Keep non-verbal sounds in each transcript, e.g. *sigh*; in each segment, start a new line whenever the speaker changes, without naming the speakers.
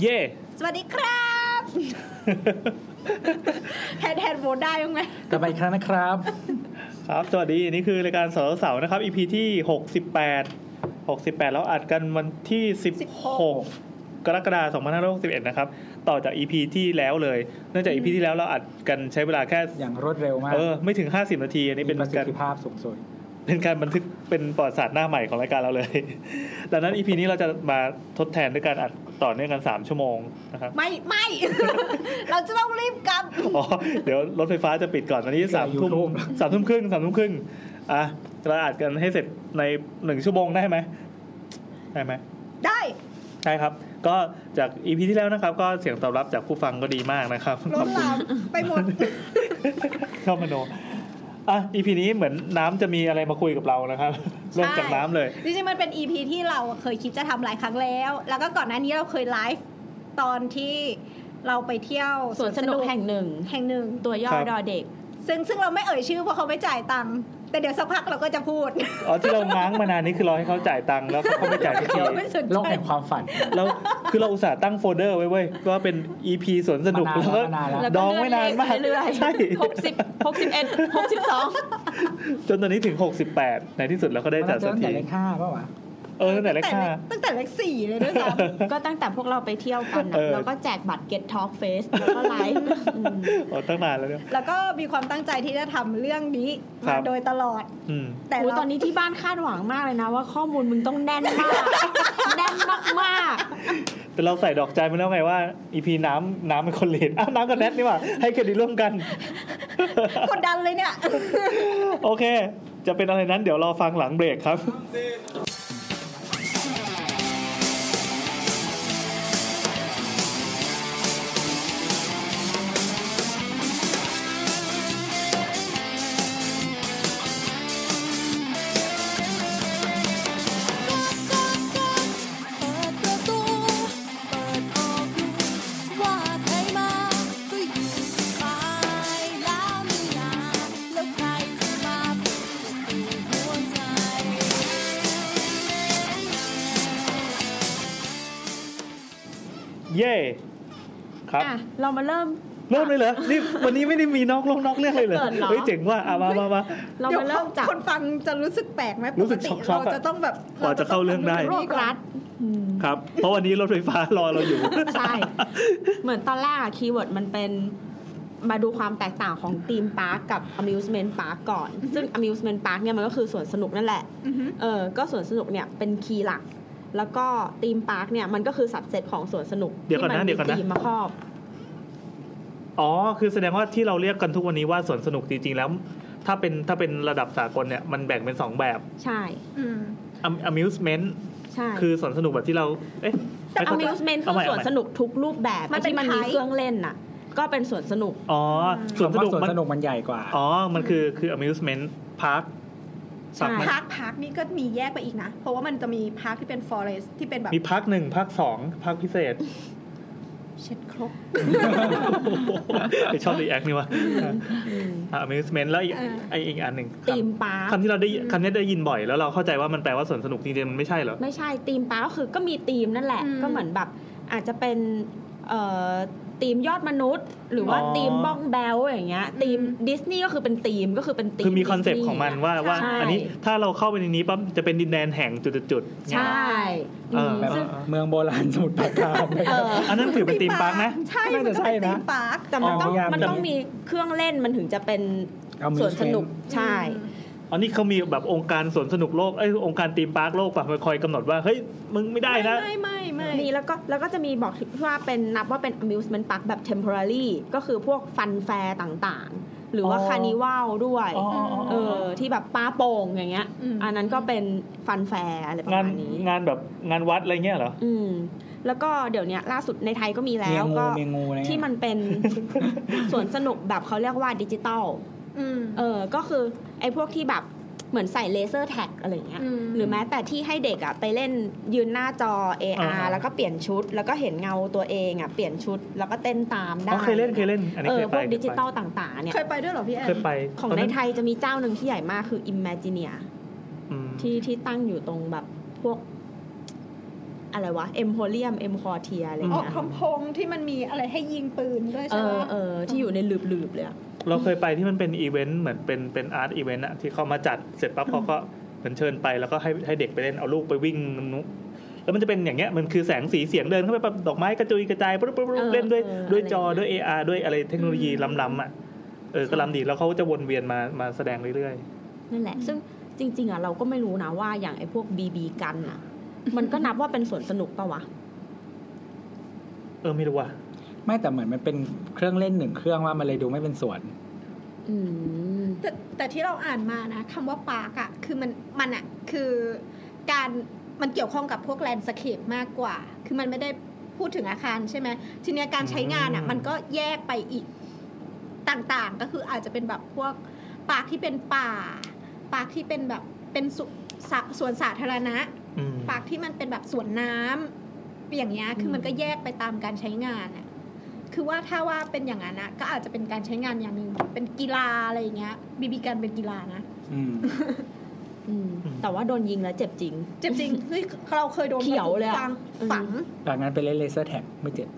เย่
สวัสดีครับ
*laughs*
แฮนด์แฮนด์โหวตได้ยังไง
กลับมาอีกครั้งนะครับ
ครับ สวัสดี นี่คือรายการเสาร์เสาร์นะครับ EP ที่ 68 68 แล้วอัดกันวันที่ 16 กรกฎาคม2561 นะครับ ต่อจาก EP ที่แล้วเลย เนื่องจาก EP ที่แล้วเราอัดกันใช้เวลาแค่
อย่างรวดเร็วมาก
เออ ไม่ถึง 50 นาที อันนี้เป็น
มีประสิท
การ
ธิภาพสูงสุด
เป็นการบันทึกเป็นประวัติศาสตร์หน้าใหม่ของรายการเราเลย *laughs* ดังนั้น EP นี้เราจะมาทดแทนด้วยการอัดต่อเนื่องกัน 3 ชั่วโมงนะครับ
ไม่ไม่ *laughs* เราจะต้องรีบกลับ
*laughs* อ๋อเดี๋ยวรถไฟฟ้าจะปิดก่อนวันนี้สามทุ่มสามทุ่มครึ่งสามทุ่มครึ่งอ่ะเราอัดกันให้เสร็จในหนึ่งชั่วโมงได้ไหมได้ไหม
ได้
ได้ครับ ก็จากอีพีที่แล้วนะครับ ก็เสียงตอบรับจากผู้ฟังก็ดีมากนะครับ
ล้นหลามไปหมด
*laughs* ชอบมโนอ่ะอีพีนี้เหมือนน้ำจะมีอะไรมาคุยกับเรานะครับ เริ่มจากน้ำเลย
จริงๆมันเป็น EP ที่เราเคยคิดจะทำหลายครั้งแล้ว แล้วก็ก่อนหน้านี้เราเคยไลฟ์ตอนที่เราไปเที่ยว
สวนสนุกแห่งหนึ่ง
แห่งหนึ่ง
ตัวย่อ
ครับ
ดอเด็ก
ซึ่งซึ่งเราไม่เอ่ยชื่อเพราะเขาไม่จ่ายตังค์ แต่เดี๋ยวสักพักเราก็จะพูด
อ๋อที่เราง้างมานานนี้คือรอให้เขาจ่ายตังค์แล้วเขาไม่จ่ายสักที
ไม่สนใจ
โลกแห่งความฝัน
เราคือเราอุตส่าห์ตั้งโฟลเดอร์ไว้เว้ยว่าเป็น EP สวนสนุกแล้วก็
มานานแล้ว
แล้ว
ด
ก็
องไว้นานมาก
เรื่อย
ใช่
หกสิบหกสิบเอ็ดหกสิบสอง
จนตอนนี้ถึง 68 ในที่สุดเราก็ได้จัดสัก
ตั้ง
ที
แต่เลขห้าเปล่าวะ
เออตั้งแต่แรกค่ะ
ตั้งแต่เลขสี่เลยด้วย
*laughs*
ซ้
ก็ตั้งแต่พวกเราไปเที่ยวกันนะ
เออ
แล้วก็แจกบัตร Get Talk Face แล้วก็ไลฟ์อืม
โอ้ตั้งนานแล้วเนี่ย
ำแล้วก็มีความตั้งใจที่จะทำเรื่องนี้
ครั
มา
บ
โดยตลอด
อืม
แต่
อุ๊ย
เรา
ตอนนี้ที่บ้านคาดหวังมากเลยนะ ว่าข้อมูลมึงต้องแน่น
*laughs*
มาก แน่นมากมาก
แต่เราใส่ดอกใจนไปแล้วไงว่า EP น้ำน้ำเป็นคนเลดอ้าวน้ำกับแนทนี่หว่า ให้เครดิตร่วมกัน
กดดันเลยเนี่ย *laughs*
โอเค จะเป็นอะไรนั้นเดี๋ยวรอฟังหลังเบรกครับ
เปิดประตู เปิดออกดูว่าใครมาก็อยู่สบายแล้วไม่นานแล้วใครจะมาปิดประตูหัวใจ
เย่ครับ
ๆอ่ะเรามาเริ่ม
เริ่มเลยเหรอนี่วันนี้ไม่ได้มีนอกลงนอกเรื่องเลยเหรอ
เกิดเหรอ
เฮ้ยเจ๋งว่ะอ่ะมามามา
เรา
เดี๋ยว
มาเริ่มจาก
คนฟังจะรู้สึกแปลกไหม
รู้สึก
ปติ
ช็อกๆอะ
เราจะต้องแบบ
กว่าจะเข้าเรื่องได้
โรครัดอืม
ครับ เพราะวันนี้รถไฟฟ้ารอเราอยู่
ใช่ เหมือนตอนแรกคีย์เวิร์ดมันเป็นมาดูความแตกต่างของธีมพาร์กกับ amusement park ก่อน ซึ่ง amusement park เนี่ยมันก็คือสวนสนุกนั่นแหละ
อือหือ
เออ ก็สวนสนุกเนี่ยเป็นคีย์หลัก แล้วก็ธีมพาร์กเนี่ยมันก็คือสับเซตของสวนสนุก
เดี๋ยวก่อนนะ
ที่มั
เดี๋ยวก่อนนะ
มีธีมมาครอบ
อ๋อ คือแสดงว่าที่เราเรียกกันทุกวันนี้ว่าสวนสนุกจริงๆแล้ว ถ้าเป็นถ้าเป็นระดับสากลเนี่ย มันแบ่งเป็น 2 แบบ
ใช่
อืม
Am- amusement
ใช่
คือสวนสนุกแบบที่เรา เอ๊ะ
แต่
ไม่เข้าใจ
amusement
เอา
คื
ใหม่
อสวนสนุกทุกรูปแบบ
มันเป็น
ไอ้ที่มันมี
ไทป์
เครื่องเล่นน่ะ ก็เป็นสวนสนุก
อ๋อสวนสนุก
ส่วน
มัน
สนุกมันใหญ่กว่า
อ๋อ มันคือคือ amusement park
ใช่
สับมัน
พาร์คพาร์คนี่ก็มีแยกไปอีกนะ เพราะว่ามันจะมีพาร์คที่เป็นฟอเรสที่เป็นแบบ
มีพักหนึ่งพักสองพักพิเศษ
เช็ดครก
ไอชอบรีแอคนี่วะ
อืม
อ่ะ amusement แล้วอีก
เออ
ไออีกอันหนึ่งค
ธีมพา
ำ
ร์ก
คำที่เราได้คำนี้ได้ยินบ่อย แล้วเราเข้าใจว่ามันแปลว่าสวนสนุกจริงๆมันไม่ใช่เหรอ
ไม่ใช่ธีมพาร์กก็คือก็มีธีมนั่นแหละ
อืม
ก็เหมือนแบบอาจจะเป็นเอ่อธีมยอดมนุษย์ หรือว่า
อ๋อ
ธีมบ้องแบลอย่างเงี้ยธีมดิสนีย์ก็คือเป็นธีมก็คือเป็นธีม
คือมีคอนเซปต์ของมันว่า
Disney
ว่า อันนี้ถ้าเราเข้าไปในนี้ปั๊บจะเป็นดินแดนแห่งจุดจุดๆ
ใช่
เออ
ม
แบบ
ซึ่ง
เมืองโบราณสมุทรปราการ
เออ
อันนั้นถือเป็นธีมพาร์คนะ
ใช่มันก็
น่าจะใช่
เป็น
นะ
ธีมพาร์ค
แต่มันต้อง
อ๋อ
มันต้องมีเครื่องเล่นมันถึงจะเป็น
เอามื
สวนสนุกใช่
อ๋อนี่เขามีแบบองค์การสวนสนุกโลก เอ้ยองค์การธีมพาร์คโลกป่ะมาคอยกำหนดว่า เฮ้ย มึงไม่ได้
ไม่
นะ
ไม่ไม่ไม่
นี่แล้วก็แล้วก็จะมีบอกว่าเป็นนับว่าเป็น amusement park แบบ temporary ก็คือพวกฟันแฟร์ต่างๆ หรือว่า
อ๋อ
คานิวัลด้วย
อ๋ออ๋อ
เอ
อ๋อ
อที่แบบป้าโป่งอย่างเงี้ย
อืม
อันนั้นก็เป็นฟันแฟร์อะไรประ
งาน
มาณนี้
งานแบบงานวัดอะไรเงี้ยเหรอ
อืมแล้วก็เดี๋ยวเนี้ยล่าสุดในไทยก็มี
เมี
แล้
ยว งู
ก็
เมียงูอะไรเงี้ย
ที่มันเป็นสวนสนุกแบบเขาเรียกว่าดิจิตอล
อืม
เออ ก็คือไอ้พวกที่แบบเหมือนใส่เลเซอร์แท็กอะไรเงี้ย
อืม
หรือแม้แต่ที่ให้เด็กอะไปเล่นยืนหน้าจอ
อ่า
AR แล้วก็เปลี่ยนชุด แล้วก็เห็นเงาตัวเองอะเปลี่ยนชุดแล้วก็เต้นตามได้
อ๋อเคยเล่นเคยเล่น อันนี้
เอ
เค
อยพ
ไป
วกดิจิตอลต่างๆ เนี่ย
เคยไปด้วยเหรอพี่แอน
เคยไป
ของ
ต
ในไทยจะมีเจ้าหนึ่งที่ใหญ่มากคือ Imagineer
อืม
ที่ที่ตั้งอยู่ตรงแบบพวก ไอ อะไรวะเอ็มโพเรียมเอ็มคอเทียอะไร
ออก
เงี้ย
คำพงที่มันมีอะไรให้ยิงปืนด้วย
เอ
ใช่ไหม
อเออที่อยู่ในหลืบๆเลยอะ
เราเคยไปที่มันเป็นอีเวนต์เหมือนเป็นเป็นอาร์ตอีเวนต์อะที่เขามาจัดเสร็จปั๊บเขาก็เหมือนเชิญไปแล้วก็ให้ให้เด็กไปเล่นเอาลูกไปวิ่งนุแล้วมันจะเป็นอย่างเงี้ยมันคือแสงสีเสียงเดินเข้าไปปั๊บดอกไม้กระจุยกระจายปุ๊บปุ๊บปุ๊บ
เออ
เล่นด้วย
เออ
ด้วย
อะไร
จอ
อย่างเงี้ย
ด้วย AR ด้วยอะไรเทคโนโลยี
อืม
ล้ำๆอ่ะเออก็ล้ำดีแล้วเขาจะวนเวียนมามาแสดงเรื่อย
นั่นแหละ ซึ่งจริง ๆอ่ะเราก็ไม่รู้นะว่าอย่างไอ้พวกบีบีกันอ่ะ มันก็นับว่าเป็นสวนสนุกปะวะ
ๆ เออไม่รู้ว่ะ
ไม่แต่เหมือนมันเป็นเครื่องเล่นหนึ่งเครื่องว่ามันเลยดูไม่เป็นสวน
อืม
แต่แต่ที่เราอ่านมานะคำว่าปาร์กอะคือมันมันอะคือการมันเกี่ยวข้องกับพวกแลนด์สเคปมากกว่า คือมันไม่ได้พูดถึงอาคารใช่ไหมทีเนี้ยการใช้งานอะมันก็แยกไปอีกต่างๆ ก็คืออาจจะเป็นแบบพวกปาร์กที่เป็นป่าปาร์กที่เป็นแบบเป็นสุสะสวนสาธารณะ
อืม
ปาร์กที่มันเป็นแบบสวนน้ำอย่างเงี้ยคือมันก็แยกไปตามการใช้งานอะคือว่าถ้าว่าเป็นอย่างนั้นอะก็อาจจะเป็นการใช้งานอย่างหนึ่งเป็นกีฬาอะไรอย่างเงี้ยบีบีกันเป็นกีฬานะ
อืม
อืม แต่ว่าโดนยิงแล้วเจ็บจริง *laughs*
เจ็บจริงเฮ้ยเราเคยโดน
เขียวเลยอะ
กระสุนฟัง
อืม
ฝัง
จากนั้นไปเล่นเลเซอร์แท็กไม่เจ็บ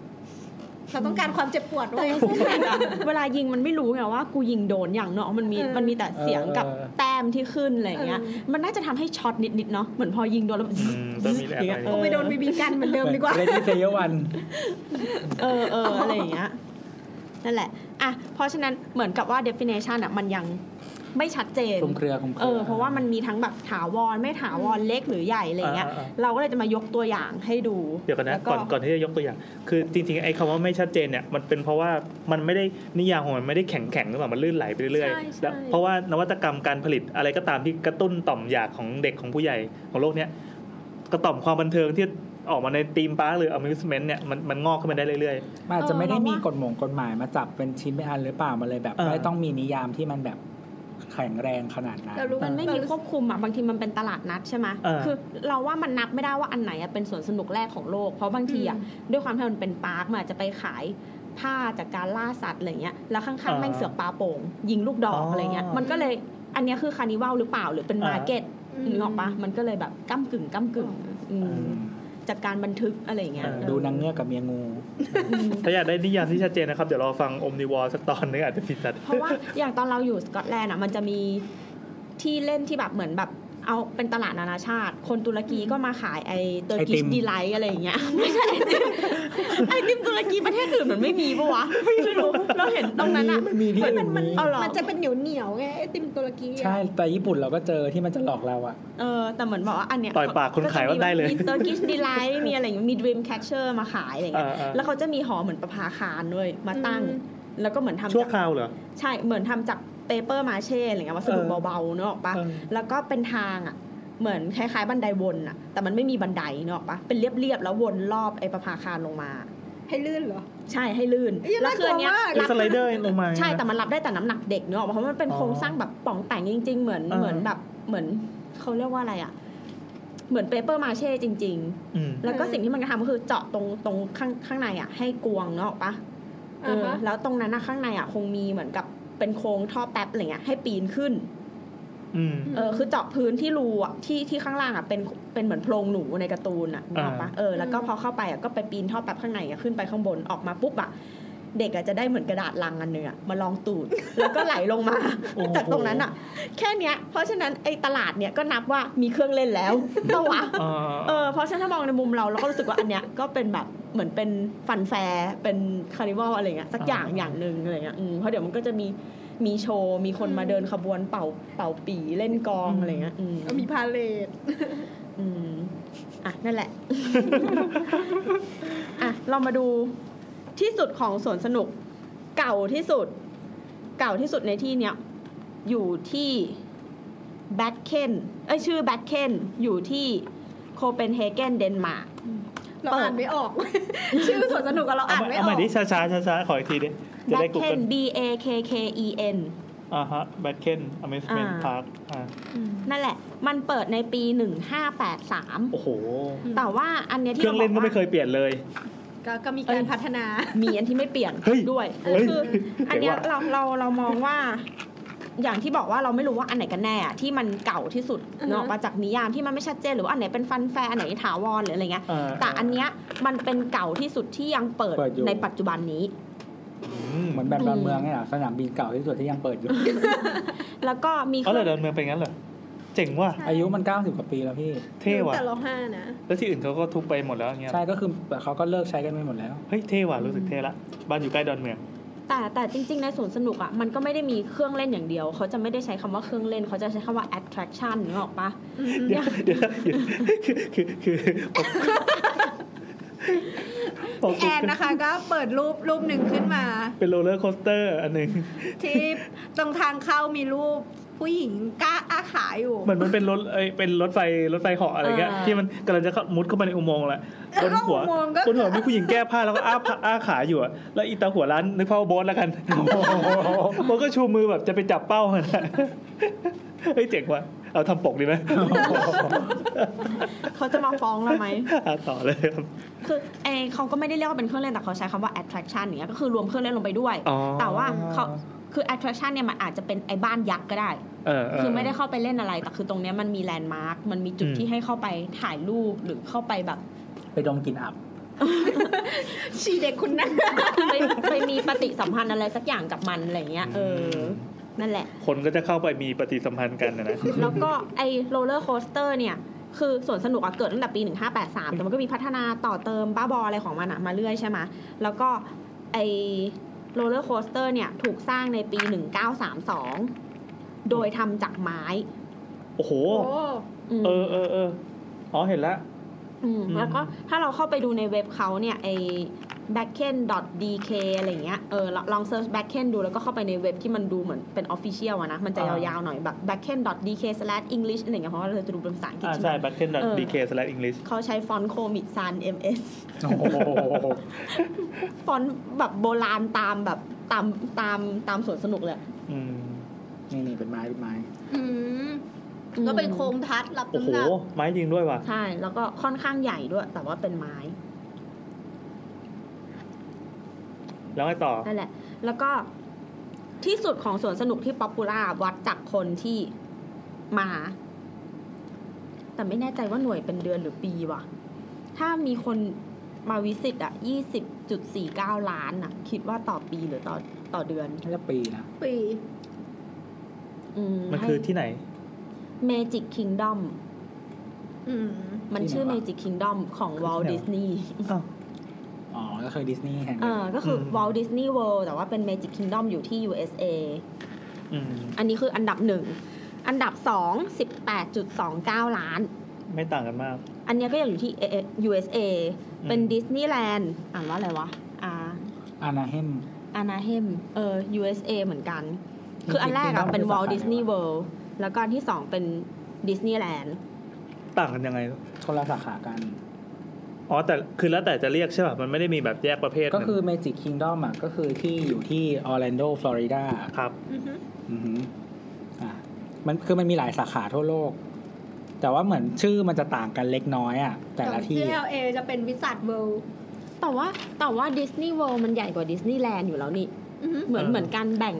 เราต้องการความเจ็บปวดด้ว
แต่
ย
เส้นแบ่งอะเวลายิงมันไม่รู้ไงว่ากูยิงโดนอย่างเนาะมันมี
เออ
มันมีแต่เสียงกับ
เออ
แต้มที่ขึ้นอะไรอย่างเงี้ย
เออ
มันน่าจะทำให้ช็อตนิดๆเนาะเหมือนพอยิงโดนแล้วมัน *laughs*
อืมก็มีแอบอะไร
เอ
ก็
อ
ไปโดนบีบีกันเหมือนเดิมดีกว่า
เล่นที่เซเยวัน
เออเอออะไรอย่างเงี้ยนั่นแหละอ่ะเพราะฉะนั้นเหมือนกับว่า definition อ่ะมันยังไม่ชัดเจน
คลุมเครือคลุมเค
เอ
รือ
อเพราะว่ามันมีทั้งแบบถาวรไม่ถาวรเล็กหรือใหญ่อะไรอย่างเงี้ย
าๆ
เราก็เลยจะมายกตัวอย่างให้ดู
เดี๋ยวก่อนนะ
แล้
ก่อนก่อนที่จะยกตัวอย่าง คือจริงๆไอ้คำว่าไม่ชัดเจนเนี่ยมันเป็นเพราะว่ามันไม่ได้นิยามของมันไม่ได้แข็งแข็งหรือเปล่ามันลื่นไหลไปเรื่อย
ใช่ใช่
ๆแล้วเพราะว่านวัตกรรมการผลิตอะไรก็ตามที่กระตุ้นต่อมอยากของเด็กของผู้ใหญ่ของโลกเนี่ยกระต่อมความบันเทิงที่ออกมาในธีมปาร์คหรือ amusement เนี่ยมันมันงอกขึ้นมาได้เรื่อย
มันอาจจะไม่ได้มี
เออเราว่า
กฎหมงกฎหมายมาจับเป็นชิ้นเป็นอันหรือเปล่ามันเลยแบบ
เออ
ไม่ต้องมีนิยามที่มันแบบแข็งแรงขนาดนั้น
เรารู้
มันไม่มีควบคุมอ่ะบางทีมันเป็นตลาดนัดใช่ไหม
เออ
คือเราว่ามันนับไม่ได้ว่าอันไหนอ่ะเป็นสวนสนุกแรกของโลก เพราะบางทีอ่ะด้วยความที่มันเป็นปาร์คมันอาจจะไปขายผ้าจากการล่าสัตว์อะไรเงี้ยแล้วข้างๆแม่งเสือกปลาโป่งยิงลูกดอกอะไรเงี้ยมันก็เลยอันเนี้ยคือคานิวัลหรือเปล่าหรือเป็นมาร์เก็ต นึกออกปะมันก็เลยแบบก้ากึ่งก้ากึ่งอืมจากการบันทึกอะไรอย่างเงี้ย
เออ
ดูนางเงือกกับเมียงู
อืม
ๆ ถ้าอยากได้นิยามที่ชัดเจนนะครับ เดี๋ยวรอฟัง omnivore สักตอนนึงอาจจะผิดนัด
เพราะ *laughs* ว่าอย่างตอนเราอยู่สกอตแลนด์อ่ะมันจะมีที่เล่นที่แบบเหมือนแบบเอาเป็นตลาดนานาชาติ คนตุรกีก็มาขายไอเตอร์
ไอติ
กิช
ม
ดีไลท์อะไรอย่างเงี้ *laughs* ยไม่ใช่ไอติมไอติมตุรกีประเทศอื่นมันไม่มีปะวะไม่รู้เราเห็นตรงนั้นอ่ะ
มันมีที่อื่น
มัน
มี
เอาเหรอ
มันจะเป็นเหนียวเหนียวๆไงไอติมตุรกีอะ
ใช่แต่ญี่ปุ่นเราก็เจอที่มันจะหลอกเราอะ
เออแต่เหมือนบอกว่าอันเนี้ย
ต่อยปากคนขายว่าได้เลย
มีเตอร์กิชดีไลท์มีอะไรอย่างเงี้ยมีดรีมแคชเชอร์มาขายอะไรอย่างเงี้ย
อ่าๆ
แล้วเขาจะมีหอเหมือนประภาคารด้วยมาตั้ง แล้วก็เหมือนทำ
ชั่ว
จาก
คราวเหรอ
ใช่เหมือนทำจากเปเปอร์มาเช่อะไรเงี้ยวัสดุ
เออ
เบาๆเนกอะปะ
เออ
แล้วก็เป็นทางอ่ะ เหมือนคล้ายๆบันไดวนอ่ะ แต่มันไม่มีบันไดเนกอะปะเป็นเรียบๆแล้ววนรอบไอ้ประภาคารลงมา
ให้ลื่นเหรอ
ใช่ให้ลื่น
เอ้ย
แล้วคืนเนี้ย
น่ากลัวมาก
มีสไลเดอร์ลงมา
ใช่แต่มันรับได้แต่น้ำหนักเด็กเนกอะเพราะมันเป็น
อ๋อ
โครงสร้างแบบป่องแต่งจริง ๆ เหมือน
เออ
เหมือนแบบเหมือนเขาเรียกว่าอะไรอ่ะ เหมือนเปเปอร์มาเช่จริง ๆ
อืม
แล้วก็
เออ
สิ่งที่มันจะทำก็คือเจาะตรงตรงข้างข้างในอ่ะ ให้กวงเนาะออกปะเอ
อ่า
อ
ฮะ
แล้วตรงนั้นนะข้างในอ่ะคงมีเหมือนกับเป็นโครงท่อแป๊บอะไรเงี้ยให้ปีนขึ้น
อืม
เออคือเจาะพื้นที่รูอ่ะที่ที่ข้างล่างอ่ะเป็นเป็นเหมือนโพรงหนูในการ์ตูนอ่ะนึกออกปะเออแล้วก็พอเข้าไปอ่ะก็ไปปีนท่อแป๊บข้างในอ่ะขึ้นไปข้างบนออกมาปุ๊บอ่ะเด็กอ่ะจะได้เหมือนกระดาษลังอันเนื้อะมาลองตูด แล้วก็ไหลลงมา
โอ้โห
จากตรงนั้นอ่ะ แค่เนี้ย เพราะฉะนั้นไอ้ตลาดเนี่ยก็นับว่ามีเครื่องเล่นแล้วเจ้าวะ
เอ
เอ
อ
อเพราะฉะนั้นถ้ามองในมุมเราเราก็รู้สึกว่าอันเนี้ย ก็เป็นแบบเหมือนเป็นฟันแฟร์เป็นคาร์นิวัลอะไรเงี้ยสักอย่าง
อ่า
อย่างหนึ่งอะไรเงี้ยอืมเพราะเดี๋ยวมันก็จะมีมีโชว์ มีคนมาเดินขบวนเป่าเป่าปีเล่นกลองอะไรเงี้ยอืม
มีพาเลท
อืมอ่ะ นั่
*laughs*
นแหละ อ่ะ เรามาดูที่สุดของสวนสนุก เก่าที่สุด เก่าที่สุดในที่เนี้ยอยู่ที่แบดเคนเอ้ยชื่อแบดเคนอยู่ที่โคเปนเฮเกนเดนมาร์ก
เรา
เปิด
อ่านไม่ออก *laughs* ชื่อสวนสนุกอะเรา
เอา
อ่าน
ใหม่
ไม่อ
เอา
อ
ใหม่
ก
ดิช้าๆช้าๆขออีกทีดิจะ
แบ็
ได้
ค
กู
เคน B A K K E N
อ่าฮะแบทเคนอเมซเมนต์
อ่า
พาร์คอ่า
นั่นแหละ มันเปิดในปี 1583
โอ้โห
แต่ว่าอันเนี้ย
เค
ที่
รื่องเล่นก็
ราบอว่า
ไม่เคยเปลี่ยนเลย
ก็ก็มีการ
เอ้ย
พัฒนา
มีอันที่ไม่เปลี่ยน
เฮ้ย
ด้วย
เฮ้ย
คืออันเนี้ย
เจ๋งว่ะ
เราเราเรามองว่า อย่างที่บอกว่าเราไม่รู้ว่าอันไหนกันแน่อะที่มันเก่าที่สุด
อือฮะ
เนาะมาจากนิยามที่มันไม่ชัดเจนหรือว่าอันไหนเป็นฟันแฟร์อันไหนถาวรหรืออะไรเงี้ย
า
แต่อันเนี้ยมันเป็นเก่าที่สุดที่ยังเปิด
เปิดอยู่
ในปัจจุบันนี้
อืม
เหมือนแบบดอนเมืองเนี่ยเหรอสนามบินเก่าที่สุดที่ยังเปิดอยู่
แล้วก็มี
เอาเลยเดินเมืองเป็นงั้นเหรอเจ๋งว่ะ
อายุมัน 90 กว่าปีแล้วพี่
เท่ว่ะ
แต่เราห้านะ
แล้วที่อื่นเขาก็ทุบไปหมดแล้วอย่างเงี้ย
ใช่ก็คือแบบเขาก็เลิกใช้กันไปหมดแล้ว
เฮ้ยเท่ว่ะรู้สึกเท่ละบ้านอยู่ใกล้ดอนเมือง
แต่แต่จริง ๆ ในสวนสนุกอ่ะมันก็ไม่ได้มีเครื่องเล่นอย่างเดียว เขาจะไม่ได้ใช้คำว่าเครื่องเล่น เขาจะใช้คำว่า attraction นึกออกปะ
เดี๋ยวเดี๋ยวคือคือคือผมผม
แอนนะคะก็เปิดรูปรูปหนึ่งขึ้นมา
เป็นโรลเลอร์โคสเตอร์อันหนึ่ง
ที่ตรงทางเข้ามีรูปผู้หญิงก้าอาขาอยู่
เหมือนมันเป็นรถเอ้ยเป็นรถไฟรถไฟเหาะอะไรเงี้ย
อ่า
ที่มันกำลังจะเข้ามุดเข้าไปในอุโมงค์แหละบนหัว
เข้าอุโมงค์ก็
บนหัวมีผู้หญิงแก้ผ้าแล้วก็อ้าผ้าอ้าขาอยู่อะแล้วอีตาหัวร้านนึกภาพว่าโบอสแล้วกันมันก็ชูมือแบบจะไปจับเป้ามันอะเฮ้ยเจ๋งว่ะเอาทำปกดีไหม
เขาจะมาฟ้องเราไหม
อ่ะต่อเลยครับ
คือไอเขาก็ไม่ได้เรียกว่าเป็นเครื่องเล่นแต่เขาใช้คำว่า attraction อย่างเนี้ยก็คือรวมเครื่องเล่นลงไปด้วย
อ๋อ
แต่ว่าเขาคือ attraction เนี่ยมันอาจจะเป็นไอบ้านยักษ์ก็ได้
เออเ
คือไม่ได้เข้าไปเล่นอะไร แต่คือตรงเนี้ยมันมีแลนด์มาร์ค มันมีจุด
อืม
ที่ให้เข้าไปถ่ายรูปหรือเข้าไปแบบ *laughs*
ไปดมกลิ่นอับ
ชีเด็กคนนั้น
ไปไปมีปฏิสัมพันธ์อะไรสักอย่างกับมันอะไรเงี้ย เออ นั่นแหละ
คนก็จะเข้าไปมีปฏิสัมพันธ์กันนะนะ
แล้วก็ไอโรลเลอร์โคสเตอร์เนี่ย คือส่วนสนุกอะเกิดตั้งแต่ปี 1583 แต่มันก็มีพัฒนาต่อเติมบ้าบออะไรของมันอะมาเรื่อยใช่ไหมแล้วก็ไอโรลเลอร์โคสเตอร์เนี่ยถูกสร้างในปี 1932 โดยทำจากไม้
โอ้โห
โอ้
อืม
เออเออเอออ๋อเห็นละ
อืม
อืม
แล้วก็ถ้าเราเข้าไปดูในเว็บเขาเนี่ยไอ้ backend.dk อะไรอย่างเงี้ยเออลองเซิร์ช backend ดูแล้วก็เข้าไปในเว็บที่มันดูเหมือนเป็น official อะนะ มันจะยาวๆหน่อยแบบ backend.dk/english อะไรอย่างเงี้ยเพราะว่าเราจะดูเป็นภาษาอังกฤษ
อ่า
ใช่ไหม
ใช่ backend
เออ
dk slash english
เขาใช้ฟอนต์โคมิซัน ms
โอ้โห
ฟอนต์แบบโบราณตามแบบตามตามตามสวนสนุกเลย
อืม
นี่นี่เป็นไม้เป็นไม้
อืม ก็เป็นโครงทัดรับ
โอ้โห
น้ำหนัก
ไม้จริงด้วยว่ะ
ใช่ แล้วก็ค่อนข้างใหญ่ด้วย แต่ว่าเป็นไม้
แล้วไงต่อ
นั่นแหละ แล้วก็ที่สุดของสวนสนุกที่ป๊อปปูล่าวัดจากคนที่มา แต่ไม่แน่ใจว่าหน่วยเป็นเดือนหรือปีว่ะ ถ้ามีคนมาวิสิตอ่ะยี่สิบจุดสี่เก้าล้านอ่ะ คิดว่าต่อปีหรือต่อต่อเดือน
น่าจะปีนะ
ปี
อืม
มันคือที่ไหน
เมจิกคิงดอม
อืม
มันชื่อ
ที่
เม
ไหนวะ
จิกคิงดอมของวอล
คือที่ไหนวะ
ดิสนีย์
อ้าว
อ๋อ ก็คือดิสนีย์แห่งห
เอ
นึ่ง
อ ก็คือ
ม
วอลดิสนีย์เวิลด์แต่ว่าเป็นเมจิกคิงดอมอยู่ที่ USA
อืม
อันนี้คืออันดับหนึ่ง อันดับสองสิบแปดจุดสองเก้าล้าน
ไม่ต่างกันมาก
อันเนี้ยก็ยังอยู่ที่ AA USA เป็น
อืม
ดิสนีย์แลนด์อ่านว่าอะไรวะอา
อานาเฮม
อานาเฮม เออ USA เหมือนกัน คืออันแรกอะ
Kingdom
เป็น
เป็น
Walt
สาขา
Disney World แล้วก็อันที่สองเป็นดิสนีย์แลนด์
ต่างกันยังไง
คนละสาขากัน
อ๋อแต่คือแล้วแต่จะเรียกใช่ป่ะ มันไม่ได้มีแบบแยกประเภท
ก็คือเมจิกคิงดอมอ่ะ ก็คือที่อยู่ที่ออร์แลนโด ฟลอริดา
ครับ
อือฮึ
อือหืออ่ะมันคือมันมีหลายสาขาทั่วโลก แต่ว่าเหมือนชื่อมันจะต่างกันเล็กน้อยอ่ะ แต่ละที่
ของ LA จะเป็นวิสัทเวิลด์
แต่ว่าแต่ว่าดิสนีย์เวิลด์มันใหญ่กว่าดิสนีย์แลนด์อยู่แล้วนี่
อือฮึ
เหมือน
เออ
เหมือนการแบ่ง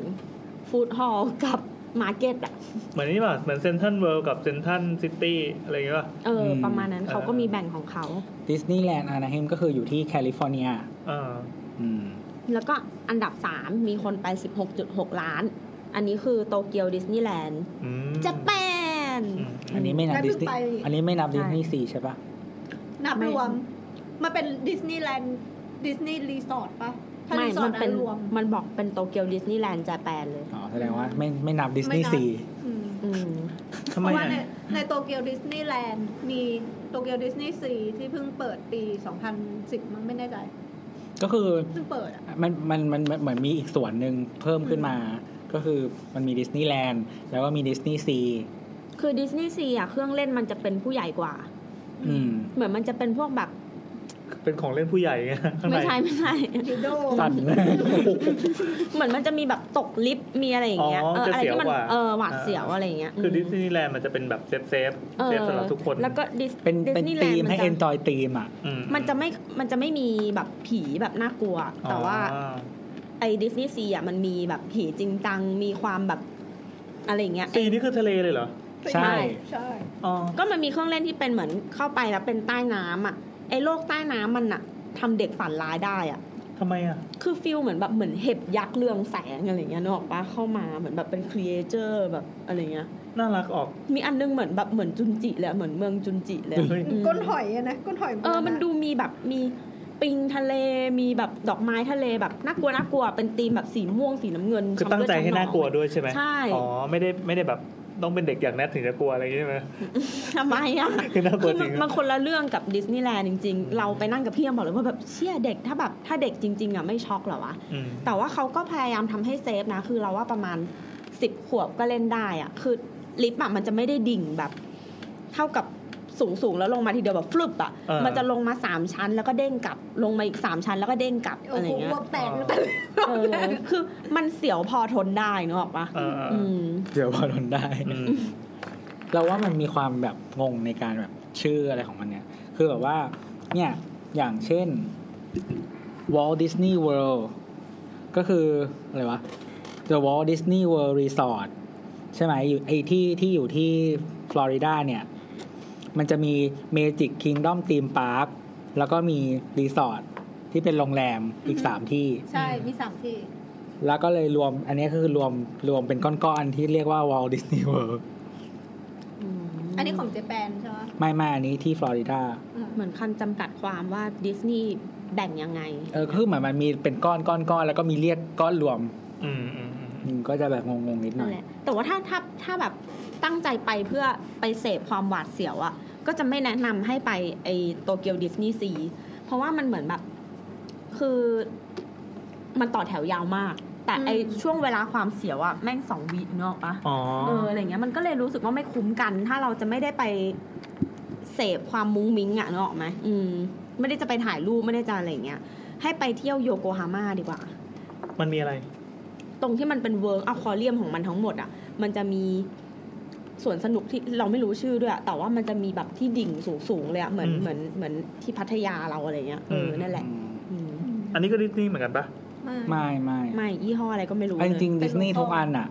ฟู้ดฮอลล์กับมาร์เก็ตอะ
เหมือนนี่ป่ะ เหมือนเซนทันเวิลด์กับเซนทันซิตี้อะไรอย่างเงี้ยป่ะ
เอออ
ม
ประมาณนั้นเขาก็
เออ
มีแบ่งของเขา
ดิสนีย์แลนด์อานาเฮมก็คืออยู่ที่แคลิฟอร์เนีย
อ่า
อืม
แล้วก็อันดับ 3 มีคนไป 16.6 ล้าน อันนี้คือโตเกียวดิสนีย์แลนด์
อืม
จะแปน
อืม
อันนี้ไม่นับ
แล้ว
ดิ
เพิ่
ส
ง
นี
ไป
ย์อันนี้ไม่นับ
ใช่
ดิสนีย์ซีใช่ปะ
นับ
ไม่
รวม มาเป็นดิสนีย์แลนด์ดิสนีย์รีสอร์ทปะถ้า
ไม่
รีสอ
มั
ร์ท
นเป็น
รวม
มันบอกเป็นโตเกียวดิสนีย์แลนด์จะแปนเลย
อ๋อ แสดงว่าไม่ไม่นับดิส
ไม่
นีย์
นับ
ซี
อืม
อืม
ทำไม
เพราะว่าใน
อ่ะ
ในโตเกียวดิสนีย์แลนด์มีโตเกียวดิสนีย์ซีที่เพิ่งเปิดปี 2010 มั้งไม่แน่ใจ
ก็คือ
เพิ่งเปิดอ่ะ
มันมันมันมันเหมือนมีอีกส่วนหนึ่งเพิ่มขึ้นมา ก็คือมันมีดิสนีย์แลนด์แล้วก็มีดิสนีย์ซี
คือดิสนีย์ซีอ่ะ เครื่องเล่นมันจะเป็นผู้ใหญ่กว่า
อืม
เหมือนมันจะเป็นพวกแบบ
เป็นของเล่นผู้ใหญ่ไงข้างใน
ไม่ใช่ไม่ใช่
ดิโด
สั่น
เหมือนมันจะมีแบบตกลิฟต์มีอะไรอย่างเงี้ย
อ๋อ
เออ
จะ
อะไร
เสียว
ที่มั
กว่า
เออหวาดเสียวอะไรย่างเงี้ย
คือ
ม
ดิสนีย์แลนด์มันจะเป็นแบบเซฟเซฟ
เออ
เซฟสำหรับทุกคน
แล้วก็ดิส
*laughs* เป็นเป็น
ดิสย์แล
ธี
ด์
มให้
จะ
เอนจอยธีมอ่ะ
อื
มันจะไม่ มันจะไม่มีแบบผีแบบน่ากลัว แต่ว่า
อ๋อ
ไอ้ดิสนีย์ซีอ่ะมันมีแบบผีจริงจัง มีความแบบ อะไรอย่างเงี้ย
ซีนี่คือทะเลเลยเหรอ
ใช่
ใช่
อ๋อ
ก็มันมีเครื่องเล่นที่เป็นเหมือนเข้าไปแล้วเป็นใต้น้ำอ่ะไอ้โลกใต้น้ำมันอ่ะทำเด็กฝันร้ายได้อ่ะ
ทำไมอ่ะ
คือฟิลเหมือนแบบเหมือนเห็บยักษ์เรืองแสงอะไรเงี้ยนึกออกปะเข้ามาเหมือนแบบเป็นครีเอเจอร์แบบอะไรเงี้ย
น่ารักออก
มีอันนึงเหมือนแบบเหมือนจุนจิเลยอะเหมือนเมืองจุนจิเลยอะ
เฮ้ย
ม
ก้นหอยอะนะก้นหอย
เออมันดูมีแบบมีปิงทะเลมีแบบดอกไม้ทะเลแบบน่ากลัวน่ากลัวเป็นธีมแบบสีม่วงสีน้ำเงิน
คือตั้งใจให้น่ากลัวด้วยใช่ไหม
ใช่
อ๋อไม่ได้ไม่ได้แบบต้องเป็นเด็กอย่างแนทถึงจะกลัวอะไรอย่างงี้ใช่ไหม
ทำไมอ่ะ
คือน่ากลั
คื
ว
อ
จ
มั
ริ
น
ง
มันคนละเรื่องกับดิสนีย์แลนด์จริง ๆ เราไปนั่งกับพี่ยังบอกเลยว่าแบบเชี่ยเด็กถ้าแบบถ้าเด็กจริง ๆอ่ะไม่ช็อกเหรอวะ
อืม
แต่ว่าเขาก็พยายามทำให้เซฟนะ คือเราว่าประมาณ 10 ขวบก็เล่นได้อ่ะ คือลิฟต์อะมันจะไม่ได้ดิ่งแบบ เท่ากับสูงสูงๆแล้วลงมาทีเดียวแบบฟลุปอ่ะ
เออ
มันจะลงมา 3 ชั้นแล้วก็เด้งกลับลงมาอีก 3 ชั้นแล้วก็เด้งกลับ
โอ้
อะไร
โห
เงี้
อ้
ยว
กแตก
อ๋อ
ไปเลย
เออคือมันเสียวพอทนได้นึกออกปะ
เออ
อืม
เดี๋ยวพอทนได้
อืม
เราว่ามันมีความแบบงงในการแบบชื่ออะไรของมันเนี่ย คือแบบว่า เนี่ย อย่างเช่น Walt Disney World ก็คือ อะไรวะ The Walt Disney World Resort ใช่ไหมอยู่ไอที่ที่อยู่ที่ฟลอริดาเนี่ย มันจะมี Magic Kingdom Theme Park แล้วก็มีรีสอร์ทที่เป็นโรงแรมอีก
อือฮึ
3 ที่
ใช่มีสามที่
แล้วก็เลยรวม อันนี้ก็คือรวมรวมเป็นก้อนๆ ที่เรียกว่า Walt Disney World
อันนี้ของเจแปนใช่ไหม
ไม่ไม่อันนี้ที่ฟลอริดา
อืม
เหมือนคันจำกัดความว่าดิสนีย์แบ่งยังไง
เออคือเหมือนมันมีเป็นก้อนก้อนก้อนแล้วก็มีเรียกก้อนรวม
อืมอืมอืม
อืมก็จะแบบงงงๆนิดห
นั่
น่อน ย
แหละแต่ว่าถ้าถ้าถ้าแบบตั้งใจไปเพื่อไปเสพความหวาดเสียวอะ่ะ ก็จะไม่แนะนำให้ไปไอโตเกียวดิสนีย์ซีเพราะว่ามันเหมือนแบบ คือมันต่อแถวยาวมาก แต่ไอช่วงเวลาความเสียวอะ่ะแม่งสองวิเนาะปะ
อ๋อ
เอออะไรเงี้ยมันก็เลยรู้สึกว่าไม่คุ้มกัน ถ้าเราจะไม่ได้ไปเสพความมุ้งมิ้งอะ่ะเนกอะไหมอืม ไม่ได้จะไปถ่ายรูปไม่ได้จะอะไรเงี้ย ให้ไปเที่ยวโยโกฮาม่าดีกว่า
มันมีอะไร
ตรงที่มันเป็นเวิร์กอะคอเรียมของมันทั้งหมดอะมันจะมีสวนสนุกที่เราไม่รู้ชื่อด้วยอะแต่ว่ามันจะมีแบบที่ดิ่งสูงๆเลยอะเหมือน
อืม
เหมือนเหมือนที่พัทยาเราอะไรเงี้ยเออ
ม
อนั่นแหละอืม
อันนี้ก็ดิสนีย์เหมือนกันปะ
ไม่
ไม่ไม่
ไม่ยี่ห้ออะไรก็ไม่รู้
เอาจริง
เป็น
ดิสนีย์
ลู
ทุ
ก
ก
โป่ง
อันอะ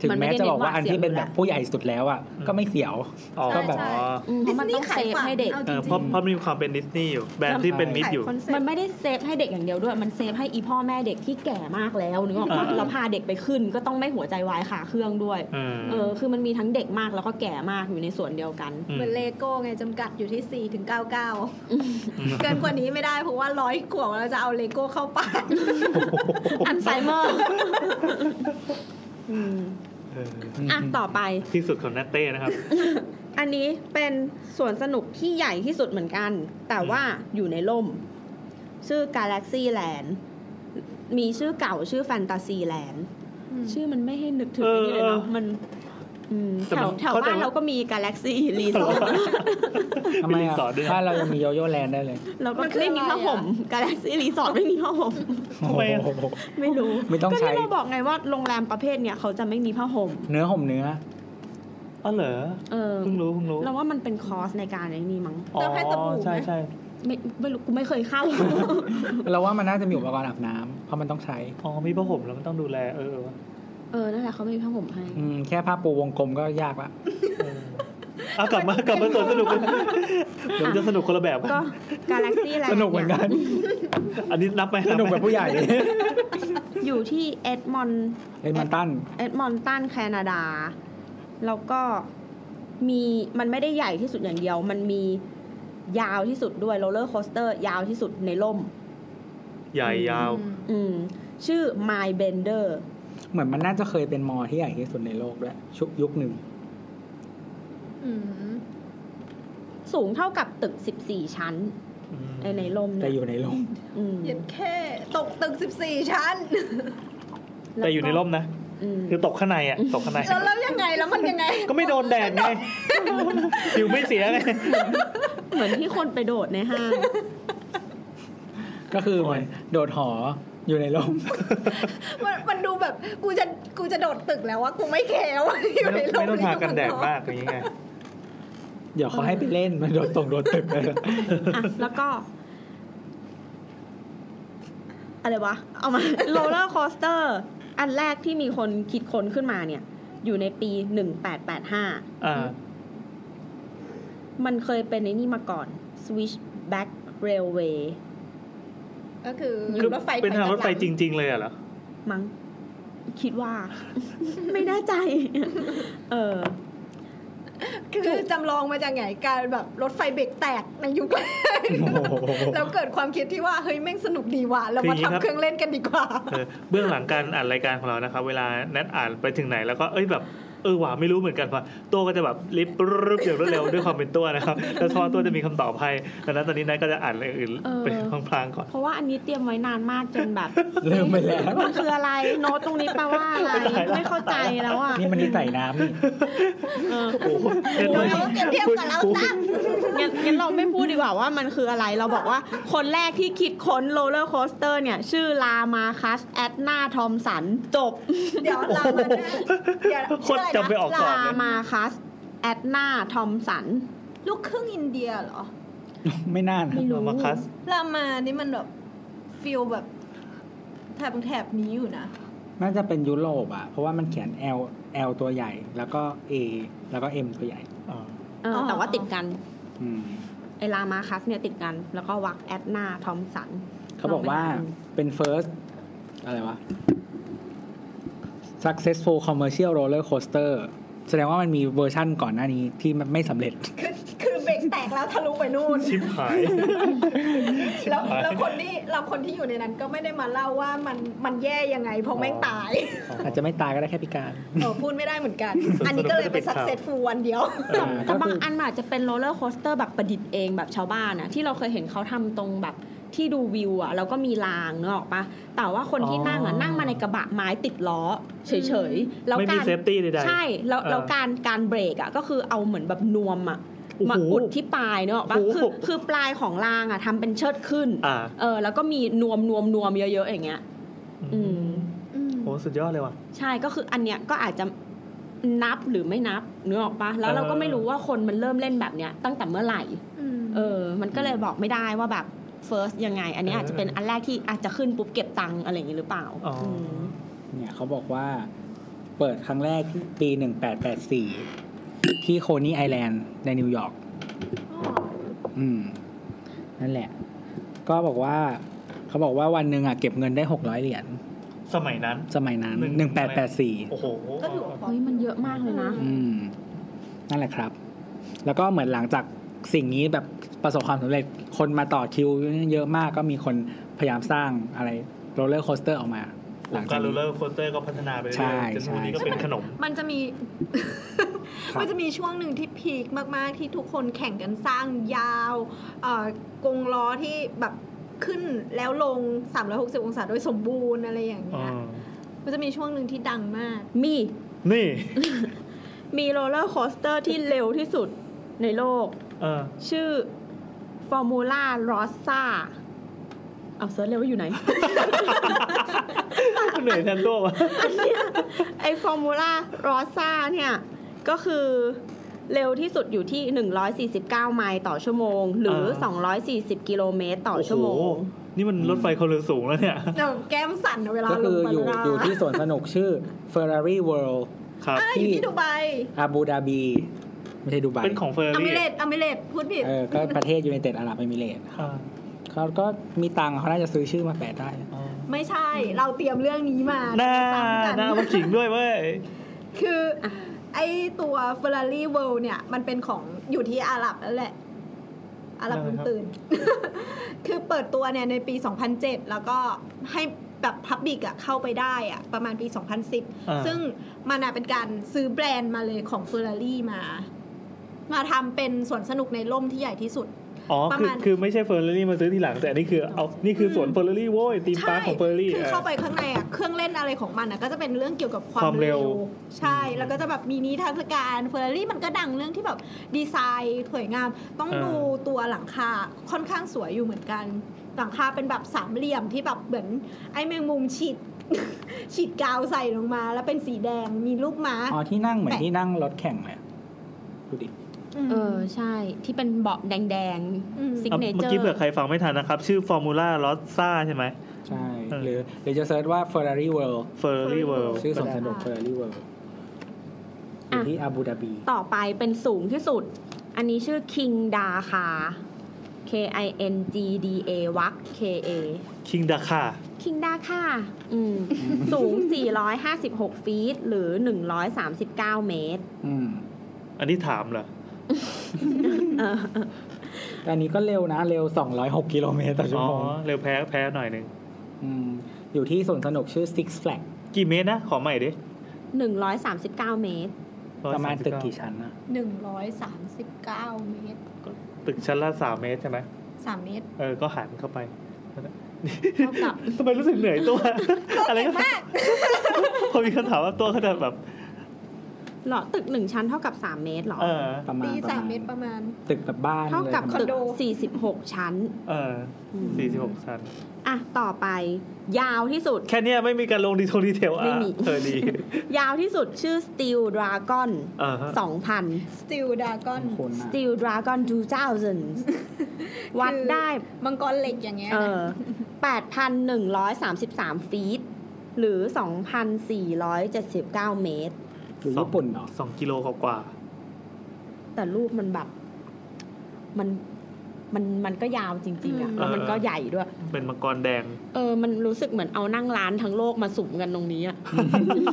ถึงแม้จะบอกว่าอันที่เป็นแบบผู้ใหญ่สุดแล้วอะ
อืม
ก็ไม่เสียว
อ๋อ
ใช่ใช่
อืมเพราะมันต้องเซฟให้เด็ก
อาจ
เอ
ริง
อ
ๆ
เพราะเพราะมีความเป็นดิสนีย์อยู่ แบรนด์ที่เป็นมิดอยู่
ขายคอนเซ็ปต์
มันไม่ได้เซฟให้เด็กอย่างเดียวด้วย มันเซฟให้อีพ่อแม่เด็กที่แก่มากแล้วนึกออกปะ
อ่า
แล้วพาเด็กไปขึ้นก็ต้องไม่หัวใจวายขาเครื่องด้วย
อืม
เออ คือมันมีทั้งเด็กมากแล้วก็แก่มากอยู่ในส่วนเดียวกัน
เหมือนเลโก้ไงจำกัดอยู่ที่ 4 ถึง 99 เกินกว่านี้ไม่ได้ เพราะว่าร้อยกว่าเราจะเอาเลโก้เข้าปาก *laughs*
อัลไซเมอร์ อืม
เออ
อ่ะต่อไป
ที่สุดของนัตเต้นะครับ
อันนี้เป็นสวนสนุกที่ใหญ่ที่สุดเหมือนกัน แต่ว่าอยู่ในร่ม ชื่อ Galaxy Land มีชื่อเก่าชื่อ Fantasy Land ชื่อมันไม่ให้นึกถึง
เออ
นี่เลยเนาะมันอืม
แต่
แถ
มั
วน แถว
เข้าใจ
บ้าน
ว่า
เราก็มี Galaxy
*laughs*
Resort
ทำไม
รี
อะ
สอร์ทด้วย
บ้านเรายังมีโยโย่แลนด์ได้เลย
แล้วก็ไม่มีผ้าห่ม Galaxy Resort ไม่มีผ้าห่ม
ทำไมอะ
โอ้โห
ไม่รู้
ไม่ต้องใช้
ก็ที่เราบอกไงว่าโรงแรมประเภทเนี้ยเขาจะไม่มีผ้าห่ม
เนื้อห่มเนื้อ
อ๋อเหรอ
เออ
เพิ่งรู้เพิ่งรู้
เราว่ามันเป็นคอร์สในการไอ้นี่มั้ง
อ๋อ
ต้องให้ตะบู
ใช่ใช่
ไม่ไม่รู้กูไม่เคย
*laughs*
เข้า
เราว่ามันน่าจะมีอุปกรณ์อาบน้ำเพราะมันต้องใช้
อ๋อมีผ้าห่มแล้วมันต้องดูแลเออเออ
เออ นั่นแหละเขาไม่มีผ้าห่มให้
อืมแค่ผ้าปูวงกลมก็ยากละ
เออเอากลับมากลับมาสวนสนุก *laughs* เดี๋ยวมันจะสนุกคนละแบบ
ก็ Galaxy Land
สนุกเหมือนกัน
อันนี้นับไหม
สนุกแบบผู้ใหญ่
อยู่ที่เอ็ดมอน
เอ็ดมันตัน
เอ็ดมอนตันแคนาดา แล้วก็มีมันไม่ได้ใหญ่ที่สุดอย่างเดียว มันมียาวที่สุดด้วยโรลเลอร์โคสเตอร์ ยาวที่สุดในร่ม
ใหญ่ยาว
อืม ชื่อ My Bender
เหมือนมันน่าจะเคยเป็นมอที่ใหญ่ที่สุดในโลกด้วยชุกยุคหนึ่ง
อืม
สูงเท่ากับตึก 14 ชั้น ในในร่ม
แต่
เนี่
อยู่ในโรง
อืม
เหยียดแค่ตกตึก 14 ชั้น
แต่อยู่ในร่มนะ
อืม
คือตกข้างในอ่ะ ตกข้างใน
แล้วแล้วยังไงแล้วมันยังไง
ก็ไม่โดนแดด *laughs* ไง ผิวไม่เสียไง
เหมือนที่คนไปโดดในห้าง
ก็คือเหมือนโดดหออยู่ในโรง
มันมันดูแบบกูจะกูจะโดดตึกแล้วว่ากูไม่แคร์ว่าอยู่ใน
ไม่
โล
ต้องไม่
ก
ต้อง
นี้
ทา
ยู่
กันแดด
ข้งอ
มากอย่างนี้ไง
เดี๋ยวเขาให้ไปเล่น มันโดดตกโดดตึกเลย
อ่ะแล้วก็ อะไรวะ เอามาโรลเลอร์คอสเตอร์ อันแรกที่มีคนคิดค้นขึ้นมาเนี่ย อยู่ในปี 1885
อ่า
มันเคยเป็นในนี่มาก่อน Switchback Railway
ก็คือ
คือ
รถไฟ
เป็นทางรถไฟจ
ง
ริง ๆ เลยอะเหรอ
มั้งคิดว่า *laughs* ไม่แน่ใจ เออ
คือจำลองมาจากไหนการแบบรถไฟเบรกแตกในยุคแรก
โอ้โห
แล้วเกิดความคิดที่ว่าเฮ้ยแม่งสนุกดีว่ะเรา
คืออ
มา
ย่างนี้ครับ
ทำเครื่องเล่นกันดีกว่า
เออเบื้องหลังการอ่านรายการของเรานะครับ เวลาแนทอ่านไปถึงไหนแล้วก็เอ้ยแบบเออหว่าไม่รู้เหมือนกันว่าตัวก็จะแบบลิบรึบอย่างรวดเร็วด้วยความเป็นตัวนะครับแล้วพอตัวจะมีคำตอบให้ดังนั้นตอนนี้แนทก็จะอ่านเรื่องอื่น
เออ
ไปพลางๆก่อน
เพราะว่าอันนี้เตรียมไว้นานมากจน
*laughs*
แบบ
ลืมไปแล้ว
มันคืออะไร โน้ตตรงนี้แปลว่าอะไร ไม่เข้าใจแล้วอ่ะ
นี่มันนิสัยน้ำนี่
เออ
โอ้โหเดี๋ยว
เราเปรียบเทียบกับเราซะ
งั้นงั้นเราไม่พูดดีกว่าว่ามันคืออะไร เราบอกว่าคนแรกที่คิดค้นโรลเลอร์โคสเตอร์เนี่ย ชื่อลามาคัสแอดนาทอมสัน จบ
เดี๋ยวเรามาเนี่ยเดี๋ยว
โคตรจำไปออกสอบ
ลา
เลย
มาคัสแอดนาทอมสัน
ลูกครึ่งอินเดียเหรอ
ไม่น่านะ
รู้
มาคัส
รามานี่มันแบบฟิลแบบแถบแถบนี้อยู่นะ
น่าจะเป็นยุโรปอ่ะ เพราะว่ามันเขียน L L ตัวใหญ่ แล้วก็ A แล้วก็ M ตัวใหญ่
เอออ
อ
แต่ว่าติดกัน
อืม
ไอลามาคัสเนี่ยติดกัน แล้วก็วักแอดนาทอมสัน
เขาบอกว่าเป็น first อะไรวะ successful commercial roller coaster แสดงว่ามันมีเวอร์ชั่นก่อนหน้านี้ที่มันไม่สำเร็จ
คือคือเบรกแตกแล้วทะลุไปนู่น
ชิบหาย
แล้วแล้วคนที่เราคนที่อยู่ในนั้นก็ไม่ได้มาเล่าว่ามันมันแย่ยังไงเพราะแม่งตาย
อาจจะไม่ตายก็ได้แค่พิการ
เออพูดไม่ได้เหมือนกัน
สรุป
อันนี้ก็เลย
เป็
เป็น
น
สัก
ข่าว
เซตฟูวันเดียว
เออ
แต่
ก็
บา
คื
ง
ออั
อันมันอาจจะเป็นโรลเลอร์โคสเตอร์แบบประดิษฐ์เองแบบชาวบ้านนะที่เราเคยเห็นเขาทำตรงแบบที่ดูวิวอะแล้วก็มีรางเนกอะปะแต่ว่าคนที่นั่งอะ
อ๋อ
นั่งมาในกระบะไม้ติดล้อ เฉยๆ แล้ว
ไม่มี
การ
เซฟตี้ใดๆ
ใช่แล้ว
เออ
แล้วการการเบรกอะก็คือเอาเหมือนแบบนวมอะ
โอ้โห
มาอุดที่ปลายเนกอะปะ
โอ้โห
คือคือปลายของรางอะทำเป็นเชิดขึ้น
อ่า
เออแล้วก็มีนวมนวมนวมเยอะๆอย่างเงี้ย อืม
โอ้สุดยอดเลยว่ะ
ใช่ก็คืออันเนี้ยก็อาจจะนับหรือไม่นับนึกออกปะแล้วเราก็ไม่รู้ว่าคนมันเริ่มเล่นแบบเนี้ยตั้งแต่เมื่อไหร่ เออ มันก็เลยบอกไม่ได้ว่าแบบ first ยังไง อันนี้อาจจะเป็นอันแรกที่อาจจะขึ้นปุ๊บเก็บตังค์อะไรอย่างนี้หรือเปล่า
อ๋ออื
ม
เนี่ยเขาบอกว่าเปิดครั้งแรกที่ปี 1884 ที่โคนีไอแลนด์ในนิวยอร์ก อืม นั่นแหละ ก็บอกว่า เขาบอกว่าวันหนึ่งอ่ะเก็บเงินได้ 600 เหรียญ
สมัยนั้น
สมัยนั้น
หนึ่ง
1884
โอ้โห
ก็ถือว่า
เฮ้ยมันเยอะมากเลยนะ
อืม นั่นแหละครับ แล้วก็เหมือนหลังจากสิ่งนี้แบบประสบความสำเร็จคนมาต่อคิวเยอะมากก็มีคนพยายามสร้างอะไรโรลเลอร์โคสเตอร์ออกมา ห
ว
ลัง
ง
จา
การ
ก
โรลเลอ
นี้
ร์โคสเตอร์ก็พัฒนาไปเรื่
ใช่
อยๆจนทุกวันนี้ก็
ใช่
เป็นขนม
มันจะมี *laughs*
ครับ
มันจะมีช่วงหนึ่งที่พีคมากๆ ที่ทุกคนแข่งกันสร้างยาวเอ่อกงล้อที่แบบขึ้นแล้วลง 360 องศาโดยสมบูรณ์อะไรอย่างเงี้ย มันจะมีช่วงหนึ่งที่ดังมาก
มี
นี่
มีโรลเลอร์โคสเตอร์ที่เร็วที่สุดในโลก
เออ
ชื่อ Formula Rossa เอาเซิร์ชเลย
*laughs*
ว่าอยู่ไหน
เหนื่อยแทนตัววะ
ไอฟอร์มูล่ารอซ่าเนี่ย ก็คือเร็วที่สุดอยู่ที่ 149 ไมล์ต่อชั่วโมง หรืออา สองร้อยสี่สิบกิโลเมตรต่อชั่วโม
อ้
ง
หนี่มันรถไฟความเร็วสูงแล้วเนี่ย
เดี๋ยวแก้มสั่นเวลา
ก็
ล
คื
ง
อ
มา
อยู่
แล้วนะ
อยู่ที่สวนสนุกชื่อ Ferrari World
ครับ
อ่ะอยู่ที่ดูไบ
อาบูดาบี ไม่ใช่ดูไบ
เป็นของเฟอร์
อเม
รี่
เรตอเมเรตพูดผิด
เออก็ประเทศยูไนเต็ดอาหรับเอมิเรตส์
อ่า
เขาก็มีตังค์เขาน่าจะซื้อชื่อมาแปะได้
อ๋อ
ไม่ใช่เราเตรียมเรื่องนี้มา
หน้า
ซ้ำกั
หน้ามาขิงด้วยเว้ย
คืออไอตัว Ferrari World เนี่ย มันเป็นของอยู่ที่อาหรับนั่นแหละ อาหรับ
ได้ครับ
ตื่น *laughs* คือเปิดตัวเนี่ยในปี 2007 แล้วก็ให้แบบพับบิกอะเข้าไปได้อะประมาณปี
อ่า
2010 ซึ่งมันอะเป็นการซื้อแบรนด์มาเลยของ Ferrari มา มาทำเป็นสวนสนุกในร่มที่ใหญ่ที่สุด
อ๋อ
ประ
คือ
มาณ
คือไม่ใช่เฟอร์รี่มาซื้อทีหลัง แต่อันนี่คือเอา นี่คือสวนเฟอร์รี่โว้ยตีม
ใช่
ปาร์คของเฟอร์รี่
คือเข้าไปข้างในอ่ะ เครื่องเล่นอะไรของมันอ่ะ ก็จะเป็นเรื่องเกี่ยวกับความ
ความเร็
เร็
ว
ว ใช่ แล้วก็จะแบบมีนิทรรศการเฟอร์รารี่มันก็ดังเรื่องที่แบบดีไซน์สวยงาม ต้องดูตัวหลังคาค่อนข้างสวยอยู่เหมือนกัน หลังคาเป็นแบบสามเหลี่ยมที่แบบเหมือนไอ้แมงมุมฉีด ฉีดกาวใส่ลงมา แล้วเป็นสีแดงมีรูปม้า
อ๋อที่นั่งเหมือนที่นั่งรถแข่งเลยอะดูดิ
ม
เออ ใช่ ที่เป็นเบาะแดง
อืม
ๆซิก
อ่ะ
เนเจ
เมื่อ
อ
กี้เผื่อ
ร์
ใครฟังไม่ทันนะครับ ชื่อฟอร์มูล่ารอสซ่าใช่ไหม
ใช่
เออ
หรือหรือจะเซิร์ชว่า Ferrari World
เฟอร์รี่เวิลด์
ชื่อสวนสนุก Ferrari World อยู่ที่อาบูดาบี
ต่อไปเป็นสูงที่สุด อันนี้ชื่อ King Daka K I N G D A วัก K A
คิงดาค่ะ
King Daka อืม สูง 456 ฟีต หรือ 139 เมตร
อืม
อันนี้ถามเหรอ
เออ
แต่อันนี้ก็เร็วนะเร็ว 206 กิโลเมตรต่อชั่ว
อ๋อ
โมง
เร็วแพ้แพ้หน่อยหนึ่ง
มอยู่ที่สวนสนุกชื่อ Six Flag
กี่เมตรนะ ขอใหม่ดิ
139 เมตร
อย
ประมาณ
สสิบ
ตึก
เา
กี่ชั้นนะ
หนึ่งร้อยสามสิบเก้าเมตร
ตึกชั้นละสามเมตรใช่ไหม
สามเมตร
เออ ก็หันเข้าไป
เท่ากับ
ทำไมรู้สึกเหนื่อยตัว อะไรก็พอมีคำถามว่าตัวเขาจะแบบ
เหรอตึก 1 ชั้นเท่ากับ 3 เมตรเหรอ
เออ
ประมา
ตี
ณป
สาม
ระามณ
เมตรประมาณ
ตึกแบบบ้าน
เท่ากับ
ลย
ตึก
คอนโด
46 ชั้น
เออ
อืม
สี่สิบหกชั้น
อ่ะ ต่อไป ยาวที่สุด
แค่เนี้ยไม่มีการลงดีโทดีเทลอ่ะ
ไม่มี
เออดี
ยาวที่สุดชื่อ Steel Dragon
อ่าฮะ
2,000
Steel Dragon
คนนะ
Steel Dragon
*laughs*
2000 วัดได้
มังกรเหล็กอย่างเงี้ย
เอ
นะ
อ8,133 ฟีต หรือ 2,479 เมตร
อยู่ญี่ปุ่นเหรอ
สองกิโลกว่า
แต่รูปมันแบบ มันมันมันก็ยาวจริง ๆอะแล้วมันก็ใหญ่ด้วย
ๆเป็นมังกรแดง
เออ มันรู้สึกเหมือนเอานั่งร้านทั้งโลกมาสุ่มกันตรงนี้อะ *laughs*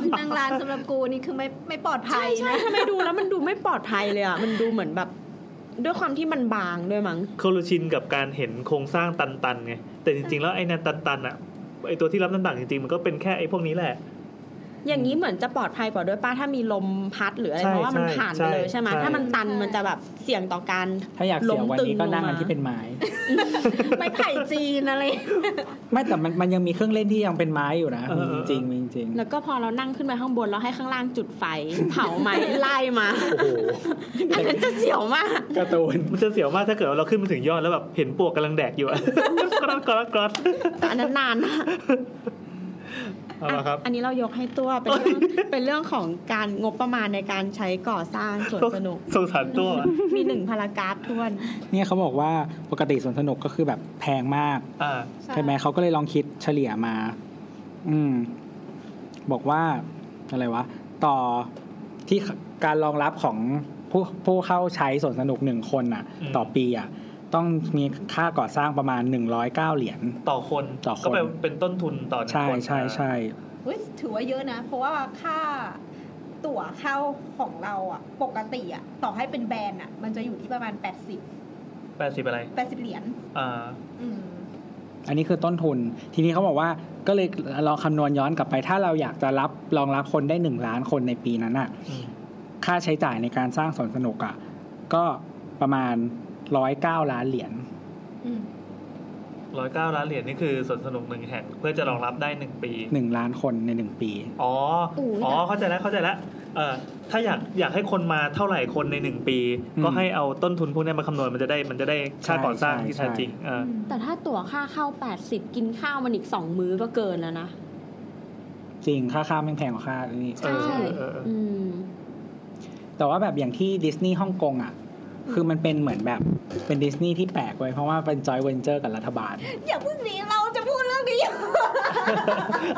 ซึ่งนางร้านสำหรับกูนี่คือไม่ไม่ปลอดภั
ใช่
ย
ใช่
นะ
ทำไมดูแล้วมันดูไม่ปลอดภัยเลยอะมันดูเหมือนแบบ ด้วยความที่มันบางด้วยมั้ง
เขาเราชินกับการเห็นโครงสร้างตันๆไง แต่จริงๆ แล้วไอ้นันตันๆอ่ะไอ้ตัวที่รับน้ำหนักจริงๆ มันก็เป็นแค่ไอ้พวกนี้แหละ
อย่างนี้เหมือนจะปลอดภัยกว่าด้วยป้าถ้ามีลมพัดหรืออะไร
ใช่
เพราะว่ามันผ่านไปเลย
ใช่
ใช่ไหม
ใช่
ถ้ามันตันมันจะแบบเสี่ยงต่อการ
ถ้าอยากเสียวันนี้ก็นั่งอันที่เป็นไม้
*laughs* ไม่ไผ่จีนอะไร
*laughs* ไม่แต่มันมันยังมีเครื่องเล่นที่ยังเป็นไม้อยู่นะ
เออ
มีจริงมีจริง
แล้วก็พอเรานั่งขึ้นไปข้างบนเราให้ข้างล่างจุดไฟ เผาไม้ *laughs* ไล่มา
โอ้โห
อันนั้นจะเสียวมาก
การ์ตูน
มันจะเสียวมากถ้าเกิดว่าเราขึ้นมาถึงยอดแล้วแบบเห็นปวกกำลังแดกอยู่อะ *laughs* กรอดกรอดกรอด
แต่อันนั้นนานมาก
เอาละครับ
อันนี้เรายกให้ตัวเป็นเรื่องเป็นเรื่องของการงบประมาณในการใช้ก่อสร้างสวนสนุก
สงสารตัวอะ
มีหนึ่งพารากราฟทวน
เนี่ยเขาบอกว่าปกติสวนสนุกก็คือแบบแพงมาก
อ่า
ใช่ไหมเขาก็เลยลองคิดเฉลี่ยมา อืม บอกว่าอะไรวะ ต่อที่การรองรับของผู้ผู้เข้าใช้สวนสนุกหนึ่งคนน่ะ
อืม
ต่อปีอ่ะ ต้องมีค่าก่อสร้างประมาณหนึ่งร้อยเก้าเหรียญ
ต่อคน
ต่อคน
ก็เป็นเป็นต้นทุนต่อหนึ่ง
ใช่
คน
ใช่ใช่
เฮ้ยถือว่าเยอะนะ เพราะว่าค่าตั๋วเข้าของเราอ่ะ ปกติอ่ะ ต่อให้เป็นแบรนด์อ่ะ มันจะอยู่ที่ประมาณ 80
แปดสิบอะไร
80 เหรียญ
อ่า
อืม
อันนี้คือต้นทุน ทีนี้เขาบอกว่าก็เลยลองคำนวณย้อนกลับไป ถ้าเราอยากจะรับรองรับคนได้หนึ่งล้านคนในปีนั้นอ่ะ
อืม
ค่าใช้จ่ายในการสร้างสวนสนุกอ่ะ ก็ประมาณร้อยเก้าล้านเหรียญ
อืม
ร้อยเก้าล้านเหรียญนี่คือสวนสนุกหนึ่งแห่ง เพื่อจะรองรับได้หนึ่งปี
หนึ่งล้านคนในหนึ่งปี
อ๋อ
อู้ย
อ๋อ เข้าใจแล้ว เข้าใจแล้ว เออถ้าอยากอยากให้คนมาเท่าไหร่คนในหนึ่งปี
อืม
ก็ให้เอาต้นทุนพวกเนี้ยมาคำนวณมันจะได้มันจะได้ค่าก่อสร้างที่
ใช่
แท้
ใช่
จริงเออ
แต่ถ้าตั๋วค่าเข้า 80 กินข้าวมันอีก 2 มื้อก็เกินแล้วนะ
จริงค่าข้ามยังแพงกว่าค่านี่
ใช่
เออเออเออ
อืม
แต่ว่าแบบอย่างที่ดิสนีย์ฮ่องกงอ่ะ คือมันเป็นเหมือนแบบเป็นดิสนีย์ที่แปลกไว้ยเพราะว่าเป็นจอยเวนเจอร์กับรัฐบาล
อย่าเพิ่งหนีเราจะพูดเรื่องนี้อยู่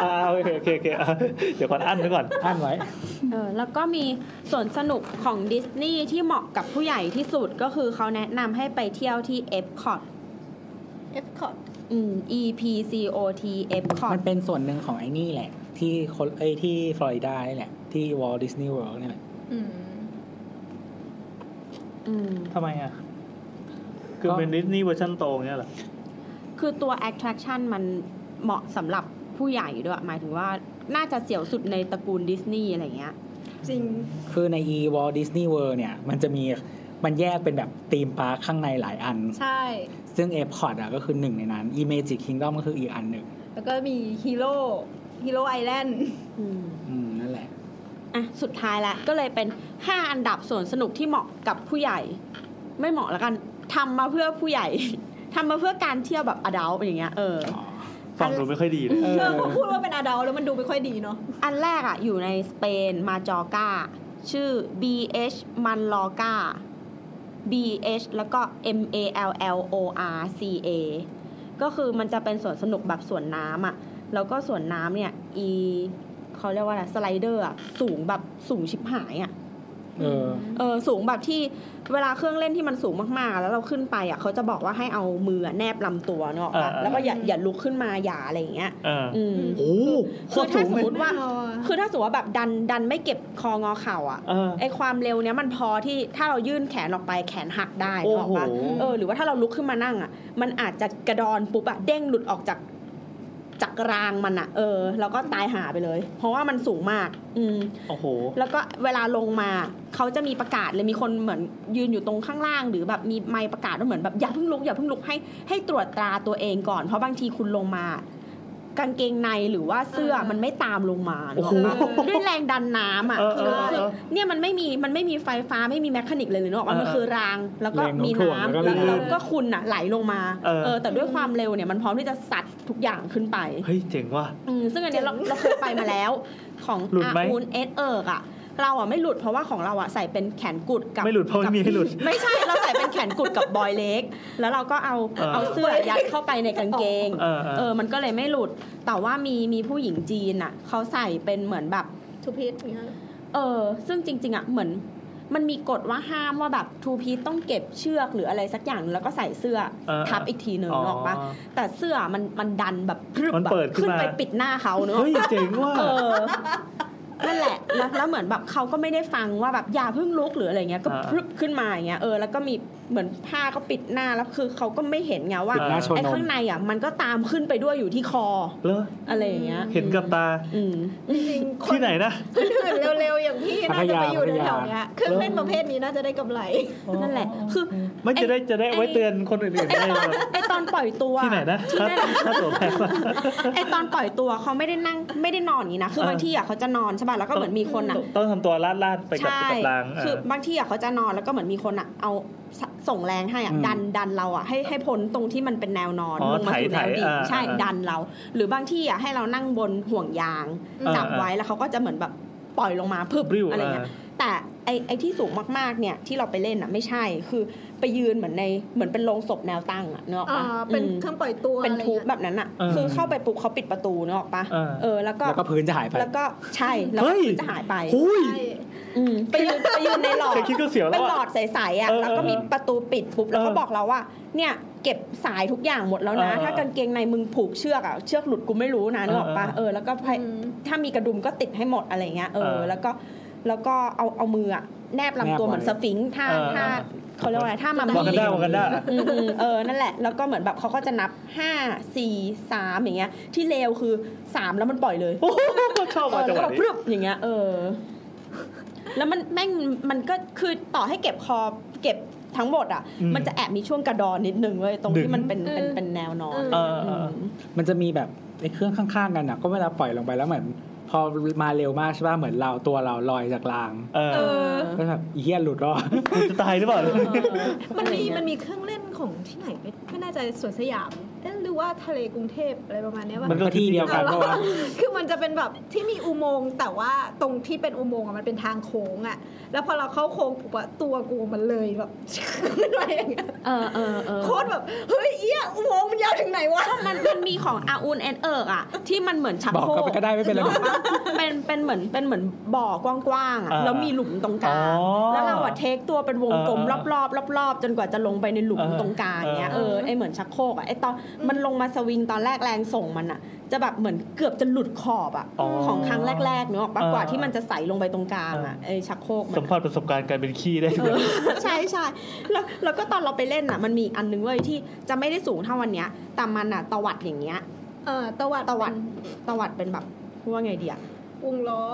อ่าโอเคโอเคโอเคอ่ะเดี๋ยวก่อนอั้นไว้ก่อน
อ่านไว้
เออแล้วก็มีสวนสนุกของดิสนีย์ที่เหมาะกับผู้ใหญ่ที่สุดก็คือเขาแนะนำให้ไปเที่ยวที่เอฟคอต
F c o t
อืม E P C O T เอฟคอ
มั
ต
นเป็นส่วนหนึ่งของไอ้นี่แหละ ที่คนไอ้ยที่ฟลอริดานี่แหละ ที่วอลดิสนีย์เวิลด์นี่แหละ
อืม
อืม
ทำไมอ่ะ คือเป็นดิสนีย์เวอร์ชันโตเงี้ยเหรอ
คือตัว attraction มันเหมาะสำหรับผู้ใหญ่ด้วย หมายถึงว่าน่าจะเสียวสุดในตระกูลดิสนีย์อะไรเงี้ย
จริง
คือใน e w a l t Disney World เนี่ย มันจะมีมันแยกเป็นแบบธีมปาร์คข้างในหลายอัน
ใช่
ซึ่ง e p c o t อ่ะก็คือหนึ่งในนั้น e Magic Kingdom ก็คืออีกอันหนึ่ง
แล้วก็มีฮีโร่ฮีโร่ไอแลนด์
อืม
อืมนั่นแหละ
อ่ะสุดท้ายละก็เลยเป็น 5 อันดับสวนสนุกที่เหมาะกับผู้ใหญ่ ไม่เหมาะแล้วกันทำมาเพื่อผู้ใหญ่ *laughs* ทำมาเพื่อการเที่ยวแบบอดัลอย่างเงี้ยเออ
อ๋อ
ฟังดูไม่ค่อยดีเลย
เออ
เธอพอพูดว่าเป็นอาดาวแล้วมันดูไม่ค่อยดีเนาะ
อันแรกอะอยู่ในสเปนมาจอร์กาชื่อ BH มันลอกา BH แล้วก็ M A L L O R C A ก็คือมันจะเป็นสวนสนุกแบบสวนน้ำอะแล้วก็สวนน้ำเนี่ย อีเขาเรียกว่าอะไรสไลเดอร์อะสูงแบบสูงชิบหายอะ
เออ
เออสูงแบบที่เวลาเครื่องเล่นที่มันสูงมากๆ แล้วเราขึ้นไปอ่ะเขาจะบอกว่าให้เอามือแนบลำตัวเนอะ
อ่า
แล้วก็อย่า
อืม
อย่าลุกขึ้นมาอย่าอะไรอย่างเงี้ย
อ่า
อืม
โอ้โหโค
คือ
ตร
ถ้า
สูง
สม
เลย
มติว่า
อ๋อ
คือถ้าสมมติว่าแบบดันดันไม่เก็บคองอเข่าอ่ะ
เออ
ไอความเร็วเนี้ยมันพอที่ถ้าเรายื่นแขนออกไปแขนหักได้
โอ้
นึกออก
โห
ปะเออหรือว่าถ้าเราลุกขึ้นมานั่งอ่ะ มันอาจจะกระดอนปุ๊บอะเด้งหลุดออกจากจากรางมันอ่ะ เออ แล้วก็ตายหาไปเลย เพราะว่ามันสูงมาก อืม
โอ้โห
แล้วก็เวลาลงมาเขาจะมีประกาศเลยมีคนเหมือนยืนอยู่ตรงข้างล่าง หรือแบบมีไมค์ประกาศว่าเหมือนแบบอย่าเพิ่งลุกอย่าเพิ่งลุกให้ให้ตรวจตราตัวเองก่อน เพราะบางทีคุณลงมา กางเกงในหรือว่าเสื้อ
เออ
มันไม่ตามลงมา
โอ้โห
เนอะด้วยแรงดันน้ำอ่ะ
เออ
คือ
เออ
คือ
เออ
เนี่ยมันไม่มีมันไม่มีไฟฟ้าไม่มีแมคคานิกเลยเลยเนกอะ
เออ
มันคือรางแล้วก็
แรงโน้ม
มี
ถ่วง
น้ำ
แล้วก็
แล้ว
เรือ
แล้วก็คุณอ่ะไหลลงมา
เออ
เออแต่ด้วย
อืม
ความเร็วเนี่ยมันพร้อมที่จะสัดทุกอย่างขึ้นไป
เฮ้ยเจ๋งว่ะ
อืมซึ่งอันเนี้ยเรา
เจ๋ง
เราเคยไปมาแล้วของ
หลุด
อา
ไหม
อูนเอสเอิร์กอะเราอะไม่หลุดเพราะว่าของเราอะใส่เป็นแขนกุดกับ
ไม่หลุดเพราะไม่มีให้หลุด
ไม่ใช่เราใส่เป็นแขนกุดกับบอยเล็ก แล้วเราก็เอา
เออ
เอาเสื้อยัดเข้าไปในกางเกง
เออเอ
เอ
อ
อมันก็เลยไม่หลุด แต่ว่ามีมีผู้หญิงจีนอะเขาใส่เป็นเหมือนแบบ
ทูพีชอย่างเงี้ย
เออซึ่งจริง ๆอะเหมือน มันมีกฎว่าห้ามว่าแบบทูพีต้องเก็บเชือกหรืออะไรสักอย่างแล้วก็ใส่เสื้อ
เออ
ทับอีกทีหนึ่ง
อ๋อ
หรอกปะแต่เสื้อมันมันดันแบบพรึบ
มัน
อะ
เปิดขึ้น
ขึ้น
มา
ไปปิดหน้าเขาเนอะ
เฮ้ยเจ๋งว่ะ
เออ นั่นแหละแล้วแล้วเหมือนแบบเขาก็ไม่ได้ฟังว่าแบบอย่าเพิ่งลุกหรืออะไรเงี้ย ก็
อ่า
พรึบขึ้นมาอย่างเงี้ย เออ แล้วก็มีเหมือนผ้าก็ปิดหน้า แล้วคือเขาก็ไม่เห็นไงว่า
ปิดหน้าโชว์
ไอ้
นม
ข้างในอ่ะ มันก็ตามขึ้นไปด้วยอยู่ที่คอ
เลอ
อะไรอย่างเงี้ย
เห็นกับตา
อืม
จริงๆคน
ที่ไหนนะ
คนอื่นเร็วๆ อย่างพี่น่าจะไปอยู่
พัทยา
แถวๆเนี้ยเครื่องเล่นประเภทนี้น่าจะได้กำไร
นั่นแหละ คือ
ไม่จะได้จะได้
ไอ้
ไว้เตือนคนอื่นๆ
ไอ
ได้
ตอนไอตอนปล่อยตัว
ที่ไหนนะ
ที่นั่น
ถ้าตัวแพงมาก
ไอตอนปล่อยตัวเขาไม่ได้นั่งไม่ได้นอนอย่างนี้นะ คือ
เออ
บางที่อ่ะเขาจะนอนใช่ป่ะ แล้วก็เหมือนมีคนอ่ะ
ต้องทำตัวลาดลาดๆไปกับกับรางเอ
คือ อ บางที่อ่ะเขาจะนอนแล้วก็เหมือนมีคนอ่ะ เอาสส่งแรงให้อ่ะ
อืม
ดันดันเราอ่ะให้ให้พ้นตรงที่มันเป็นแนวนอน
อ๋อ
ลงมาสู่
ไถ
แนว
ไถ
ดิ่ง
อ่า
ใช่
อ่า
ดันเรา หรือบางที่อ่ะให้เรานั่งบนห่วงยาง
อืม
จับ
อ่า
ไว้แล้วเขาก็จะเหมือนแบบปล่อยลงมาพึบ
ริ้ว
อะไรเงี้ย
อ่
แต่ไอไอที่สูงมากๆเนี่ยที่เราไปเล่นอ่ะไม่ใช่คือไปยืนเหมือนในเหมือนเป็นโรงศพแนวตั้งอ่ะเนกอะ
อ่าเป็น
อืม
เครื่องปล่อยตัว
เป็น
อะไร
ทูบ
เงี้ย
แบบนั้นอ่ะ
เออ
คือเข้าไปปุ๊บเขาปิดประตูเนกออกปะ
เออ
เออแล้วก็
แล้วก็พื้นจะหายไป
แล้วก็ใช่แล้วก็จะหายไป
หุย
อืมไปยืนไปยืนในหลอด
แค่คิดก็เสียว
เป็
แล้ว
นหล
อะ
อดใสๆอ่ะ
เออ
แล้วก็มีประตูปิดปุ๊บแล้วก็
เออ
บอกเราว่า เนี่ยเก็บสายทุกอย่างหมดแล้วนะ
เออ
ถ้ากางเกงในมึงผูกเชือกอ่ะเชือกหลุดกูไม่รู้นะนึกออกปะเออแล้วก็ให้
อืม
ถ้ามีกระดุมก็ติดให้หมดอะไรเงี้ยเอ
เอ
อ
อ
แล้วก็แล้วก็เอาเอามืออะแนบลำตัวเหมือนสฟิงค์ท่า
เออ
ท่า
เออ
เขาเรียกว่าอะไรท่ามาม
วากันด้า
ี
วากันด้า
อืมอืมเออ นั่นแหละ แล้วก็เหมือนแบบเขาก็จะนับ 5 4 3 อย่างเงี้ย ที่เลวคือ 3 แล้วมันปล่อยเลย
โอ้โหชอบ
เอ
ว่ะ
อ
จั
แล้
งห
ว
วะ
ก็
นี้
ปรึบอย่างเงี้ยเออ แล้วมันแม่งมันก็คือต่อให้เก็บคอเก็บทั้งหมดอ่ะ
อืม
มันจะแอบมีช่วงกระดอนนิดนึงเว้ยตรง
ดึง
ที่มันเป็นเป็นเป็นแนวนอน
เออ
เออเออ
ม
มันจะมีแบบไอ้เครื่องข้างๆกันอ่ะ ก็เวลาปล่อยลงไปแล้วเหมือน พอมาเร็วมากใช่ป่ะเหมือนเราตัวเราลอยจากราง
เออ
เออ
ก็แบบอีเหี้ยหลุด
*laughs*
รอด
กูจะตายหรือเปล่า
มันมีมันมีเครื่องเล่นของที่ไหนไม่ไม่แน่ใจสวนสยามเอ๊ะหรือว่าทะเลกรุงเทพอะไรประมาณเนี้ยป่ะ
มันก็ที่เดียวกัน
เอา
ปะ
ล่ะ
วะ
คือมันจะเป็นแบบที่มีอุโมงค์แต่ว่าตรงที่เป็นอุโมงค์อะมันเป็นทางโค้งอะแล้วพอเราเข้าโค้งปุ๊บอะตัวกูมันเลยแบบ *laughs* อะไรอย่างเงี้ย
เออเออเออ
โคตรแบบเฮ้ยเอี้ยอุโมงค์มันยาวถึงไหนวะ
มันมันมีของอาอุนแอนเอิร์กอ่ะ ที่มันเหมือนชัก
บอก
โค
กั
ร
นไปก็ได้ไม่เป็นไรหรอก
เป็นเป็นเหมือนเป็นเหมือนบ่อกว้างๆอ่ะ
อ่า
แล้วมีหลุมตรงกลาง
อ๋อ
แล้วเราอ่ะเทคตัวเป็นวงกลมร
เออ
อ
บ เออ
รอบรอบรอบๆจนกว่าจะลงไปในหลุม
เออ
ตรงกลางเงี้ย
เอ
เอ
อ
อไอเหมือนชักโครกอ่ะไอตอนมันลงมาสวิงตอนแรกแรงส่งมันอ่ะ จะแบบเหมือนเกือบจะหลุดขอบอ่ะ ของครั้งแรกๆเนกอะปะ
เออก
ว่าที่มันจะใสลงไปตรงกลางอ่ะ
เออ
ไอชักโครกมั
สัม
นอะ
ผัสประสบการณ์การเป็นขี้ได้
เออ ใช่ใช่แล้วแล้วก็ตอนเราไปเล่นอ่ะ มันมีอีกอันนึงเว้ยที่จะไม่ได้สูงเท่าวันเนี้ย แต่มันอ่ะตวัดอย่างเงี้ย
เออตะวัด
ตะวัด ตวัดเป็นแบบพูดว่าไงดีอ่ะ
วงล้อ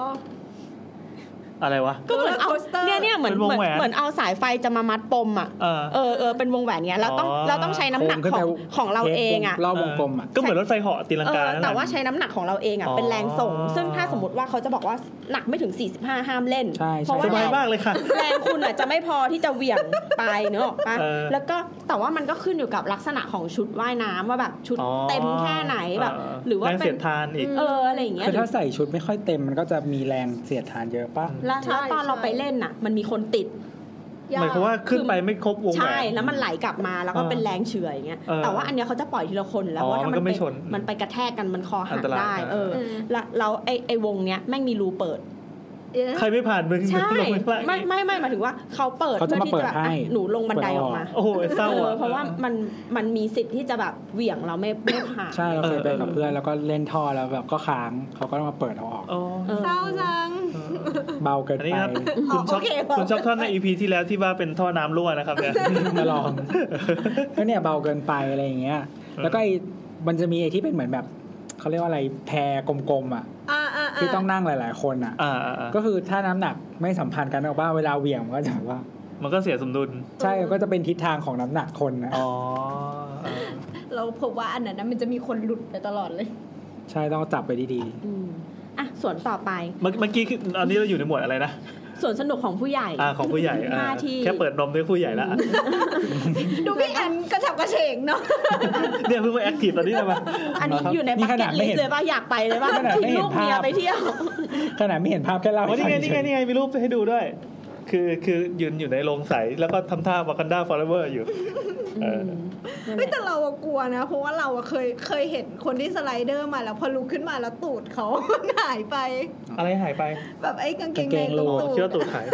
อะไรวะ
ก็เหมือนเอา
Rollercoaster
เนี่ยเนี่ยเหมือน
เป็นวง
เหมือน
แหวน
เหมือนเอาสายไฟจะมามัดปมอ่ะ
เออ
เออเออเป็นวงแหวนเงี้ยเราต้อง
อ๋อ
เราต้องใช้น้ำหนัก
โค้งขึ้น
ขอ
ไป
งของเราเองอ่ะ
รอบวงกลมอ่ะ
ก็เหมือนรถไฟเหาะตีลั
เอก
งา
อ
นั่นหละ
แต่ว่าใช้น้ำหนักของเราเองอ่ะ
อ๋อ
เป็นแรงส่ง ซึ่งถ้าสมมติว่าเขาจะบอกว่าหนักไม่ถึง 45 ห้ามเล่น
ใช่ใช่
เพราะ
ส
ว่า
บา
แร
ย
ง
มากเลยค่ะ
แรงคุณอ่ะจะไม่พอที่จะเหวี่ยง *laughs* ไปเนอะออกปะ
เออ
แล้วก็แต่ว่ามันก็ขึ้นอยู่กับลักษณะของชุดว่ายน้ำว่าแบบชุด
อ๋อ
เต็มแค่ไหนแบบ
เ
หรือว่า
แรง
เป็
เสี
น
ยดทานอีก
เอออะไรอย่างเงี้ย
คือถ้าใส่ชุดไม่ค่อยเต็มมันก็จะมีแรงเสียดทานเยอะป่ะ
แล้ว
ใช่
แล้วตอน
ใช่
เราไปเล่นน่ะ มันมีคนติด
ยา
หมายความว่าขึ้นไปไม่ครบวงแหว
ใช่
น
แล้วมันไหลกลับมาแล้วก็
เออ
เป็นแรงเฉื่อยอย่างเงี้ย
เออ
แต่ว่าอันเนี้ยเขาจะปล่อยทีละคนแล้ว
อ๋อ
ว่าถ้า
มันก็
มัน
ไม่
ไป
ชน
มันไปกระแทกกันมันคอ
อั
หัก
นตราย
ได้
นะ
เออ
อืม
แล้วแล้วไอ้ไอ้วงเนี้ยแม่งมีรูเปิด
เอ๊ะ
ใครไม่ผ่านมึง
ใช่
มึงลงปข้างล่าง
ไม่ไม่ไม่หมายถึงว่าเขาเปิด
เขาจะมา
ที่
เปิดให้
หนูลงบันไดออกมา
โอ้โหเศร้า
เออ
อ่ะ
เพราะว่ามันมันมีสิทธิ์ที่จะแบบเหวี่ยงเราไม่ *coughs* ไม่ผ่าน
ใช่เราเคยไปกั
เอ
บ
อ
เพื่อนแล้วก็เล่นท่อแล้วแบบก็ค้างเขาก็ต้องมาเปิดเอาอ
*laughs*
อก
อ๋อ
เออ
เศร้าจัง
เบาเกิน
อัน
ไป
นี้ครับคุณช็อต
โอเคบอก
คุณช็อตท่อนในอีพีที่แล้วที่ว่าเป็นท่อน้ำรั่วนะครับเนี่ย
จะ
*laughs*
ลองก็เนี่ยเบาเกินไปอะไรอย่างเงี้ย แล้วก็ไอ้มันจะมีไอ้ที่เป็นเหมือนแบบเขาเรียกว่าอะไรแพรกลมๆอ่ะ
อ่าอ่า
ที่ต้องนั่งหลาย ๆ คนอ่ะ
อ่าอ่าอ่า
ก็คือถ้าน้ำหนักไม่สัมพันธ์กันออกบ้าเวลาเหวี่ยงมันก็จะแบบว่า
มันก็เสียสมดุล
ใช่ก็จะเป็นทิศทางของน้ำหนักคนนะ
อ๋อเออ
เราพบว่าอันนั้นนะมันจะมีคนหลุดไปตลอดเลย
ใช่ต้องจับไปดี
อืมอ่ะส่วนต่อไป
เมื่อเมื่อกี้คืออันนี้เราอยู่ในหมวดอะไรนะ
ส่วนสนุกของผู้ใหญ่
อ่าของผู้ใหญ่อ่า
หน้าที่
แค่เปิดนมด้วยผู้ใหญ่ละอ่ะ
ดูพี่อันกระฉับกระเฉงเนาะ
เนี่ยเพิ่งมาแอคทีฟตอนนี้เลยมา
อันนี้อยู่ในบักเก็ตลิสต์เลยป่ะอยากไปเลยป่ะ
ขนาดไม่
ทิ้ง
เห็
ลู
น
ก
ภา
เมีย
พ
ไปเที่ยว
ขนาดไม่เห็นภาพแค่เล่า
โอ้
ให้
นี่ไง
ฟังเฉ
นี่ไงนี่
ย
ไงมีรูปให้ดูด้วย คือคือยืนอยู่ในโรงใสแล้วก็ทำท่าวากันดาฟอร์เวอร์อยู่ เออ
เฮ้ยแต่เราอะกลัวนะ เพราะว่าเราอะเคยเคยเห็นคนที่สไลเดอร์มาแล้วพอลุกขึ้นมาแล้วตูดเขา *laughs* หายไป
อะไรหายไป
แบบไอ้กางเกงในตร
โอ้
งตู
เชื่อตู
ด
ดหาย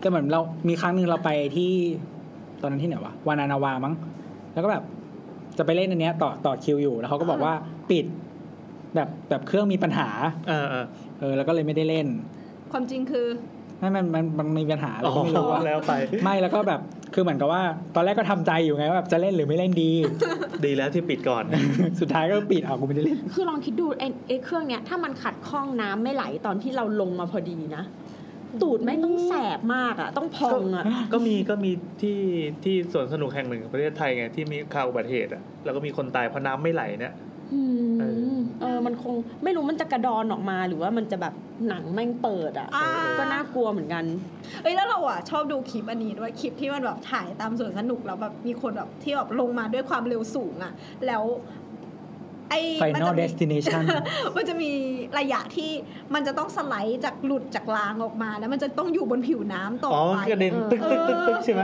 แต่เหมือนเรามีครั้งหนึ่งเราไปที่ตอนนั้นที่ไหนวะวานานาวามั้งแล้วก็แบบจะไปเล่นอันเนี้ยต่อต่อคิวอยู่แล้วเขาก็บอกว่าปิด แบบแบบเครื่องมีปัญหา
เออเออ
เออแล้วก็เลยไม่ได้เล่น
ความจริงคือ
ไม่มันมันมันมีปัญหาอะไร
อ๋อ
ก็ไม่รู้อะ
แล้วไป
ไม่แล้วก็แบบคือเหมือนกับว่า ตอนแรกก็ทำใจอยู่ไงว่าแบบจะเล่นหรือไม่เล่นดี
ดีแล้วที่ปิดก่อน
*laughs* สุดท้ายก็ปิดเอากูไม่ได้เล่น
คือลองคิดดูไอ้ไอ้เครื่องเนี้ยถ้ามันขัดข้องน้ำไม่ไหลตอนที่เราลงมาพอดีนะ ตูดไม่ต้องแสบมากอ่ะ ต้องพองอ่ะ
ก็มีก็มีที่ที่สวนสนุกแห่งหนึ่งของประเทศไทยไงที่มีข่าวอุบัติเหตุอ่ะแล้วก็มีคนตายเพราะน้ำไม่ไหลเนี่ย
อืม
เออ
เออมันคงไม่รู้มันจะกระดอนออกมาหรือว่ามันจะแบบหนังแม่งเปิดอ่ะ
อ่า
ก็น่ากลัวเหมือนกัน
เอ้ยแล้วเราอะชอบดูคลิปอันนี้ด้วยคลิปที่มันแบบถ่ายตามสวนสนุกแล้วแบบมีคนแบบที่แบบลงมาด้วยความเร็วสูงอะแล้วไอ้มัจะ
Final
มี
Destination
*laughs* มันจะมีระยะที่มันจะต้องสไลด์จากหลุดจากรางออกมา แล้วมันจะต้องอยู่บนผิวน้ำต่อ
อ๋อ
ไป
กระเด็นตึกตึกตึกตึกใช่ไหม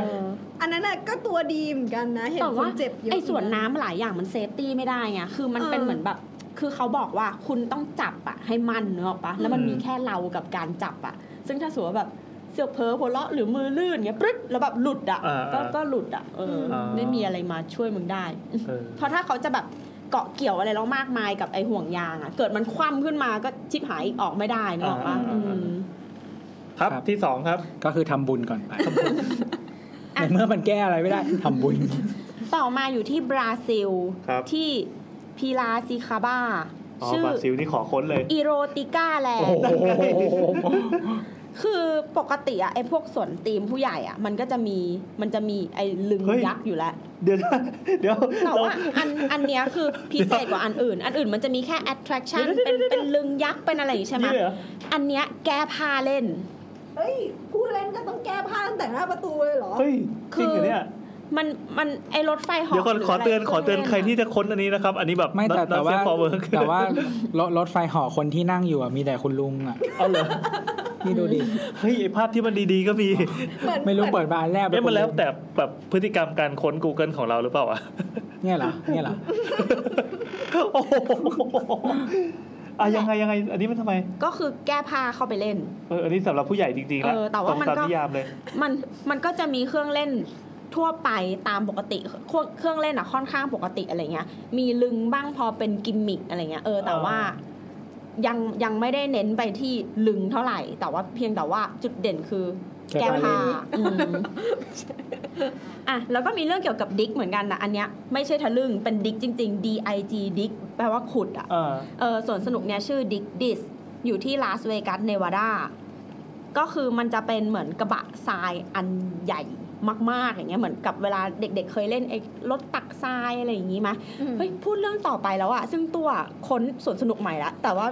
อันนั้นน่ะก็ตัวดีเหมือนกันนะ เห็น
แต่
ค
ว่าน
เจ็บเยอะ
ไอ้ส่วนน้ำหลายอย่างมันเซฟตี้ไม่ได้ไง คือมัน
เออ
เป็นเหมือนแบบ คือเขาบอกว่าคุณต้องจับอะให้มันเนกอะปะ แล้วมัน
อืม
มีแค่เรากับการจับอะซึ่งถ้าสมมติว่าแบบเสือกเพอหัวเราะหรือมือลื่นเงี้ยปรึ๊ดแล้วแบบหลุดอะ
อ่า
ก็
อ่า
ก็หลุดอะเอออ
ม
ไม่มีอะไรมาช่วยมึงได้
เออ
เพราะถ้าเขาจะแบบเกาะเกี่ยวอะไรแล้วมากมายกับไอ้ห่วงยางอะเกิดมันคว่ำขึ้นมาก็ชิบหายออกไม่ได้เนกอะปะอืม
ครับ
ครับ
ที่สองครับ
ก็คือทำบุญ
*laughs*
ก่อนไป
อ่ะ
ในเมื่อมันแก้อะไรไม่ได้ทำบุ
*laughs*
ญ
ต่อมาอยู่ที่บราซิล
ครับ
ที่พีลาซิคาบ้า
อ๋อบราซิลนี่ขอค้นเลย
อีโรติก้าแลนด์คือปกติอะไอพวกสวนตีมผู้ใหญ่อะมันก็จะมีมันจะมีไอลึง
เฮ้ย
ยักษ์อยู่แล้ว
เดี๋ยวนะเดี๋ยว
แต่ว่า
เร
อันอันเนี้ยคือพิเศษกว่าอันอื่น อันอื่นมันจะมีแค่ attraction
เดี๋ยว
เป็นเป็นลึงยักษ์เป็นอะไรอย่างงี้ใช่ไหม
นี่เลยเหรอ
อันเนี้ยแก้ผ้าเล่น
เอ้ยผู้เล่นก็ต้องแก้ผ้าตั้งแต่หน้าประตูเลยเหรอ
เฮ้ยจริงเหรอเนี่ย
มันมันไอรถไฟเหาะ
เดี๋ยวก่อน
หรื
ขอเตือน
ะไร
ขอเตือนใครที่จะค้นอันนี้นะครับ อันนี้แบบ
ไม่แต่
not-
แต่
not
ว่า
safe for work
แต่ว่ารถรถไฟเห่อคนที่นั่งอยู่อะมีแต่คุณลุงอ่ะ
เอาเหรอ
นี่ดูดิ
เฮ้ยไอภาพที่มันดีๆก็มี
เหมือน
ไม่รู้เปิดบานแลบ
เอ๊ะมันแล้วแต่แบบพฤติกรรมการค้น Google ของเราหรือเปล่าอ่ะ
เนี่ยเหรอเนี่ยเหรอ
โอ้โหอะยังไงยังไง อันนี้มันทำไม
ก็คือแก้ผ้าเข้าไปเล่น
เอออันนี้สำหรับผู้ใหญ่จริงๆละ
เออแต่ว่ามัน
ตาม
ก็
นิยามเลย
มันมันก็จะมีเครื่องเล่นทั่วไปตามปกติเครื่องเครื่องเล่นอะค่อนข้างปกติอะไรเงี้ย มีลึงบ้างพอเป็นกิมมิคอะไรเงี้ยเออแต่
อ่า
ว่ายังยังไม่ได้เน้นไปที่ลึงเท่าไหร่ แต่ว่าเพียงแต่ว่าจุดเด่นคือแก้ผ้าอืมอ่ะแล้วก็มีเรื่องเกี่ยวกับดิกเหมือนกันนะอันเนี้ยไม่ใช่ทะลึ่งเป็นดิกจริง ๆ D I G ดิกแปลว่าขุดอะ
เอ
*laughs*
อ
เออสวนสนุกเนี่ยชื่อดิกดิสอยู่ที่ลาสเวกัสเนวาดา ก็คือมันจะเป็นเหมือนกระบะทรายอันใหญ่มาก ๆ อย่างเงี้ยเหมือนกับเวลาเด็ก ๆ เคยเล่นไอ้รถตักทรายอะไรอย่างงี้ไหม
อืม
เฮ้ยพูดเรื่องต่อไปแล้วอะซึ่งตัวค้นสวนสนุกใหม่ละแต่ว่า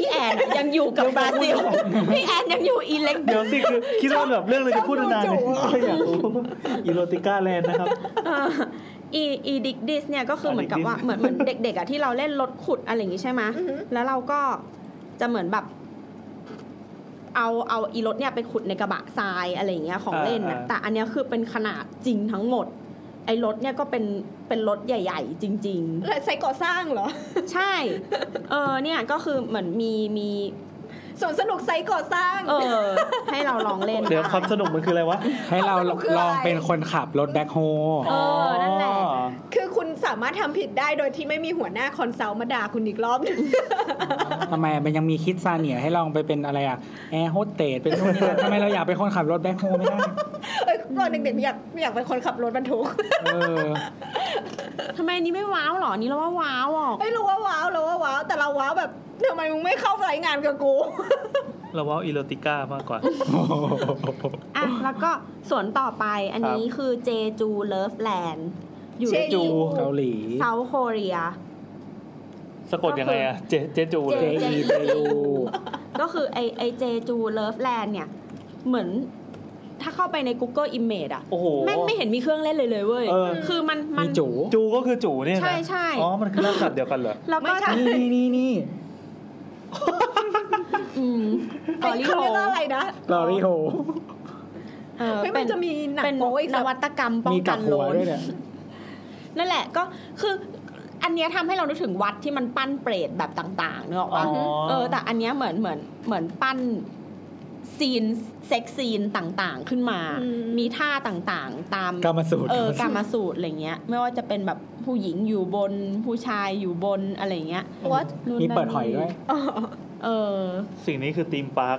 พี่แอนอะยังอยู่กับบราซิล พี่แอนยังอยู่อีเล็ก
เดี๋ยวสิคือคิดว่าแบบเรื่องอะไรจะพูดนานๆเลย
ชอบดูโจ
อยากรู้อีโรติก้าแลนด์นะครับ
เอ่ออีอีดิกดิสเนี่ยก็คือเหมือนกับ
อ่า Dick
ว่า
Dis
เหมือนเหมือนเด็กๆอ่ะที่เราเล่นรถขุดอะไรอย่างงี้ใช่ไหม
อือฮึ
แล้วเราก็จะเหมือนแบบ เอาเอาอีรถเนี่ยไปขุดในกระบะทรายอะไรอย่างเงี้ยของเล่นนะ
อ่า
แต่อันเนี้ยคือเป็นขนาดจริงทั้งหมด ไอ้รถเนี่ยก็เป็นเป็นรถใหญ่ ๆ จริง ๆ
แล้วใส่ก่อสร้างเหรอ
ใช่ เออเนี่ยก็คือเหมือนมีมี
สวนสนุกไซต์ก่อสร้าง
เออ ให้เราลองเล่น
เดี๋ยวความสนุกมันคืออะไรวะ
ให้เรา
ความสนุกคืออะไร
ลองเป็นคนขับรถแบ็คโฮ
เออ นั่นแหละ
คือคุณสามารถทำผิดได้โดยที่ไม่มีหัวหน้าคอนซัลท์มาด่าคุณอีกรอบหนึ่ง *laughs*
ทำไมมันยังมีคิดซาเนียให้ลองไปเป็นอะไรอะแอร์โฮสเตสเป็นนู่นนี่นั่นทำไมเราอยากเป็นคนขับรถแบ็คโฮไม่ได้
เอ้ยตอนเด็กๆอยากอยากเป็นคนขับรถบรรทุก *laughs*
เออ
ทำไมอันนี้ไม่ว้าวหรออันนี้เราว่าว้าวอ่ะ
ไม่รู้ว่าว้าวเราว่าว้าวแต่เราว้าวแบบทำไมมึงไม่เข้าสายงานกับกู
เราว่าอีโรติก้ามากกว่า
อ่ะ แล้วก็สวนต่อไปอันนี้คือเจจูเลิฟแลนด์อยู่
เจจู
ที่
เกาหลี
เซาท์โคเรีย
สะกดยังไงอะเจเจจูเล
เจ
ย
อีเจยู
ก็คือไอไอเจจูเลิฟแลนด์เนี่ย เหมือนถ้าเข้าไปใน Google Image อ่ะ
โอ้โห
แม่งไม่เห็นมีเครื่องเล่นเลยเลยเว้ย
เออ
คือมันมั
มี
น
จู
จูก็คือจูเนี่ยนะ
ใช่ใช่
อ๋อ มันคือรากศัพท์เดียวกันเหรอ
แล้วก็
ไม่ใช่
นี่นี่นี่นี่
อืมตอรี่
เขา
โฮ
เรียกว่าอะไรนะ
ลอรี่โฮ
เออ
ไม่มั
เป็น น
จะมีหนัง
เป็น
โป๊อีก
น
สัก
วัตกรรมป้อง
มี
กั
กัน บ
โล
หัวน ด้วยเนี่ย
นั่นแหละก็คืออันเนี้ยทำให้เรานึกถึงวัดที่มันปั้นเปรตแบบต่างๆเนกอะปะ
อ๋อ
เออ แต่อันเนี้ยเหมือนเหมือนเหมือนปั้นซีนเซ็กซีนต่างๆขึ้นมา มีท่าต่างๆ ตาม
กรรมสูตร
เออกามาสูตรอะไรเงี้ย ไม่ว่าจะเป็นแบบผู้หญิงอยู่บนผู้ชายอยู่บนอะไรเงี้ย
วัด
นู่น
มี
นั่น
เปิดหอยด้วย
อ๋อ
เออ
สิ่งนี้คือทีมพาร์ค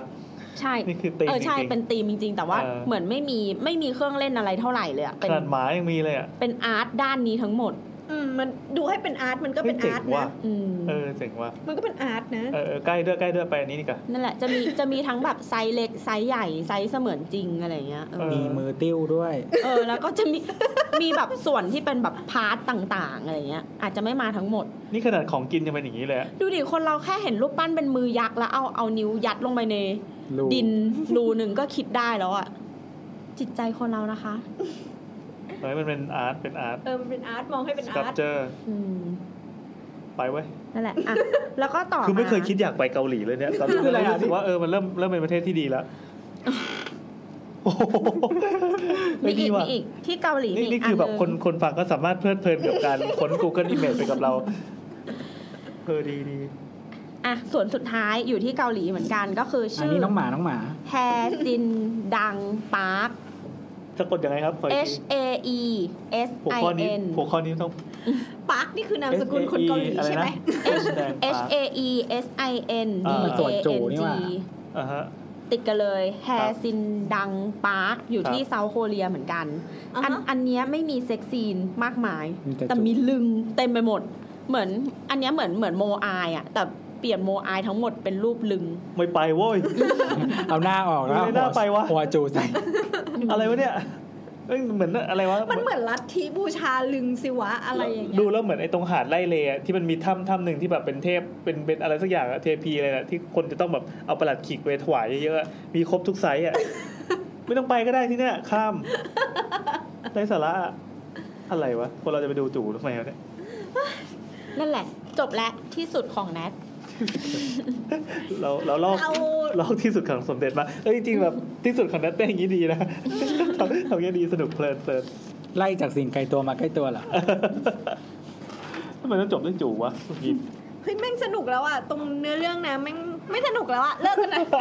ใช่
นี่คือธีม
เออใช่
จริงๆ
เป็นธีมจริง ๆ แต่ว่า
เออ
เหมือนไม่มีไม่มีเครื่องเล่นอะไรเท่าไหร่เลยอะ
ข
เป็น
นาดหมายังมีเลยอ่ะ
เป็นอาร์ตด้านนี้ทั้งหมด
อืมมันดูให้เป็นอาร์ตมันก็เป็น
ฮ้ยจ๋ง
อาร์ต
ว่
นะ
อืม
เออเจ๋งว่ะ
มันก็เป็นอาร์ตนะ
เออเออใกล้ด้วยใกล้ด้วยไปอันนี้นี่กว่า
นั่นแหละจะมี จะมีทั้งแบบไซส์เล็กไซส์ใหญ่ไซส์เสมือนจริงอะไรเงี้ยเออ
เ
มีมือติ้วด้วย
เออแล้วก็จะมี *laughs* มีแบบส่วนที่เป็นแบบพาร์ทต่างๆอะไรเงี้ย อาจจะไม่มาทั้งหมด
นี่ขนาดของกินยังเป็นอย่างนี้เลยอะ
ดูดิคนเราแค่เห็นรูปปั้นเป็นมือยักษ์แล้วเอาเอานิ้วยัดลงไปใน
รู
ดินรูหนึ่งก็คิดได้แล้วอะจิตใจคนเรานะคะ
เฮ้ยมันเป็นอาร์ตเป็นอาร์ต
เออมันเป็นอาร์ตมองให้เป็น
ส
อา
ครับ
ร์ต
เจอร์
อืม
ไปเว้ย
นั่นแหละอ่ะแล้วก็ต่อ
คือไม่
า
เคยคิดอยากไปเกาหลีเลยเนี่ยตอนนี้
คืออะไรอ่ะ
รู้สึกว่าเออมันเริ่มเริ่มเป็นประเทศที่ดีแล้วโอ้โห
มี
ไม่ดี
อีก
ว่ะ
มีอีกที่เกาหลี
นี่
มี
นี่
ก
คือแบบ
หง
คนคนฟังก็สามารถเพลิดเพลินกับการ *laughs* ค้น Google Image ไปกับเราเออดีดี
อ่ะส่วนสุดท้ายอยู่ที่เกาหลีเหมือนกันก็คือ
อัน
ชื่อ
นี้น้องหมาน้องหมา
แฮซินดังปาร์ค
สะกดยังไงครับขออีก
H
ที
A E S
หัว
I
ข้อนี้
N
หัวข้อนี้ต้อง
ปาร์คนี่คือนามสกุลคนเกาหลี
SAE
ใช่ไหม
อะไรนะแดง
H
ฟ้า
A E S I N D
อ่า
A N G
อ่าฮะ
ติดกันเลยแฮ
ครับ
ซินดังปาร์คอยู่ที่
ครับ
เซาท์โคเรียเหมือนกัน
อ่าฮะ
อันอันเนี้ยไม่มีเซ็กซีนมากมาย
มีแต่
แต่
จูบ
มีลึงเต็มไปหมด เหมือนอันเนี้ยเหมือนเหมือนโมอายอ่ะ แต่เปลี่ยนโมอายทั้งหมดเป็นรูปลึง
ไม่ไปโว้ย
เอาหน้าออกแล้ว
ไม่ได้หน้าไปวะ
หัวจูใส่
อะไรวะเนี่ยเอ้ยเหมือนอะไรวะ
มันเหมือนลัทธิบูชาลึงสิวะอะไรอย่างเงี้
ดู
ย
แล้วเหมือนไอ้ตรงหาดไล่เลอะที่มันมีถ้ำถ้ำหนึ่งที่แบบเป็นเทพเป็นเป็นอะไรสักอย่างอะเทพีอะไรนะที่คนจะต้องแบบเอาประหลัดขีกไปถวายเยอะๆอะมีครบทุกไซส์อะ *laughs* ไม่ต้องไปก็ได้ที่เนี่ยข้ามไร้สาระอะอะไรวะคนเราจะไปดูจู่ทำไมวะเนี่ย
นั่นแหละ จบและที่สุดของแนท
เราเราลอก
เอา
ลอกที่สุดของสมเด็จมาเอ้ยจริงๆ
*laughs*
แบบที่สุดของนัตเต้อย่างนี้ดีนะ *laughs* ทำทำอย่างนี้ดีสนุกเพลินเพ *laughs* ลิน
ไล่จากสิ่งไกลตัวมาใกล้ตัวเหรอ
ทำไมต้องจบด้วยจู่วะเมื่อกี้
เฮ้ยแม่งสนุกแล้วอ่ะตรงเนื้อเรื่องนะแม่งไม่สนุกแล้วอ่ะเลิกกันนะ เ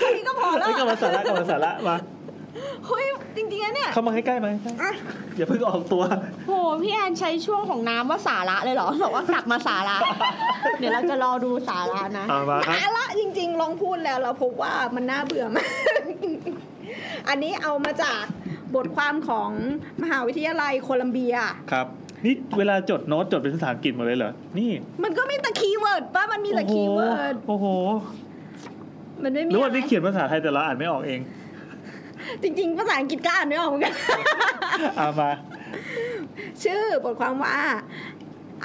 ท่านี้ก็พอแล้ว
เอ้ยกลับ
อะ
มาสาระกลับมาสาระมา
เฮ้ยจริงๆนะเนี่ย
เข้ามาใกล้ๆไหมาใกล้ๆ
อ่ะ
อย่าเพิ่งออกตัว
โหพี่แอนใช้ช่วงของน้ำว่าสาระเลยเหรอบอกว่ากลับมาสาระ เดี๋ยวเราจะรอดูสาระนะ
เอามาครับ
สาระจริงๆ ลองพูดแล้วเราพบว่ามันน่าเบื่อมาก *laughs* อันนี้เอามาจากบทความของมหาวิทยาลัยโคลัมเบีย
ครับ นี่เวลาจดโน้ตจดเป็นภาษาอังกฤษหมดเลยเหรอ นี่
มันก็มีแต่คีย์เวิร์ดป่ะ มันมีแต่คีย์เวิร์ด
โอ้โห
มันไม่
โอ้โห ห
มี
รือ
อะ
ว่า
ไร
นี่เขียนภาษาไทยแต่เราอ่านไม่ออกเอง
จริงๆ ภาษาอังกฤษก็อ่านไม่ออกเหมือนกัน
เอามา
ชื่อบทความว่า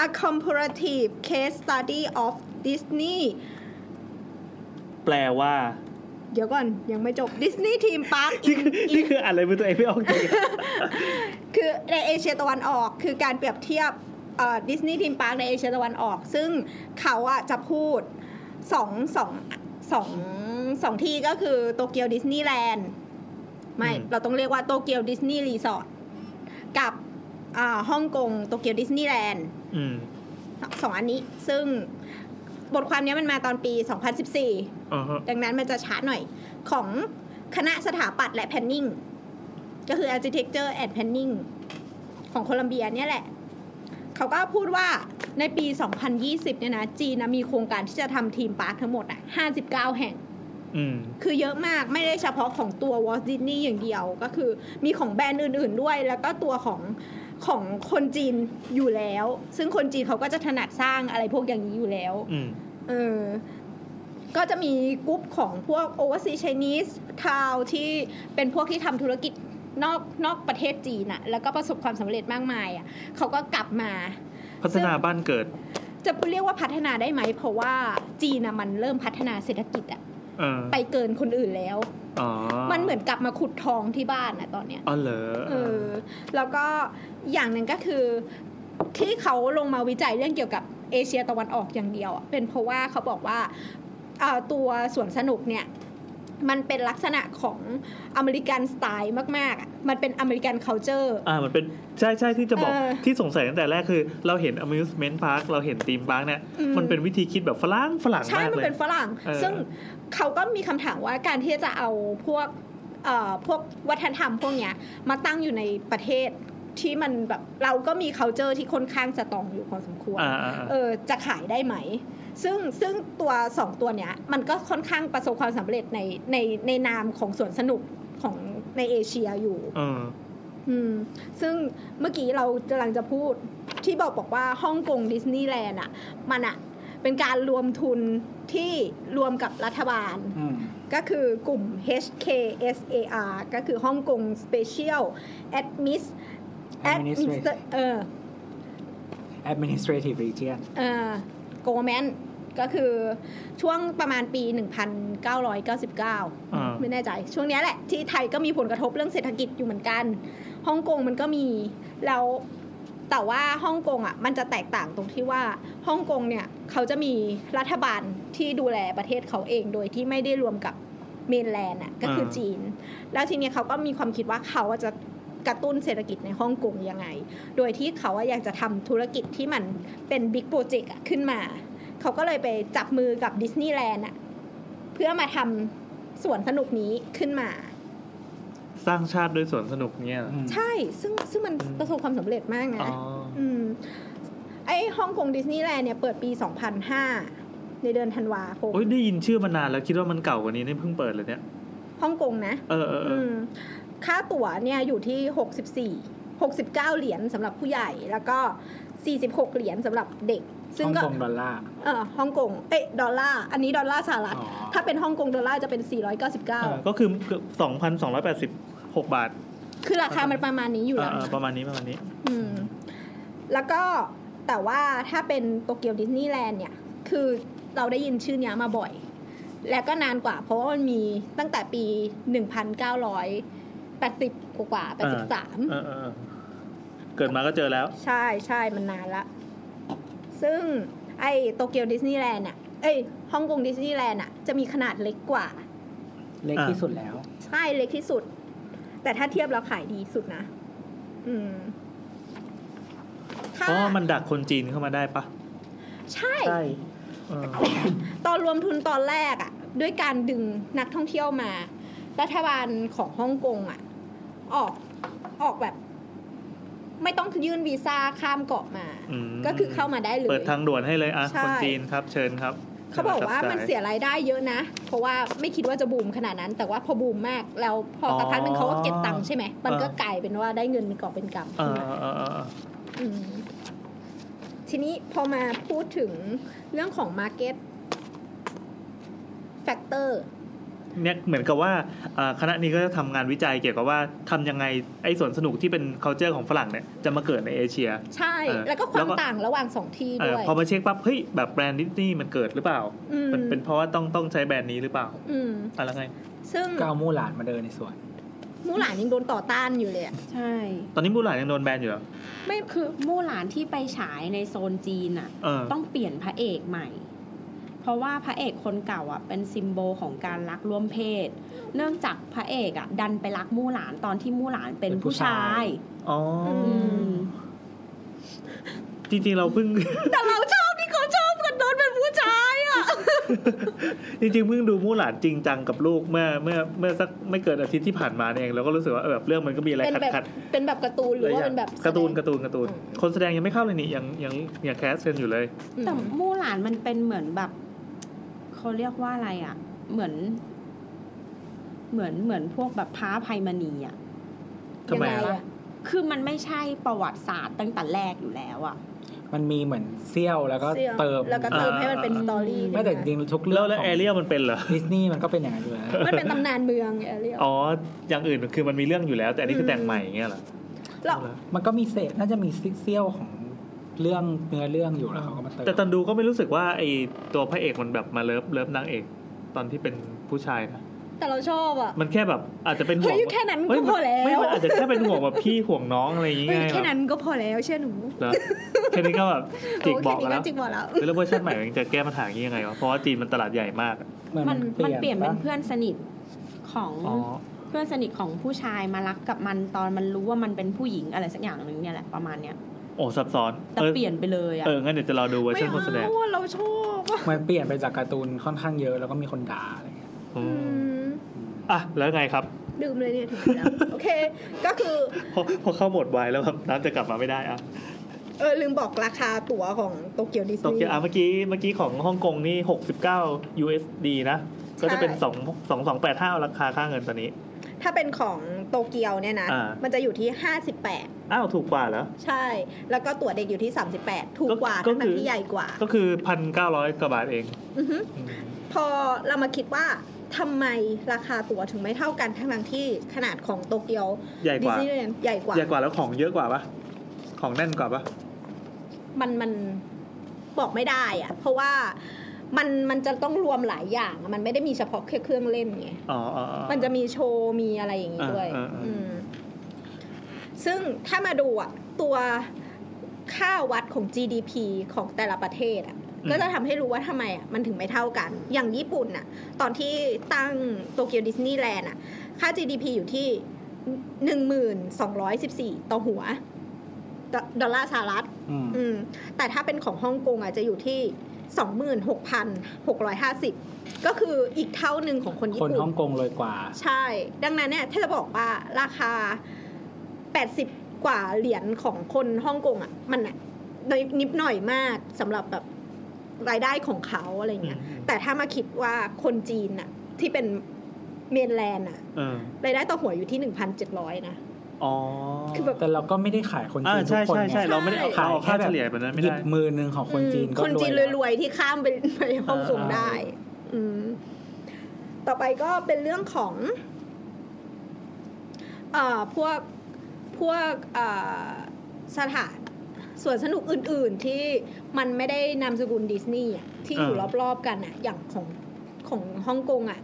A Comparative Case Study of Disney
แปลว่า
เดี๋ยวก่อน ยังไม่จบ Disney Theme Park
นี่คือนี่คืออ่านอะไรมือตัวเองไม่ออกจริง
คือในเอเชียตะวันออกคือการเปรียบเทียบดิสนีย์ทีมพาร์คในเอเชียตะวันออก ซึ่งเขาอะจะพูดสองสองสองสองที่ก็คือโตเกียวดิสนีย์แลนด์ไม่
อืม
เราต้องเรียกว่าโตเกียวดิสนีย์รีสอร์ทกับอ่าฮ่องกงโตเกียวดิสนีย์แลนด์
อืม
สองอันนี้ซึ่งบทความเนี้ยมันมาตอนปี 2014
อ๋อฮะ
ดังนั้นมันจะช้าหน่อยของคณะสถาปัตย์และ planning ก็คือ architecture and planning ของโคลัมเบียเนี่ยแหละ เขาก็พูดว่าในปี 2020 เนี่ยนะ จีนนะมีโครงการที่จะทำทีมปาร์คทั้งหมดอ่ะ 59 แห่ง
อืม
คือเยอะมากไม่ได้เฉพาะของตัววอลดิสนีย์อย่างเดียวก็คือมีของแบรนด์อื่นๆด้วย แล้วก็ตัวของของคนจีนอยู่แล้ว ซึ่งคนจีนเขาก็จะถนัดสร้างอะไรพวกอย่างนี้อยู่แล้ว
อืม
เออ ก็จะมีกลุ่มของพวก overseas Chinese ทาวที่เป็นพวกที่ทำธุรกิจนอกนอกประเทศจีนอะแล้วก็ประสบความสำเร็จมากมายอะเขาก็กลับมา
พัฒนาบ้านเกิด
จะเรียกว่าพัฒนาได้ไหม เพราะว่าจีนอะมันเริ่มพัฒนาเศรษฐกิจอะ
เออ
ไปเกินคนอื่นแล้ว
อ๋อ
มันเหมือนกลับมาขุดทองที่บ้านอะตอนเนี้ย
อ๋อเหรอ
เออแล้วก็อย่างหนึ่งก็คือที่เขาลงมาวิจัยเรื่องเกี่ยวกับเอเชียตะวันออกอย่างเดียวอะเป็นเพราะว่าเขาบอกว่าเอ่อตัวสวนสนุกเนี่ย มันเป็นลักษณะของอเมริกันสไตล์มากๆอะมันเป็นอเมริกัน culture
อ่ามันเป็นใช่ใช่ที่จะบอก
เออ
ที่สงสัยตั้งแต่แรกคือ เราเห็น amusement park เราเห็น theme park เนี่ย
อืม
มันเป็นวิธีคิดแบบฝรั่งฝรั่ง
ใช่
มาก
มัน
เลย
เป็นฝรั่ง
เออ
ซึ่งเขาก็มีคำถามว่าการที่จะเอาพวกเอ่อพวกวัฒนธรรมพวกเนี้ยมาตั้งอยู่ในประเทศที่มันแบบเราก็มี culture ที่ค่อนข้างจะตองอยู่พอสมควร
อ่าอ่าอ่า
เออจะขายได้ไหม ซึ่งซึ่งตัว 2 ตัวเนี้ยมันก็ค่อนข้างประสบความสำเร็จในในในนามของสวนสนุกของในเอเชียอยู่
เออ
อืม ซึ่งเมื่อกี้เรากำลังจะพูดที่บอกบอกว่าฮ่องกงดิสนีย์แลนด์อ่ะ มันอ่ะ เป็นการรวมทุนที่รวมกับรัฐบาล
อืม
ก็คือกลุ่ม HKSAR ก็คือฮ่องกง Special Admis
Administrative
เออ
administrative region
เอ่อ government ก็คือช่วงประมาณปี
อ่า
1999 ไม่แน่ใจ ช่วงเนี้ยแหละที่ไทยก็มีผลกระทบเรื่องเศรษฐกิจอยู่เหมือนกันฮ่องกงมันก็มีแล้วแต่ว่าฮ่องกงอ่ะมันจะแตกต่างตรงที่ว่าฮ่องกงเนี่ยเขาจะมีรัฐบาลที่ดูแลประเทศเขาเองโดยที่ไม่ได้รวมกับเมนแลนด์อ่ะก็คือจีน แล้วทีเนี้ยเขาก็มีความคิดว่าเขาอะจะกระตุ้นเศรษฐกิจในฮ่องกงยังไง โดยที่เขาอะอยากจะทำธุรกิจที่มันเป็นบิ๊กโปรเจกต์ขึ้นมา เขาก็เลยไปจับมือกับดิสนีย์แลนด์อะเพื่อมาทำสวนสนุกนี้ขึ้นมา
สร้างชาติโดยสวนสนุกเนี่ยเหรอ
อืม
ใช่ ซึ่งซึ่งมัน
อืม
ประสบความสำเร็จมากนะ
อ๋อ
อืม ไอฮ่องกงดิสนีย์แลนด์เนี่ยเปิดปี 2005 ในเดือนธันวาคม
โอ้ยได้ยินชื่อมานานแล้วคิดว่ามันเก่ากว่านี้นี่เพิ่งเปิดเลยเนี่ย
ฮ่องกงนะ
เออเออเอ
อื
อ
มค่าตั๋วเนี่ยอยู่ที่ 64 69 เหรียญสำหรับผู้ใหญ่ แล้วก็ 46 เหรียญสำหรับเด็ก ซึ่ง
ฮ่อง
ก็
กงดอลลาร์
เออฮ่องกง เอ๊ะ ดอลลาร์ อันนี้ดอลลาร์สหรัฐ
อ๋อ
ถ้าเป็นฮ่องกงดอลลาร์จะเป็น
เออ
499
ก็คือสองพันสองร้อยแปดสิบหกบาท
คือราคามันประมาณนี้อยู่แล้ว
เออเออ
นะ
ประมาณนี้ประมาณนี้
อืม แล้วก็แต่ว่าถ้าเป็นโตเกียวดิสนีย์แลนด์เนี่ย คือเราได้ยินชื่อเนี้ยมาบ่อย และก็นานกว่า เพราะว่ามันมีตั้งแต่ปี 1980 กว่า
อ่า
ๆ83
เออเออเออเกิดมาก็เจอแล้ว
ใช่ใช่มันนานละ ซึ่งไอโตเกียวดิสนีย์แลนด์อ่ะ เอ้ยฮ่องกงดิสนีย์แลนด์อ่ะ จะมีขนาดเล็กกว่า
เล็กที่สุดแล้ว
ใช่เล็กที่สุด แต่ถ้าเทียบแล้วขายดีสุดนะ อืม
เพ
ค่ะ
ราะว่ามันดักคนจีนเข้ามาได้ปะ
ใช่
เอ
*laughs*
อ
ตอนรวมทุนตอนแรกอ่ะ ด้วยการดึงนักท่องเที่ยวมา รัฐบาลของฮ่องกงอ่ะ ออกออกแบบ ไม่ต้องยื่นวีซ่าข้ามเกาะมา
อืม
ก็คือเข้ามาได้เลย
เปิดทางด่วนให้เลยอ่ะ
ใช่
คนจีนครับ เชิญครับ
เขาบอกว่ามันเสียรายได้เยอะนะ เพราะว่าไม่คิดว่าจะบูมขนาดนั้น แต่ว่าพอบูมมากแล้วพอสักพักหนึ่งเขาก็เก็บตังค์ใช่ไหม มันก็กลายเป็นว่าได้เงินเป็นกอบเป็นกำ
เอ
ขึ้
อ
นมา
เออเออเออ
มทีนี้พอมาพูดถึงเรื่องของ Market Factor
เนี่ยเหมือนกับว่าอ่าคณะนี้ก็จะทำงานวิจัยเกี่ยวกับว่าทำยังไงไอ้สวนสนุกที่เป็น c u l t u r e ของฝรั่งเนี่ยจะมาเกิดในเอเชีย
ใช่
เออ
แล้วก็ควา
แล้
ม
วก็
ต่างระหว่างสองที่
เอ
ด้
อ
วย
พอมาเช็คปั๊บเฮ้ยแบบแบรนด์ดิสนีย์มันเกิดหรือเปล่า
ม
มันเป็นเพราะว่าต้องต้องใช้แบรนด์นี้หรือเปล่า
อืม
อะไรไง
ซึ่ง
ก็เอามู่หลานมาเดินในสวน
มู่หลานยังโดนต่อต้านอยู่เลยอะ
ใช่
ตอนนี้บูหลานยังโดนแบนอยู่เหรอ
ไม่คือมู่หลานที่ไปฉายในโซนจีนอ่ะ
เออ
ต้องเปลี่ยนพระเอกใหม่ เพราะว่าพระเอกคนเก่าอ่ะเป็นซิมโบลของการรักร่วมเพศ เนื่องจากพระเอกอ่ะดันไปรักมู่หลานตอนที่มู่หลานเป็น
เป็นผู้
ผู้
ชา
ชาย ย
อ๋ออ
อืม
จริงๆเราเพิ่ง *laughs*
แต่เราชอบที่เขาชอบกันโดนเป็นผู้ชายอะ
จริงๆเพิ่งดูมู่หลานจริงจังกับลูกเมื่อเมื่อเมื่อสักไม่เกินอาทิตย์ที่ผ่านมาเนี่ยเองเราก็รู้สึกว่าเออแบบเรื่องมันก็มีอะไร
เป็น
ขัด
แบบ
ขัด
เป็นแบบการ์ตูนห
ห
รื
ลา
อยว่า
อย่า
เป็
ง
นแบบ
การ์ตูน
แสดง
การ์ตูนการ์ตูน
อืม
คนแสดงยังไม่เข้าเลยนี่ยังยังยังแคสกันอยู่เลย
อืม
แต่มู่หลานมันเป็นเหมือนแบบเขาเรียกว่าอะไรอ่ะ เหมือน เหมือนเหมือนพวกแบบพ้าภัยมณีอ่ะ
ทำไม
ยังง
อะ
อะ
คือมันไม่ใช่ประวัติศาสตร์ตั้งแต่แรกอยู่แล้วอ่ะ
มันมีเหมือนเซี่ยวแล้วก็
เสี่ยง
เติม
แล้วก็เติมให้มันเป็นสตอรี่
ไม่แต่จริงๆทุกเรื่
แล้
อง
วแล้ว
ขอ
แองเรียลมันเป็นเหรอ
ดิสนีย์มันก็เป็นอย่างนั้นอยู่แล้ว
มันเป็นตำนานเมืองแอเรียล
อ๋อ อย่างอื่นคือมันมีเรื่องอยู่แล้ว แต่อันนี้คือแต่งใหม่อย่างเงี้ยเหรอ
เรา
มันก็มีเศษน่าจะมีเซี่ยวของเรื่องเนื้อเรื่องอยู่แล้วเขาก็มาเติม
แต่ตอนดูก็ไม่รู้สึกว่าไอตัวพระเอกมันแบบมาเลิฟเลิฟนางเอก ตอนที่เป็นผู้ชายนะ
แต่เราชอบอ่ะ
มันแค่แบบอาจจะเป็นห่วง
เฮ้ยแค่นั้นก็
เฮ้ย
พอแล้ว
ไม่มันอาจจะแค่เป็นห่วงแบบพี่ห่วงน้องอะไรอย่างเงี้
เฮ้ย
ย
แค่นั้นก็พอแล้วเชื่อหนู
แล้วแค่นี้ก็แบบจิก
โ
บอกกันแล้ว
จิกบอกแล้ว
แล้วเวอร์ชันใหม่มันจะแก้ปัญหานี้ยังไงวะ เพราะว่าจีนมันตลาดใหญ่มาก
เหมือน
มั
มัน น
มันเปลี่ยนเป็น
ปะ
เพื่อนสนิทของ
อ๋อ
เพื่อนสนิทของผู้ชายมารักกับมันตอนมันรู้ว่ามันเป็นผู้หญิงอะไรสักอย่างหนึ่งเนี่ยแหละประมาณเนี้ย
โอ้ซับซ้อน
แต่
เออ
เปลี่ยนไปเลยอ่ะ
เออ งั้นเดี๋ยวจะรอดูเวอร์ชันคนแสดง
ไม่เอาเราชอบอะ
มันเปลี่ยนไปจากการ์ตูนค่อนข้างเยอะแล้วก็มีคนด่าอะไรเงี้ย
อื
อื
ม
ม
อ่ะ แล้วไงครับ
ดื่มเลยเนี่ยถึงแล้วโอเค ก็คือ
พอพอเข้าโหมดวายแล้วแบบน้ำจะกลับมาไม่ได้อ่ะ
เออลืมบอกราคาตั๋วของโตเกียวดิส
โต
นี
เกียวอ่ะ
ย์
เมื่อกี้เมื่อกี้ของฮ่องกงนี่ 69 USD นะ ก็จะเป็น
ใช่
2 2 2 8 5ราคาค่าเงินตอนนี้
ถ้าเป็นของโตเกียวเนี่ยนะ
อ่ามั
มันจะอยู่ที่
อ้าว ถูกกว่าเหรอ
58 ใช่ แล้วก็ตั๋วเด็กอยู่ที่ 38 ถูกกว่า
ก็
ทั้ง
คือ
ที่ใหญ่กว่า
ก็คือ 1,900 กว่าบาทเอง
อือฮึ
อืม
พอเรามาคิดว่าทำไมราคาตั๋วถึงไม่เท่ากันทั้งๆที่ขนาดของโตเกียว
ใหญ่
ดิ
ก
ส
ว่า
นีย์แลนด์ใหญ่กว่า
ใหญ่กว่าแล้วของเยอะกว่าปะของแน่นกว่าปะ
มันมันบอกไม่ได้อะเพราะว่ามันมันจะต้องรวมหลายอย่างอะมันไม่ได้มีเฉพาะแค่เครื่องเล่นไง
อ๋ออ๋อ
มันจะมีโชว์มีอะไรอย่างนี้ด้วย
อ่าอ่าอ่า
อืมซึ่งถ้ามาดูอ่ะ ตัวค่าวัดของ GDP ของแต่ละประเทศอ่ะ ก็จะทำให้รู้ว่าทำไมอ่ะมันถึงไม่เท่ากัน อย่างญี่ปุ่นอ่ะ ตอนที่ตั้งโตเกียวดิสนีย์แลนด์อ่ะ ค่า GDP อยู่ที่ 1,214 ต่อหัวดอดอลลาร์สหรัฐ
อืม
อืม แต่ถ้าเป็นของฮ่องกงอาจจะอยู่ที่ 26,650 ก็คืออีกเท่าหนึ่งของคนญี่
คน
ปุ่น
ฮ่องกงเลยกว่า
ใช่ ดังนั้นเนี่ยถ้าจะบอกว่าราคา 80 กว่าเหรียญของคนฮ่องกงอ่ะ มันน่ะน้อยนิดหน่อยมากสำหรับแบบรายได้ของเขาอะไรเงี้ย แต่ถ้ามาคิดว่าคนจีนอ่ะ ที่เป็นเมนแลนด์อ่ะ
เออ
รายได้ต่อหัวอยู่ที่ 1,700 นะ
อ๋อ
คือแบบ
แต่เราก็ไม่ได้ขายคน
อ่า
จีนทุ
ใช่
กคน
ใช่ใช่
ไง
เราไม่ได้เอา
ขาย
เอา
แค่
ค่า
แบ
เฉ
บ
ลี่ยแบบนั้นไม่
หยิ
ได้
บมือหนึ่งของคนจีน
อืม
ก็
คนจีน
แล้
รวยๆ ที่ข้ามไปไปฮ่องกง
อ่า
ได้ อืม ต่อไปก็เป็นเรื่องของ เอ่อพวกพวกเอ่อสถานสวนสนุกอื่นๆที่มันไม่ได้นามสกุลดิสนีย์อะที่อยู่
อ่าร
รอบๆกันอะอย่างของของฮ่องกงอะ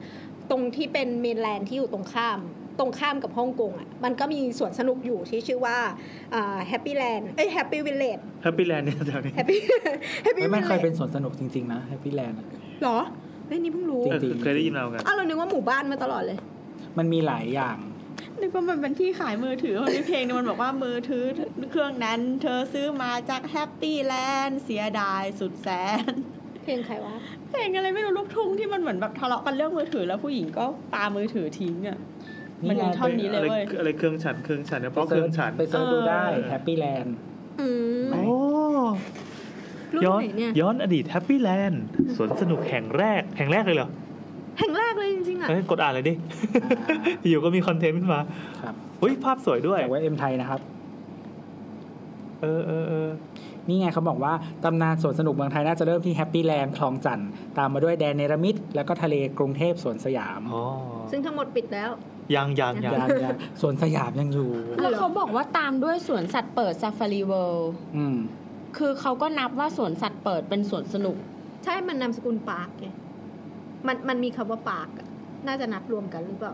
ตรงที่เป็นเมนแลนด์ที่อยู่ตรงข้าม ตรงข้ามกับฮ่องกงอะมันก็มีสวนสนุกอยู่ที่ชื่อว่าแฮปปี้แลนด์เอ้ยแฮปปี้วิลเลจ
แฮปปี้แลนด์เนี่ยแถวนี้
แฮป *laughs* ปี้แฮปปี้
*laughs* เฮ้ย
วิ
มัน
ล
เค
เลย จ
เป็นสวนสนุกจริง ๆ นะแฮปปี้แลนด์
หรอเฮ้ยนี่เพิ่งรู้
จริง
เออเคยได้ยินมาเหมือนกัน
อ้าวเรานึกว่าหมู่บ้านมาตลอดเลย
มันมีหลายอย่าง
นึกว่ามันเป็นที่ขายมือถือ มันมีเพลงนึงมันบอกว่ามือถือเครื่องนั้น เธอซื้อมาจากแฮปปี้แลนด์เสียดายสุดแสน
เพลงใครวะ
*laughs* เพลงอะไรไม่รู้ลูกทุ่งที่มันเหมือนแบบทะเลาะกันเรื่องมือถือแล้วผู้หญิงก็ปามือถือทิ้งอ่ะ มันยัง
ไง
ท่อนนี้เลยเว้ย
อะไรอะไรเครื่องฉันเครื่องฉันเนี่ยเพ
ไป
ราะเค
เซิ
รื่
ร์
อ
ช
งฉัน
ไปเซิร์ชดูได้
เออ
แฮปปี้แลนด์
อืม
ไหน
โอ้
รุ่น
ย้อน
ไหนเนี่ย
ย้อนอดีตแฮปปี้แลนด์สวนสนุกแห่งแรก แห่งแรกเลยเหรอ
แห่งแรกเลยจริงๆอ่ะ
เอ้ยกดอ่านเลยดิ อยู่ก็มีคอนเทนต์ขึ้นมา
ครับ
อุ้ยภาพสวยด้วย
จากเว็บเอ็มไทยนะครับ
เออเออเออ
นี่ไงเขาบอกว่า ตำนานสวนสนุกเมืองไทยน่าจะเริ่มที่แฮปปี้แลนด์คลองจันทร์ตามมาด้วยแดนเนรมิตแล้วก็ทะเลกรุงเทพสวนสยาม
อ๋อ
ซึ่งทั้งหมดปิดแล้ว
ยังยังยัง
ยานยานสวนสยามยังอยู่
แล้วเขาบอกว่าตามด้วยสวนสัตว์เปิดซาฟารีเวิลด์
อืม
คือเขาก็นับว่าสวนสัตว์เปิดเป็นสวนสนุก
ใช่ มันนามสกุลปาร์กไง มันมันมีคำว่าปาร์กอะน่าจะนับรวมกันหรือเปล่า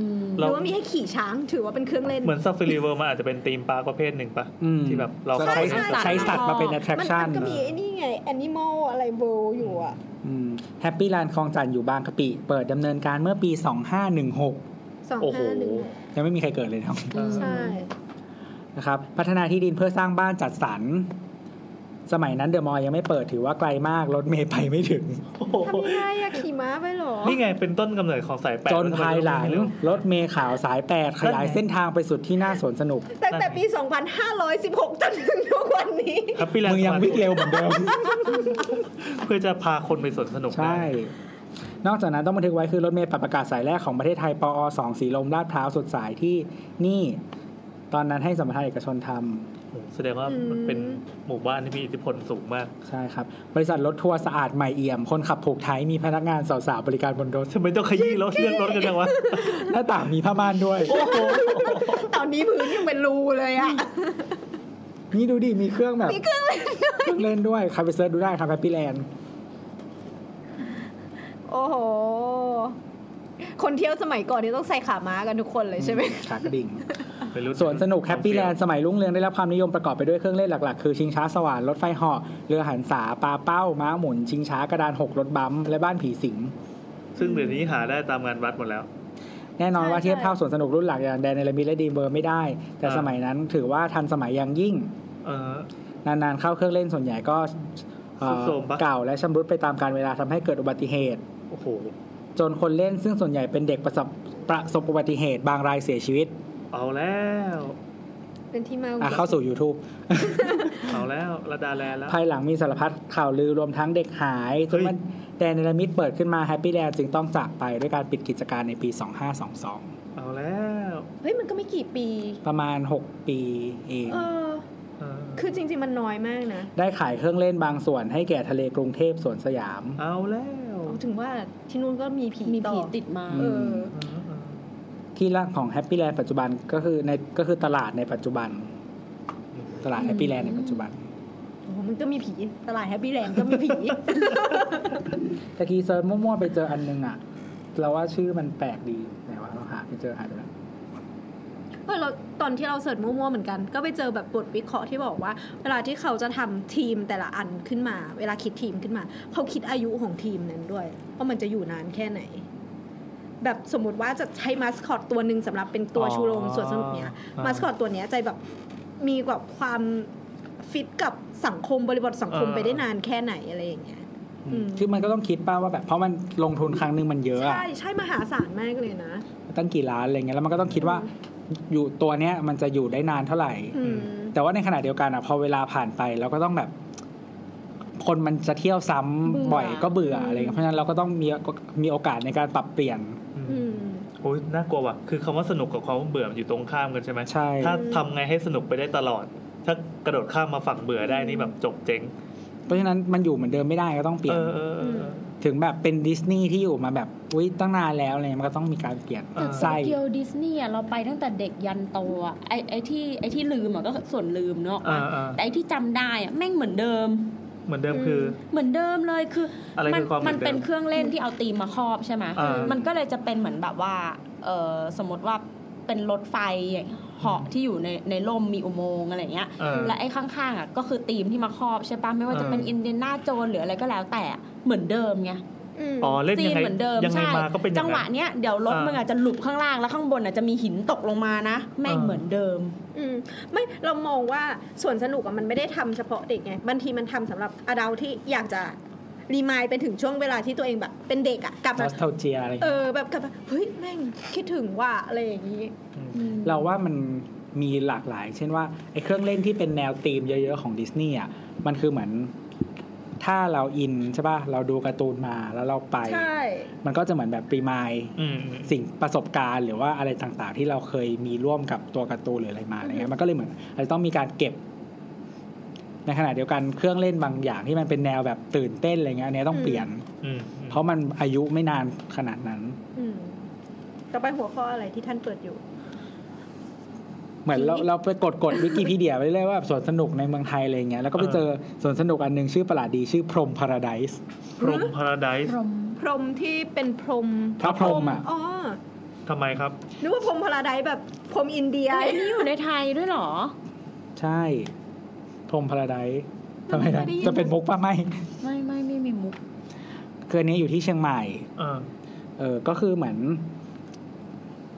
อืม
หรือว่ามีให้ขี่ช้างถือว่าเป็นเครื่องเล่น
เหมือนซัฟฟ r รีเว r ร์มันอาจจะเป็นธีมปาร์คประเภทหนึ่งปะ
อืม
ที่แบบเรา
ใช้
ใช่
ใช้สัตว์มาเป็น
มัน
attraction
มันก็มีไอ้นี่ไง แอนิมอลอะไรเวลอยู่อ่ะ
แฮปปี้แลนด์คลองจันทร์อยู่บางกะปิ เปิดดำเนินการเมื่อปี 2516
สอง
โอ้โห
ห้าหนึ่ง
ยังไม่มีใครเกิดเลยนะครับ
ใช่
นะครับ พัฒนาที่ดินเพื่อสร้างบ้านจัดสรร สมัยนั้นเดอะมอลล์ยังไม่เปิดถือว่าไกลมากรถเมย์ไปไม่ถึง
โอ้โห
ทำยังไงอะขี่ม้าไปเหรอ
นี่ไงเป็นต้นกำเนิดของสายแปด
จนภายหลัง
เรื่อง
รถเมย์ขาวสาย 8 ขยายเส้นทางไปสุดที่หน้าสวนสนุก
ตั้งแต่ปี 2516 จนถึงทุกวันนี้ *laughs*
ครับพี่แลน
มึงยังวิ่งเร็วเหมือนเดิม
เพื่อจะพาคนไปสวนสนุก
ใช่ นอกจากนั้นต้องบันทึกไว้คือรถเมล์ปรับประกาศสายแรกของประเทศไทยปอ2สีลมลาดพร้าวสุดสายที่นี่ ตอนนั้นให้สมรทานเอกชนทำ
โอ้แสดงว่ามันเป็นหมู่บ้านที่มีอิทธิพลสูงมาก
ใช่ครับ บริษัทรถทัวร์สะอาดใหม่เอี่ยม คนขับผูกไทยมีพนักงานสาวๆบริการบนรถ
ทำไมต้องขยี้รถเรื่องรถกันจังวะ
หน้าต่างมีผ้าม่านด้วย
ตอนนี้พื้นยังเป็นรูเลยอะ
นี่ดูดิมีเครื่องแบบมีเครื่องเล่นด้วยเครื่องเล่นด้วยใครไปเซิร์ชดูได้ทำแฮปปี้แลนด์
โอ้โห คนเที่ยวสมัยก่อนนี่ต้องใส่ขาม้ากันทุกคนเลยใช่ไหม
ขากระดิ่ง
ไม่รู้
สวนสนุกแฮปปี้แลนด์สมัยรุ่งเรืองได้รับความนิยมประกอบไปด้วยเครื่องเล่นหลัก ๆ คือชิงช้าสวรรค์รถไฟเหาะเรือหันษาปลาเป้า ม้าหมุน ชิงช้ากระดานหกรถบัมป์และบ้านผีสิง
ซึ่งเดี๋ยวนี้หาได้ตามงานวัดหมดแล้ว
แน่นอนว่า
ใช่
เทียบเท่าสวนสนุกรุ่นหลักอย่างแดนเนลมิดและดีมเบอร์ไม่ได้ แต่
อ่า
สมัยนั้นถือว่าทันสมัยอย่างยิ่ง
เออ
นาน ๆ เข้าเครื่องเล่นส่วนใหญ่ก็เอ่อ
สุดโทรมปะ
เก่าและชำรุดไปตามการเวลาทำให้เกิดอุบัติเหตุ
โอ้โห
จนคนเล่นซึ่งส่วนใหญ่เป็นเด็กประสบประสบอุบัติเหตุบางรายเสียชีวิต
เอาแล้ว
เป็นที่มา
อ่ะเข้าสู่ YouTube
เอาแล้วระดาแลแล้ว
ภายหลังมีสารพัดข่าวลือรวมทั้งเด็กหายจ
เฮ้
น
ย
มันแดนเนลมิดเปิดขึ้นมาแฮปปี้แลนด์จึงต้องจากไปด้วยการปิดกิจการในปี 2522
เอาแล้ว
เฮ้ย มันก็ไม่กี่ปี
ประมาณ 6 ปีเอง
เออ
เออ
คือจริง ๆ มันน้อยมากนะ
ได้ขายเครื่องเล่นบางส่วนให้แก่ทะเลกรุงเทพสวนสยาม
เอาแล้ว
เอาถึงว่าที่นู่นก็มีผี
มี
ต่อ
ผีติดมา
เออ
เออเออ
ที่ร่างของแฮปปี้แลนด์ปัจจุบันก็คือในก็คือตลาดในปัจจุบัน ตลาด
อืม
แฮปปี้แลนด์ในปัจจุบัน
โอ้โหมันก็มีผีตลาดแฮปปี้แลนด์ก็มี *laughs* ผี
ตะกี้เซิร์ชมั่วๆไปเจออันนึงอะเราว่าชื่อมันแปลกดีแต่ว่าเราหาไปเจอหาไปแล้ว
เออเราตอนที่เราเสิร์ชมั่วๆเหมือนกัน ก็ไปเจอแบบบทวิเคราะห์ที่บอกว่า เวลาที่เขาจะทำทีมแต่ละอันขึ้นมา เวลาคิดทีมขึ้นมา เขาคิดอายุของทีมนั้นด้วยว่ามันจะอยู่นานแค่ไหน แบบสมมติว่าจะใช้มาสคอตตัวหนึ่งสำหรับเป็นตัว
อ๋อ
ชูโรงส่วนสนุกเนี้ย
อ่า
มาสคอตตัวเนี้ยใจแบบมีแบบความฟิตกับสังคมบริบทสังคม
อ่า
ไปได้นานแค่ไหนอะไรอย่างเงี้ย อืม
คือมันก็ต้องคิดป้าว่าแบบเพราะมันลงทุนครั้งหนึ่งมันเยอะอะ
ใช่ใช่มหาศาลมากเลยนะ
ตั้งกี่ล้านอะไรเงี้ยแล้วมันก็ต้องคิดว่าอยู่ตัวเนี้ยมันจะอยู่ได้นานเท่าไหร่
อืม
แต่ว่าในขณะเดียวกันอ่ะพอเวลาผ่านไปเราก็ต้องแบบ คนมันจะเที่ยวซ้ำ
เบื่อ
บ่อยก็เบื่ออะไรเงี้ยเพราะฉะนั้นเราก็ต้องมีมีโอกาสในการปรับเปลี่ยน
อื
อื
ม
ม
โอ้ยน่ากลัวว่ะคือคำว่าสนุกกับความเบื่อมันอยู่ตรงข้ามกันใช่ไหม
ใช่
ถ้าทำไงให้สนุกไปได้ตลอด ถ้ากระโดดข้ามมาฝั่งเบื่อได้นี่แบบจบเจ๊ง
เพราะฉะนั้นมันอยู่เหมือนเดิมไม่ได้ก็ต้องเปลี่ย
เอน อเออเออเออ
ถึงแบบเป็นดิสนีย์ที่อยู่มาแบบอุ้ยตั้งนานแล้วอะไรเงี้ยมันก็ต้องมีการเปลี่ยน
เออ
ไส้
เกียวดิสนีย์อะเราไปตั้งแต่เด็กยันโตอะไอไอที่ไอที่ลืมอะก็ส่วนลืมเนาะ
อ่าอ่า
แต่ไอที่จำได้อะแม่งเหมือนเดิม
เหมือนเดิมคือ
เหมือนเดิมเลยคือ
อะไร
มั
คือความเหมื
มั
อน นเดิม
เป็นเครื่องเล่นที่เอาตีมมาครอบใช่ไหม
อ่ามั
มันก็เลยจะเป็นเหมือนแบบว่าเออสมมติว่าเป็นรถไฟเหาะที่อยู่ในในร่มมีอุโมงค์อะไรเงี้ย
เออ
และไอ้ข้างๆอ่ะก็คือตีมที่มาครอบใช่ปะไม่ว่าจะเป็น
เอออิ
อินเดียนาโจนหรืออะไรก็แล้วแต่เหมือนเดิมไง
อืม
อ๋อเล่น
ซี
ยัง
น
ไง
เหมือนเดิม
ยังไง
ใช่
มาก็เป็นอย่า
จัง
นั้น
หวะเนี้ยเดี๋ยวรถ
อ่ามึ
มึงอาจจะหลุดข้างล่างแล้วข้างบนอาจจะมีหินตกลงมานะ แม่ง
อ่า
เหมือนเดิม
อืมไม่เรามองว่าส่วนสนุกอะมันไม่ได้ทำเฉพาะเด็กไงบางทีมันทำสำหรับอดาที่อยากจะรีมายด์ไปถึงช่วงเวลาที่ตัวเองแบบเป็นเด็กอะกลับ
น
มา
อสเทลเจียอะไร
เอ
เงี้ย
อแบบกลับมาเฮ้ยแม่งคิดถึงว่าอะไรอย่างนี้
เราว่ามันมีหลากหลาย เช่นว่าไอ้เครื่องเล่นที่เป็นแนวธีมเยอะๆของดิสนีย์อ่ะมันคือเหมือน ถ้าเราอินใช่ป่ะเราดูการ์ตูนมาแล้วเราไป
ใช่
มันก็จะเหมือนแบบปรีมาย
อืมอืม
สิ่งประสบการณ์ หรือว่าอะไรต่างๆ ที่เราเคยมีร่วมกับตัวการ์ตูนหรืออะไรมาอะไรเงี้ยมันก็เลยเหมือนอาจจะต้องมีการเก็บ ในขณะเดียวกันเครื่องเล่นบางอย่างที่มันเป็นแนวแบบตื่นเต้นอะไรเงี้ยอันเนี้ยต้องเปลี่ยน
อืมอืม
เพราะมันอายุไม่นานขนาดนั้น
อืมต่อไปหัวข้ออะไรที่ท่านเปิดอยู่
เหมือนเราเราไปกดกดวิกิพีเดียไปเรื่อยว่าแบบสวนสนุกในเมืองไทยอะไรเงี้ยแล้วก็ไปเจอสวนสนุกอันหนึ่งชื่อประหลาดดีชื่อพรหมพาราไดส์
พรหมพาราไดซ์
พรหมที่เป็นพรหม
พระพรหมอะ
อ๋อ
ทำไมครับ
นึกว่าพรหมพาราไดซ์แบบพรหมอินเดีย
อันนี้อยู่ในไทยด้วยเหรอ
ใช่พรหมพาราไดส์ทำไมนะ
ไม่ได้ยิน
จะเป็นมุกป่ะไม่
ไม่ไม่ไม่มีมุก
คืออันนี้อยู่ที่เชียงใหม่
เออ
เออก็คือเหมือน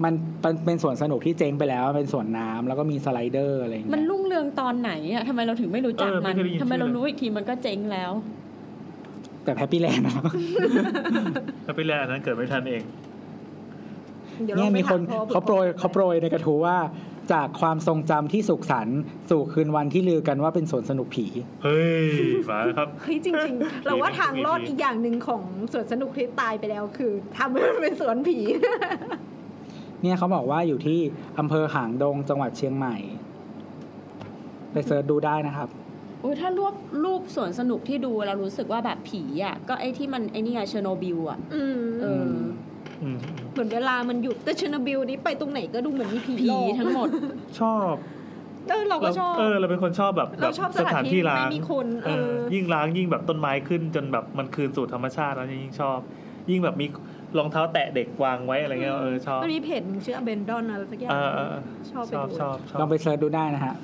มันมันเป็นสวนสนุกที่เจ๊งไปแล้วเป็นสวนน้ำแล้วก็มีสไลเดอร์อะไรอย่าง
มัน
เงี้ย
รุ่งเรืองตอนไหนอะทำไมเราถึงไม่รู้จัก
เออไม่
มัน
เคยได้ยิน
ทำไม
ชื่อ
เรารู้อีกทีมันก็เจ๊งแล้ว
แบบแฮปปี้แลนด์นะ
แล้วไปแลอันนั้นเกิดไม่ทันเอง
เดี๋ยว
เนี่
เรา
ย
ไป
มีคน
ถ
เขาโปรยเขาโปรยในกระทู้ว่า จากความทรงจำที่สุขสันต์สู่คืนวันที่ลือกันว่าเป็นสวนสนุกผี
เฮ้ยมาแล้วครับ
เฮ้ยจริงๆ เราว่าทางรอดอีกอย่างหนึ่งของสวนสนุกที่ตายไปแล้วคือทำให้มันเป็นสวนผี *laughs*
เนี่ยเขาบอกว่าอยู่ที่อำเภอหางดงจังหวัดเชียงใหม่ ไปเสิร์ชดูได้นะครับ
โอ้ยถ้ารวบรูปสวนสนุกที่ดูเรารู้สึกว่าแบบผีอ่ะ ก็ไอ้ที่มันไอ้นี่อะเชอร์โนบิลอ่ะ
อืม
เออ
อืม
เห
*laughs*
มือนเวลามันหยุดแต่เชอร์โนบิลนี้ไปตรงไหนก็ดูเหมือนมีผี
ผี
หลอก
ทั้งหมด
ชอบ
เออเราก็ชอบ
เออเราเป็นคนชอบแบบ
เราชอบสถานที่ไม่มีคน
เอ
เอ
อ
อ
ยิ่งล้างยิ่งแบบต้นไม้ขึ้นจนแบบมันคืนสู่ธรรมชาติแล้วเนี่ยยิ่งชอบ ยิ่งแบบมีรองเท้าแตะเด็กวางไว้อะไรเงี้ยเออชอบ
มันมีเพจหนึ่งชื่อ Abandon อะไรสักอย่าง
เออเออเออ
ชอบไป
ชอบ
ดู
ชอบชอบ
ลองไปเสิร์ชดูได้นะฮะ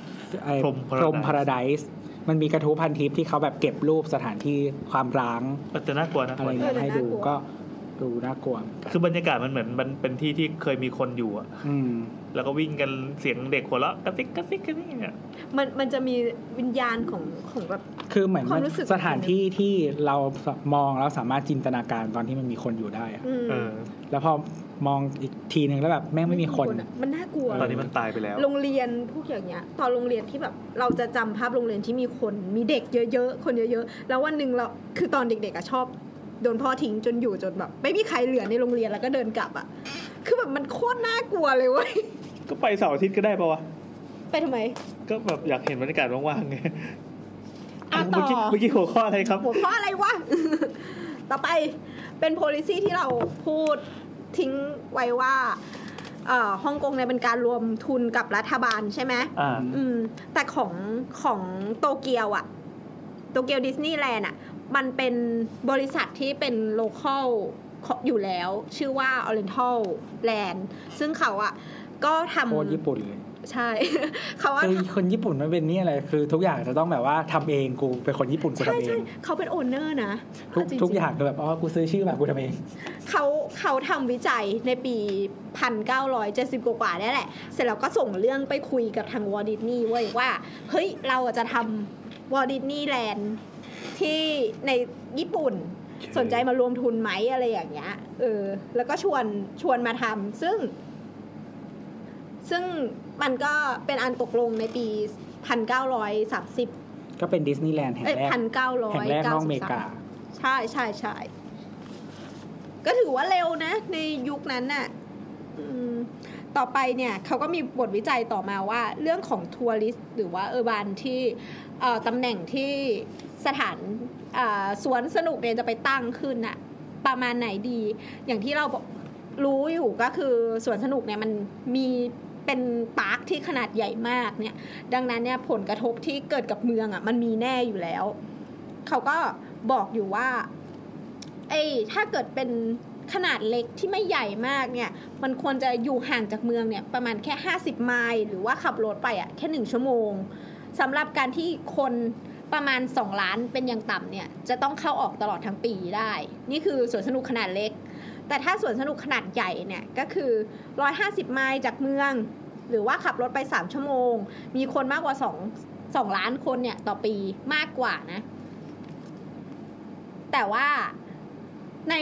ไอ้
พรหม Paradise
พรหมพาราไดส์มันมีกระทู้พันทิปที่เขาแบบเก็บรูปสถานที่ความร้าง
เออแต่น่ากลัวนะ
อะไรเงี้ยให้ดูก็ดูน่ากลัว
คือบรรยากาศมันเหมือนมันเป็นที่ที่เคยมีคนอยู่อะ
อืม
แล้วก็วิ่งกันเสียงเด็กหัวเราะกระซิกกระซิกกระซิกเนี่ย
มันมันจะมีวิญญาณของของแบบ
คือเหมือน
ความ
น
รู้สึก
สถานที่ที่เรามองแล้วสามารถจินตนาการตอนที่มันมีคนอยู่ได้อะ
อืม
เออ
แล้วพอมองอีกทีหนึ่งแล้วแบบแม่งไม่มีคน
อะมันน่ากลัว
ตอนนี้มันตายไปแล้ว
โรงเรียนพวกอย่างเงี้ย ตอนโรงเรียนที่แบบเราจะจำภาพโรงเรียนที่มีคนมีเด็กเยอะๆ คนเยอะๆ แล้ววันหนึ่งเราคือตอนเด็กๆอะชอบโดนพ่อทิ้งจนอยู่จนแบบ ไม่มีใครเหลือในโรงเรียนแล้วก็เดินกลับอะคือแบบมันโคตรน่ากลัวเลยเว้ย
ก็ไปเสาร์อาทิตย์ก็ได้ปะวะ
ไปทำไม
ก็แบบอยากเห็นบรรยากาศว่างๆไง
อ่ะ
*laughs* เมื่อกี้
ต่อ
เมื่อกี้หัวข้ออะไรครับ
หัวข้ออะไรวะ ต่อไปเป็น policy ที่เราพูดทิ้งไว้ว่าเอ่อฮ่องกงเนี่ยเป็นการรวมทุนกับรัฐบาลใช่ไหม
อ่า
อืมแต่ของของโตเกียวอะโตเกียวดิสนีย์แลนด์อะมันเป็นบริษัทที่เป็นโลเคอลอยู่แล้ว ชื่อว่า Oriental Land ซึ่งเขาอะก็ทำ
โคตรญี่ปุ่นเลย
ใช่ *laughs* เขาว่า
คือคนญี่ปุ่นมันเป็นนี่อะไร คือทุกอย่างจะต้องแบบว่าทำเองกูเป็นคนญี่ปุ่นกู
ใช่
ทำเอ
ใช่
ง
เขาเป็นโอนเนอร์นะ
ทุก
จริๆ
ทุกอย่างคือแบบอ๋อกูซื้อชื่อมากูทำเอง
เขาเขาทำวิจัยในปี 1970 กว่าๆเนี่ยแหละ เสร็จแล้วก็ส่งเรื่องไปคุยกับทางวอร์ดิสนีย์เว้ยว่า เฮ้ย เราอะจะทำวอร์ดิสนีย์แลนด์ที่ในญี่ปุ่น สนใจมารวมทุนไหมอะไรอย่างเงี้ย เออ แล้วก็ชวนชวนมาทำซึ่ง ซึ่งมันก็เป็นอันตกลงในปี 1930
ก็เป็นดิสนีย์แลนด์แห่ง
เอ้ย
แรกแห่งแรกนอกอเมริกา
1993 ใช่ใช่ใช่ก็ถือว่าเร็วนะ ในยุคนั้นน่ะอืมต่อไปเนี่ยเขาก็มีบทวิจัยต่อมาว่า เรื่องของทัวริสต์หรือว่าเออร์บานที่เอ่อตำแหน่งที่สถานเอ่อสวนสนุกเนี่ยจะไปตั้งขึ้นน่ะ ประมาณไหนดี อย่างที่เราบอกรู้อยู่ก็คือสวนสนุกเนี่ยมันมีเป็นปาร์คที่ขนาดใหญ่มากเนี่ย ดังนั้นเนี่ยผลกระทบที่เกิดกับเมืองอะ่ะ มันมีแน่อยู่แล้ว เขาก็บอกอยู่ว่า ไอ้ยถ้าเกิดเป็นขนาดเล็กที่ไม่ใหญ่มากเนี่ย มันควรจะอยู่ห่างจากเมืองเนี่ย ประมาณแค่ 50 ไมล์หรือว่าขับรถไปอะ่ะ แค่หนึ่งชั่วโมงสำหรับการที่คนประมาณ 2 ล้านเป็นอย่างต่ำเนี่ย จะต้องเข้าออกตลอดทั้งปีได้ นี่คือสวนสนุกขนาดเล็ก แต่ถ้าสวนสนุกขนาดใหญ่เนี่ย ก็คือ 150 ไมล์จากเมือง หรือว่าขับรถไป 3 ชั่วโมง มีคนมากกว่า2 2ล้านคนเนี่ยต่อปีมากกว่านะ แต่ว่าใน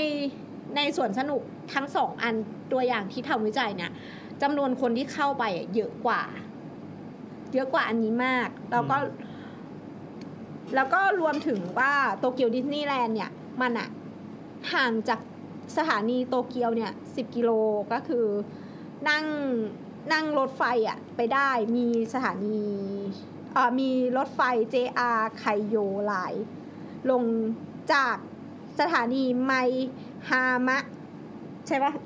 ในสวนสนุกทั้งสองอันตัวอย่างที่ทำวิจัยเนี่ยจำนวนคนที่เข้าไปอะเยอะกว่า เยอะกว่าอันนี้มากแล้วก็
อืม
แล้วก็รวมถึงว่าโตเกียวดิสนีย์แลนด์เนี่ย มันอะห่างจากสถานีโตเกียวเนี่ยสิบกิโลก็คือนั่งนั่งรถไฟอะไปได้มีสถานีเอ่อมีรถไฟ JR ไคโยไลน์ ลงจากสถานีไมฮามะ ใช่ปะ *laughs*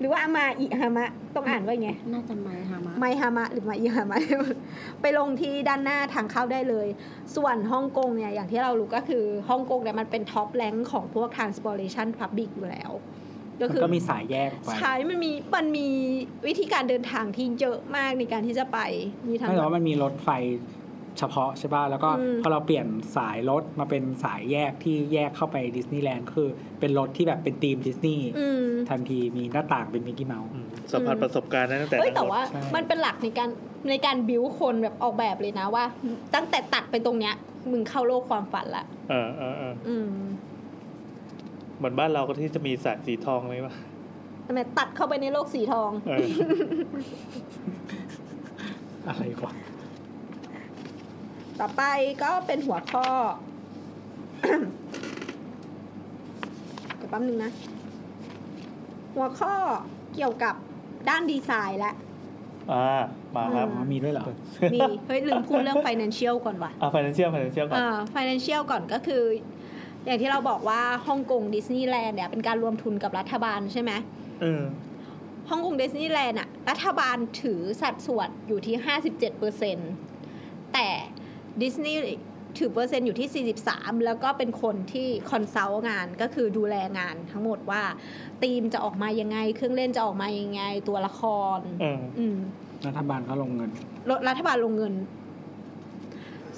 หรือว่ามาอิฮามะ ต้องอ่านว่าไง
น่าจะไม่ฮามะ
ไมฮามะหรือไมอิฮามะ *laughs* ไปลงที่ด้านหน้าทางเข้าได้เลย ส่วนฮ่องกงเนี่ย อย่างที่เรารู้ก็คือฮ่องกงเนี่ยมันเป็นท็อปแ n งของพวก transportation public อยู่แล้ว ก็
มัน
คือ
ก็มีสายแยกออกไป
ใช้มันมีมันมีวิธีการเดินทางที่เยอะมากในการที่จะไปมีทั้ง
ไม่แต่ว่ามันมีรถไฟ เฉพาะใช่ป่ะแล้วก็
อืม
พอเราเปลี่ยนสายรถมาเป็นสายแยกที่แยกเข้าไปดิสนีย์แลนด์ก็คือเป็นรถที่แบบเป็นธีมดิสนีย์
อืม
ทันทีมีหน้าต่างเป็นมิกกี้เมาส์
อืมสัมผัสประสบการณ์นั้นตั้งแต่
เอ้ย
นั่ง
แต่
รถ
ว่า
ใช่
มันเป็นหลักในการในการบิวคนแบบออกแบบเลยนะว่า ตั้งแต่ตัดไปตรงเนี้ยมึงเข้าโลกความฝันละ
เออเออเออ
อืม
เหมือนบ้านเราก็ที่จะมีสายสีทองเลยป่ะ
ทำไมตัดเข้าไปในโลกสีทอง
เออ
อะไรวะ
ต่อไปก็เป็นหัวข้อ เดี๋ยวแป๊บนึงนะ หัวข้อเกี่ยวกับด้านดีไซน์และ
อ่ามาครับ
อ๋อมีด้วยเหรอ
นี่ เฮ้ย ลืมพูดเรื่อง financial ก่อนว่ะ
อ่า financial financial ก่อน
อ่า financial ก่อนก็คือ อย่างที่เราบอกว่าฮ่องกงดิสนีย์แลนด์เนี่ยเป็นการรวมทุนกับรัฐบาลใช่ไหม
เออ
ฮ่องกงดิสนีย์แลนด์อะรัฐบาลถือสัดส่วนอยู่ที่ 57%แต่ดิสนีย์ถือเปอร์เซ็นต์อยู่ที่ 43 แล้วก็เป็นคนที่คอนซัลท์งานก็คือดูแลงานทั้งหมดว่าธีมจะออกมายังไง เครื่องเล่นจะออกมายังไง ตัวละคร
เออ
อืม
รัฐบาลเขาลงเงิน
ลดรัฐบาลลงเงิน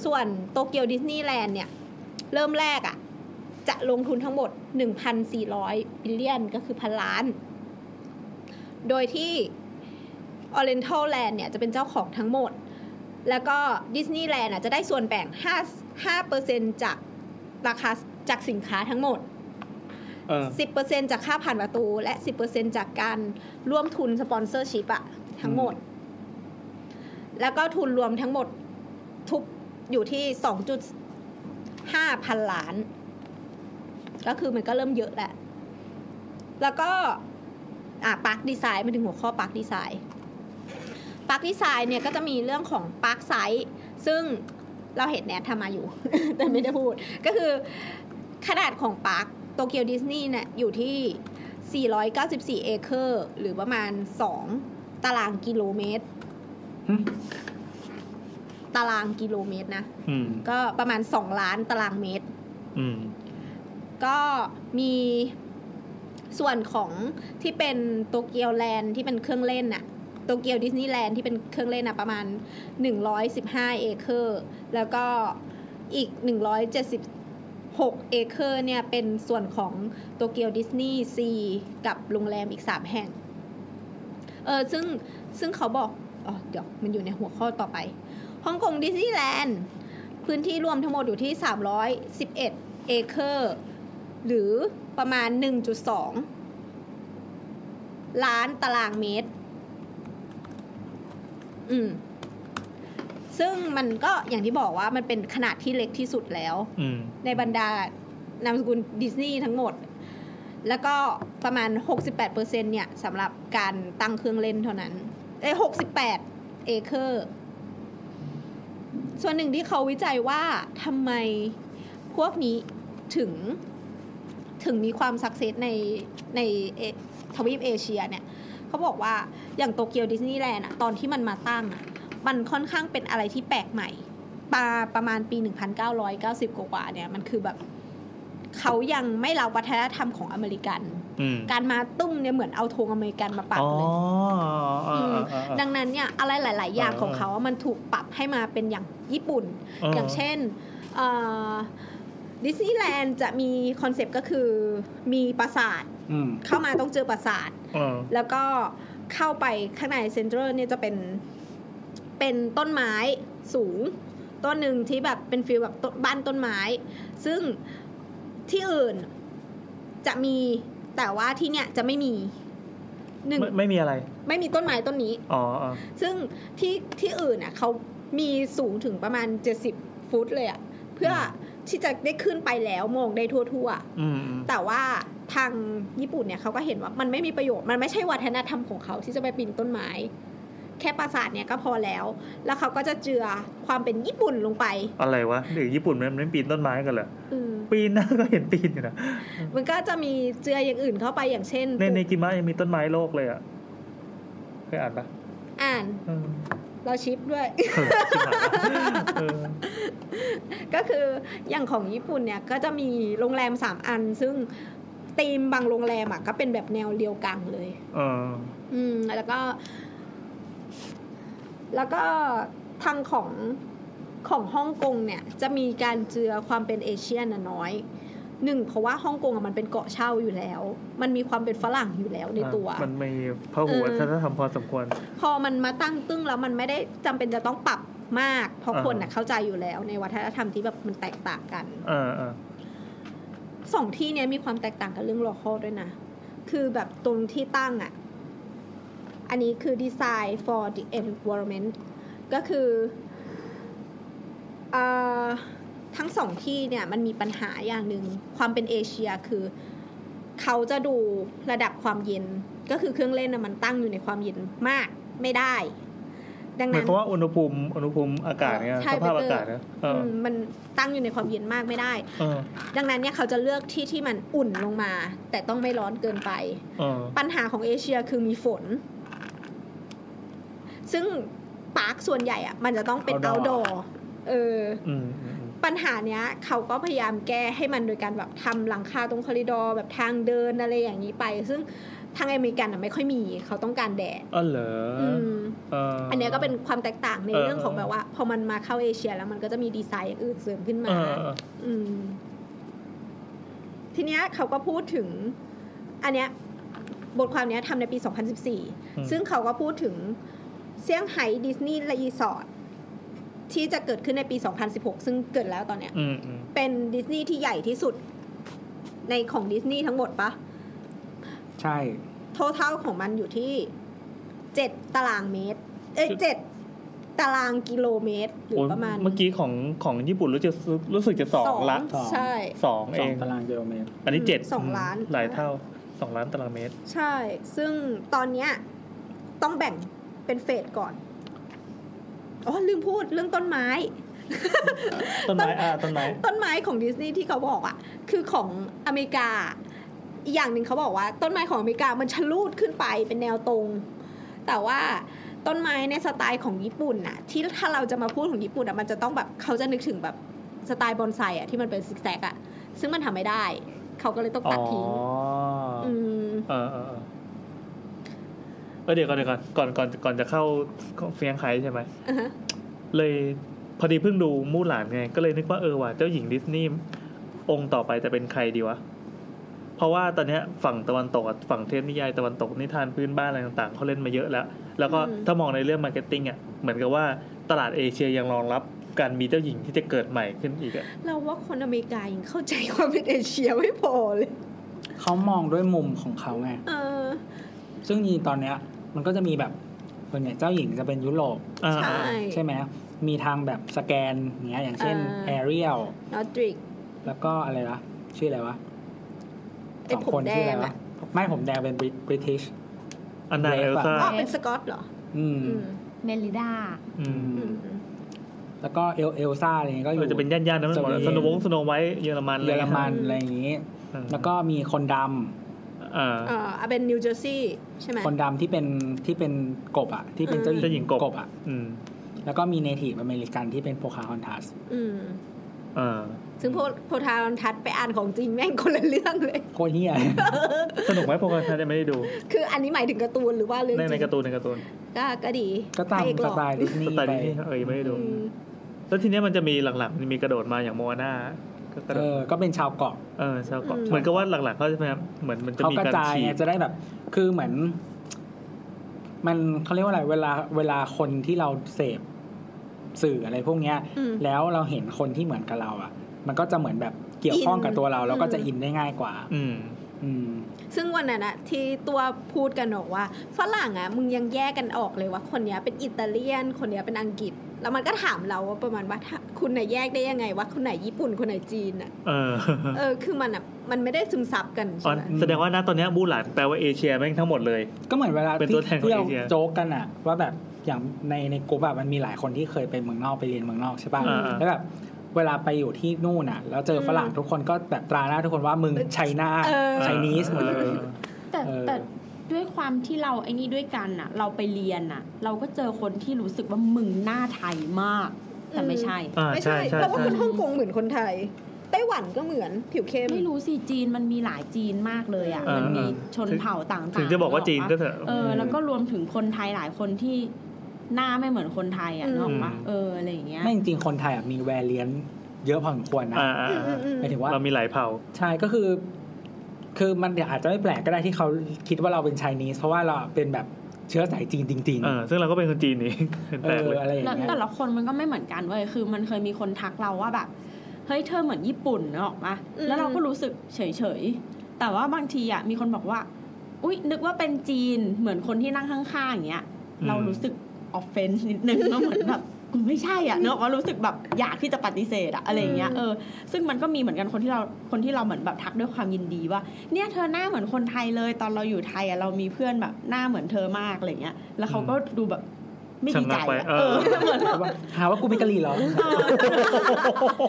ส่วนโตเกียวดิสนีย์แลนด์เนี่ย เริ่มแรกอะ่ะ จะลงทุนทั้งหมด 1,400 บิลเลียน ก็คือพันล้าน โดยที่ Oriental Land เนี่ย จะเป็นเจ้าของทั้งหมด แล้วก็ดิสนีย์แลนด์อ่ะ จะได้ส่วนแบ่ง5 5%จากราคาจากสินค้าทั้งหมด
เออ
10%จากค่าผ่านประตู และ 10%จากการร่วมทุนสปอนเซอร์ชิพอะทั้งหมด แล้วก็ทุนรวมทั้งหมดทุกอยู่ที่ 2.5 พันล้าน ก็คือมันก็เริ่มเยอะแหละ แล้วก็ อ่ะปาร์คดีไซน์มาถึงหัวข้อปาร์คดีไซน์ปาร์คดีไซน์เนี่ยก็จะมีเรื่องของปาร์คไซส์ซึ่งเราเห็นแนททำมาอยู่ *laughs* แต่ไม่ได้พูด ก็คือขนาดของปาร์คโตเกียวดิสนีย์เนี่ยอยู่ที่ 494 เอเคอร์ หรือประมาณ 2 ตารางกิโลเมตร
หึ
ตารางกิโลเมตรนะ
อืม
ก็ประมาณ 2 ล้านตารางเมตร
อืม
ก็มีส่วนของที่เป็นโตเกียวแลนด์ที่เป็นเครื่องเล่นน่ะโตเกียวดิสนีย์แลนด์ที่เป็นเครื่องเล่นน่ะประมาณ 115 เอเคอร์ แล้วก็อีก 176 เอเคอร์เนี่ยเป็นส่วนของโตเกียวดิสนีย์ซีกับโรงแรมอีก 3 แห่ง เออซึ่งซึ่งเขาบอกอ๋อเดี๋ยวมันอยู่ในหัวข้อต่อไปฮ่องกงดิสนีย์แลนด์ พื้นที่รวมทั้งหมดอยู่ที่ 311 เอเคอร์ หรือประมาณ 1.2 ล้านตารางเมตร อืม ซึ่งมันก็อย่างที่บอกว่ามันเป็นขนาดที่เล็กที่สุดแล้ว
อืม
ในบรรดานามสกุลดิสนีย์ทั้งหมด แล้วก็ประมาณ 68%เนี่ยสำหรับการตั้งเครื่องเล่นเท่านั้น เอ้ย68 เอเคอร์ ส่วนหนึ่งที่เขาวิจัยว่าทำไมพวกนี้ถึงถึงมีความสักเซสในในเอทวีปเอเชียเนี่ย เขาบอกว่าอย่างโตเกียวดิสนีย์แลนด์อะตอนที่มันมาตั้งอะมันค่อนข้างเป็นอะไรที่แปลกใหม่ ปาประมาณปี 1990 กว่าๆเนี่ย มันคือแบบเขายังไม่รับวัฒนธรรมของอเมริกัน
อืม
การมาตุ้มเนี่ยเหมือนเอาธงอเมริกันมาปัก
อ๋อ
เล
อ่า
ย
อ่าอ่า
ดังนั้นเนี่ยอะไรหลาย ๆ อย่าง
เออ
ของเขาอะมันถูกปรับให้มาเป็นอย่างญี่ปุ่น อย่างเช่นดิสนีย์แลนด์จะมีคอนเซปต์ก็คือมีปราสาท
อืม
เข้ามาต้องเจอปราสาท
อืม
แล้วก็เข้าไปข้างในเซ็นทรัลเนี่ยจะเป็นเป็นต้นไม้สูง ต้นหนึ่งที่แบบเป็นฟิลแบบต้นบ้านต้นไม้ ซึ่งที่อื่นจะมีแต่ว่าที่เนี่ยจะไม่มีหนึ่ง
ไม่ไม่มีอะไร
ไม่มีต้นไม้ต้นนี้
อ๋ออ่า
ซึ่งที่ที่อื่นอ่ะเขามีสูงถึงประมาณ 70 ฟุตเลยอ่ะเพื่อที่จะได้ขึ้นไปแล้วมองได้ทั่วๆ
อืมอืม
แต่ว่าทางญี่ปุ่นเนี่ยเขาก็เห็นว่ามันไม่มีประโยชน์ มันไม่ใช่วัฒนธรรมของเขาที่จะไปปีนต้นไม้ แค่ปราสาทเนี่ยก็พอแล้ว แล้วเขาก็จะเจือความเป็นญี่ปุ่นลงไป
อะไรวะเด็กญี่ปุ่นมันไม่ปีนต้นไม้กันเหรอ
เออ
ปีนนะ ก็เห็นปีนอยู่นะ
มันก็จะมีเจืออย่างอื่นเข้าไปอย่างเช่น
ในในกิมะยังมีต้นไม้โลกเลยอ่ะ เคยอ่านปะ
อ่าน
เออ
เราชิปด้วย *laughs*
เออชิบหาย *laughs* เออ
ก็คืออย่างของญี่ปุ่นเนี่ยก็จะมีโรงแรมสามอัน ซึ่งธีมบางโรงแรมอ่ะก็เป็นแบบแนวเรียวกังเลย
เออ
อืมแล้วก็ แล้วก็ทางของ ของฮ่องกงเนี่ยจะมีการเจือความเป็นเอเชียนะน้อยหนึ่งเพราะว่าฮ่องกงอะมันเป็นเกาะเช่าอยู่แล้ว มันมีความเป็นฝรั่งอยู่แล้วในตัว
มันมีพระหัวถ้าทำพอสมควร
พอมันมาตั้งตึ้งแล้วมันไม่ได้จำเป็นจะต้องปรับมาก เพราะ
อ่า
คนน่ะเข้าใจอยู่แล้ว ในวัฒนธรรมที่แบบมันแตกต่างกัน
อ่าอ่า
สองที่เนี้ยมีความแตกต่างกันเรื่อง local ด้วยนะ คือแบบตรงที่ตั้งอะ่ะ อันนี้คือ design for the environment ก็คือเออทั้งสองที่เนี่ยมันมีปัญหาอย่างหนึ่งความเป็นเอเชียคือ เขาจะดูระดับความเย็น ก็คือเครื่องเล่นนะมันตั้งอยู่ในความเย็นมากไม่ได้ ดัง
หมา
นั้
ย
น
ความว่าอุณหภูมิอุณหภูมิอากาศเนี่ย
เออใช่
สภาพอา
ไปเจออ
กาศนะเออ
มมันตั้งอยู่ในความเย็นมากไม่ได้
เออ
ดังนั้นเนี่ยเขาจะเลือกที่ที่มันอุ่นลงมา แต่ต้องไม่ร้อนเกินไป
เออ
ปัญหาของเอเชียคือมีฝน ซึ่งปาร์คส่วนใหญ่อะมันจะต้องเป็น outdoor เออ
อืมอืมอืม
ปัญหาเนี้ย เขาก็พยายามแก้ให้มันโดยการแบบทำหลังคาตรงคอริดอร์แบบทางเดินอะไรอย่างนี้ไป ซึ่งทางอเมริกันอะไม่ค่อยมี เขาต้องการแดด
อ๋อเหรออ
ม
เ
อันเนี้ยก็เป็นความแตกต่างใน
เออ
เรื่องของแบบว่า พอมันมาเข้าเอเชียแล้วมันก็จะมีดีไซน์อย่างอื่นเสริมขึ้นมา
เออเออเออ
อืม ทีเนี้ยเขาก็พูดถึง อันเนี้ยบทความเนี้ยทำในปี
อืม
2014 ซึ่งเขาก็พูดถึงเซี่ยงไฮ้ดิสนีย์รีสอร์ทที่จะเกิดขึ้นในปี 2016 ซึ่งเกิดแล้วตอนเนี้ย
อืมอืม
เป็นดิสนีย์ที่ใหญ่ที่สุดในของดิสนีย์ทั้งหมดปะ
ใช่
ท o เท l ของมันอยู่ที่ 7 ตารางเมตร เอ้ย7ตารางกิโลเมตรหรือ
โอ้ย
ประมาณ
เมื่อกี้ของของญี่ปุ่นรู้จะรู้สึกจะสองละ
ใช่
สอง
ส
เอ
อง
ง
ตารางกิโลเมตร
อันนี้เจ็ด
สองล้าน
หลายเท่าสองล้านตารางเมตร
ใช่ ซึ่งตอนเนี้ยต้องแบ่งเป็นเฟสก่อน อ๋อ ลืมพูดเรื่องต้นไม้
ต้นไม้อ่าต้นไม้
ต้นไม้ของดิสนีย์ที่เขาบอกอะคือของอเมริกา อีกอย่างหนึ่งเขาบอกว่า ต้นไม้ของอเมริกามันชะลูดขึ้นไปเป็นแนวตรง แต่ว่าต้นไม้ในสไตล์ของญี่ปุ่นน่ะ ที่ถ้าเราจะมาพูดของญี่ปุ่นอะมันจะต้องแบบเขาจะนึกถึงแบบสไตล์บอนไซอะที่มันเป็นซิกแซกอะซึ่งมันทำไม่ได้ เขาก็เลยต้อง
อ๋
ตั
อ
ดทิ้งอืม
เออเออเออเออเดี๋ยวก่อนเดี๋ยวก่อนก่อนก่อนก่อนจะเข้าเฟียงไคใช่ไหม
อ่าฮะ
เลยพอดีเพิ่งดูมู่หลานไง ก็เลยนึกว่าเออว่ะเจ้าหญิงดิสนีย์องค์ต่อไปจะเป็นใครดีวะ เพราะว่าตอนเนี้ยฝั่งตะวันตกอะฝั่งเทพนิยายตะวันตกนิทานพื้นบ้านอะไรต่างๆเขาเล่นมาเยอะแล้ว แล้วก็
อืม
ถ้ามองในเรื่องมาร์เก็ตติ้งอ่ะเหมือนกับว่าตลาดเอเชียยังรองรับการมีเจ้าหญิงที่จะเกิดใหม่ขึ้นอีกอ่ะ
เราว่าคนอเมริกายังเข้าใจความเป็นเอเชียไม่พอเลย
เขามองด้วยมุมของเขาไง
เออ
ซึ่งจริงๆตอนเนี้ยมันก็จะมีแบบส่วนใหญ่เจ้าหญิงจะเป็นยุโรป
อ่า
ใช่
ใช่ไหมมีทางแบบสแกนอย่างเงี้ยอย่างเช่นแอ
อ่า
เรียล
นอตริก
แล้วก็อะไรนะชื่ออะไรวะ
ไอ้
สองคน
ผมแดง
ชื่ออะไรวะ
อะ
ไม่ผมแดงเป็นบริติช
อันนาเอลซ่า
อ๋อเป็นสกอตเหรอ
อืม
อืม
เมลิดา
อืม
อืม
แล้วก็เอลเอลซ่าอะไรเงี้ยก็อยู่
มันจะเป็นย่านๆนั้นมันหมด
จะมี
สโนวงสโนไวท์เยอรมัน
เยอรมัน
อะ
อะไรอย่างงี้
ไเงี้ย
แล้วก็มีคนดำ
อ่า
เอ่ออ่ะเป็นนิวเจอร์ซีย์ใช่ไหม
คนดำที่เป็นที่เป็นกบอ่ะ ที่เป็นเจ้า
อืม
เจ้าหญิงกบ
อ่ะ
อืม
แล้วก็มีเนทีฟอเมริกันที่เป็นโพคาฮอนทัส
อืม
อ่า
ซึ่งโพโพธารอนทัศน์ไปอ่านของจริงแม่งคนละเรื่องเลย *laughs*
โคตรเฮีย
สนุกไหมพวกเราท่านยังไม่ได้ดู
คืออันนี้หมายถึงการ์ตูนหรือว่าเรื่อง
ใน
จริง
ในการ์ตูนในการ์ตูน
ก็ก็ดี
ก็ตาม
พระเอกห
ส
ล่อ
ไตล์ดิสนี
ส
ย์
ไตล์
ไป
นี้เออยังไม่ได้ดู
อืม
แล้วทีเนี้ยมันจะมีหลังๆมันมีกระโดดมาอย่างโมอาน่าก็กระโด
เอ
ด
อ ก็เป็นชาวเกาะ
เออชาวเกาะเหมือนกับว่าหลังๆเขาจะพยายามเหมือนมันจะ
เขา
มี
กระ
การ
จาย
ฉี
ไง
ก
จะได้แบบ คือเหมือน มันเขาเรียกว่าอะไร เวลาเวลาคนที่เราเสพสื่ออะไรพวกเนี้ย
อืม
แล้วเราเห็นคนที่เหมือนกับเราอ่ะ มันก็จะเหมือนแบบเกี่ยวข้องกับตัวเรา แล้วก็จะอินได้ง่ายกว่า
อืม
อืม
ซึ่งวันนั้นอะที่ตัวพูดกันบอกว่าฝรั่งอะมึงยังแยกกันออกเลยว่าคนเนี้ยเป็นอิตาเลียน คนเนี้ยเป็นอังกฤษ แล้วมันก็ถามเราว่าประมาณว่าถ้าคุณไหนะแยกได้ยังไงว่าคนไหนญี่ปุ่นคนไหนจีนอะ
เออ
เออคือมันอะมันไม่ได้ซึมซับกัน
อ๋อ
ใช่ไหม
แสดงว่านะตอนเนี้ยบูหลานแปลว่าเอเชียแม่งทั้งหมดเลย
ก็เหมือนเวลา
เป็นตัวแทนของ
ที่เรา
เอเชีย
โจ๊กกันอะว่าแบบอย่างในในกลุ่มแบบมันมีหลายคนที่เคยไปเมืองนอกไปเรียนเมืองนอกใช่ป่ะ
อ่า
แล้วแบบเวลาไปอยู่ที่นู่นอะแล้วเจอฝรั่งทุกคนก็แบบตราหน้าทุกคนว่ามึงไชน่า
เออ
ไชนีสหมดเลย
แต่
เออ
แต่ด้วยความที่เราไอ้นี่ด้วยกันน่ะ เราไปเรียนน่ะ เราก็เจอคนที่รู้สึกว่ามึงหน้าไทยมาก แต่ไม่
อืม
ใช่
อ่า
ไม่
ใช่
ใช่
ใช่
เราว่า
ใช่
คนฮ่องกงเหมือนคนไทยไต้หวันก็เหมือนผิวเข้ม
ไม่รู้สิจีนมันมีหลายจีนมากเลยอ่ะ
เออ
มันมี
เออ
ชนเผ่าต่างๆ
ถึงจะบอกว่าจีนก็เถอะ
เออแล้วก็รวมถึงคนไทยหลายคนที่
หน้าไม่เหมือนคนไทยอ่ะ
อืม
นึกออกปะ
อืม
เอออะไรอย่างเงี้ย
ไม่จริงๆคนไทยอะมีแวเลียนเยอะพอสมควรนะ
อ่าอ่า
อืมอืม
หมายถึงว่า
เรามีหลายเผ่า
ใช่ก็คือ คือมันอาจจะไม่แปลกก็ได้ที่เขาคิดว่าเราเป็นไชนีสเพราะว่าเราเป็นแบบเชื้อสายจีนจริง
เออซึ่งเราก็เป็นคนจีนนี่ *laughs* เป็น
ๆ
แปลก
เอ
เล
อย อะไรอย่าง
แล้ว
เงี้ย
แต่ละคนมันก็ไม่เหมือนกันเว้ย คือมันเคยมีคนทักเราว่าแบบ เฮ้ย เธอเหมือนญี่ปุ่นเนกอะมาแล้วเราก็รู้สึกเฉยเฉยๆแต่ว่าบางทีอ่ะมีคนบอกว่า อุ๊ย นึกว่าเป็นจีน เหมือนคนที่นั่งข้างๆอย่างเงี้ย
อืม
เรารู้สึกออฟเฟนส์นิดนึง ว่าเหมือนแบบกูไม่ใช่อ่ะเนอะว่ารู้สึกแบบอยากที่จะปฏิเสธอะอะไรอย่างเงี้ย เออ ซึ่งมันก็มีเหมือนกันคนที่เรา คนที่เราเหมือนแบบทักด้วยความยินดีว่า เนี่ยเธอหน้าเหมือนคนไทยเลย ตอนเราอยู่ไทยอ่ะเรามีเพื่อนแบบหน้าเหมือนเธอมากอะไรเงี้ย แล้วเขาก็ดูแบบไม่ดีใจ
ชะงักไว้
อะ
เอ
เอ
อ
อเหมือนแบบ
หาว่ากูเป็นกะหรี่เหรอ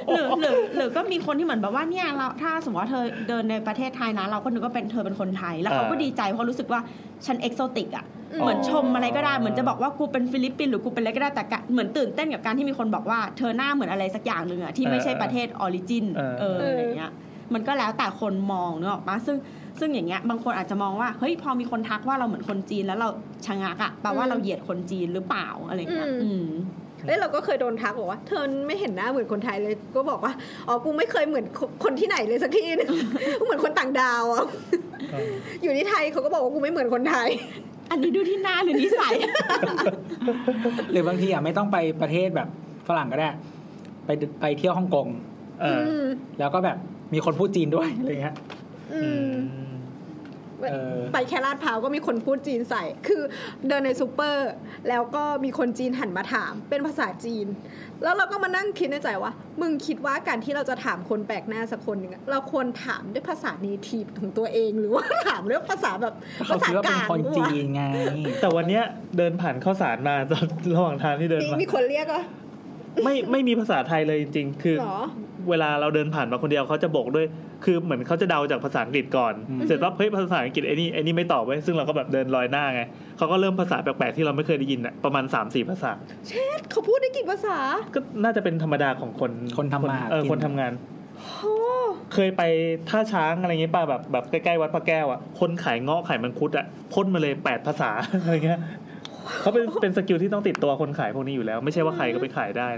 หรือหรือหรือก็มีคนที่เหมือนแบบว่าเนี่ยเราถ้าสมมติว่าเธอเดินในประเทศไทยนะ เราก็นึกว่าเป็นเธอเป็นคนไทย แล้วเขาก็
อ่า
ดีใจเพราะรู้สึกว่าฉันเอกโซติกอ่ะ
อื
เหมือนชมอะไรก็ได้เหมือนจะบอกว่ากูเป็นฟิลิปปินส์หรือกูเป็นอะไรก็ได้แต่กะเหมือนตื่นเต้นกับการที่มีคนบอกว่าเธอหน้าเหมือนอะไรสักอย่างหนึ่งอ่ะที่ไม่ใช่ประเทศออริจินเอออะไรเงี้ยมันก็แล้วแต่คนมองเนกอะปะซึ่งซึ่งอย่างเงี้ยบางคนอาจจะมองว่าเฮ้ยพอมีคนทักว่าเราเหมือนคนจีนแล้วเราชะงักอะแปลว่าเราเหยียดคนจีนหรือเปล่าอะไรเงี้ย
อืม
อืม
เอ้ยเราก็เคยโดนทักบอกว่าเธอไม่เห็นหน้าเหมือนคนไทยเลยก็บอกว่าอ๋อกูไม่เคยเหมือนคคนที่ไหนเลยสักที่หนึง *laughs* เหมือนคนต่างดาว
*laughs*
อ่ะอยู่ที่ไทยเขาก็บอกว่ากูไม่เหมือนคนไทย
อันนี้ดูที่หน้าหรือนิสัย
หรือบางทีอ่ะไม่ต้องไปประเทศแบบฝรั่งก็ได้ ไปไปเที่ยวฮ่องกง
เออ
อืม
แล้วก็แบบมีคนพูดจีนด้วยอะไรเงี้ย
อื
อื
ม
ม
เออ
ไปแคลาดพร้าวก็มีคนพูดจีนใส่ คือเดินในซูเปอร์ แล้วก็มีคนจีนหันมาถาม เป็นภาษาจีน แล้วเราก็มานั่งคิดในใจว่า มึงคิดว่าการที่เราจะถามคนแปลกหน้าสักคนหนึ่งอะเราควรถามด้วยภาษาเนทีฟของตัวเอง หรือว่า ถามด้วยภาษาแบบ
เขา
ภาษา
คิดว่ากเป็น
ลาง
คนจีนไง
แต่วันเนี้ยเดินผ่านข้าวสาร *laughs* มาตอนระหว่างทางที่เดิน
มี
มา
*laughs* มีคนเรียกเหรอ
ไม่ไม่มีภาษาไทยเลยจริงๆ คือ
หรอ
เวลาเราเดินผ่านมาคนเดียวเขาจะบอกด้วย คือเหมือนเขาจะเดาจากภาษาอังกฤษก่อน
อืม
เสร็จปั๊บเฮ้ยภาษาอังกฤษไอ้นี่ไอ้นี่ไม่ตอบไว้ยซึ่งเราก็แบบเดินลอยหน้าไงเขาก็เริ่มภาษาแปลกๆที่เราไม่เคยได้ยินอ่ะประมาณ3ามสี่ภาษา
เขาพูดได้กี่ภาษา
ก็น่าจะเป็นธรรมดาของคน
คนทำมาหา
เออ
กิน
คนทำงาน
โอ้
เคยไปท่าช้างอะไรเงี้ยป่ะแบบแบบใกล้ๆวัดพระแก้วอ่ะคนขายเงาะขายมังคุดอ่ะพ่นมาเลยแปดภาษา อะไรเงี้ยเขาเป็นเป็นสกิลที่ต้องติดตัวคนขายพวกนี้อยู่แล้ว ไม่ใช่ว่าใครก็ไปขายได้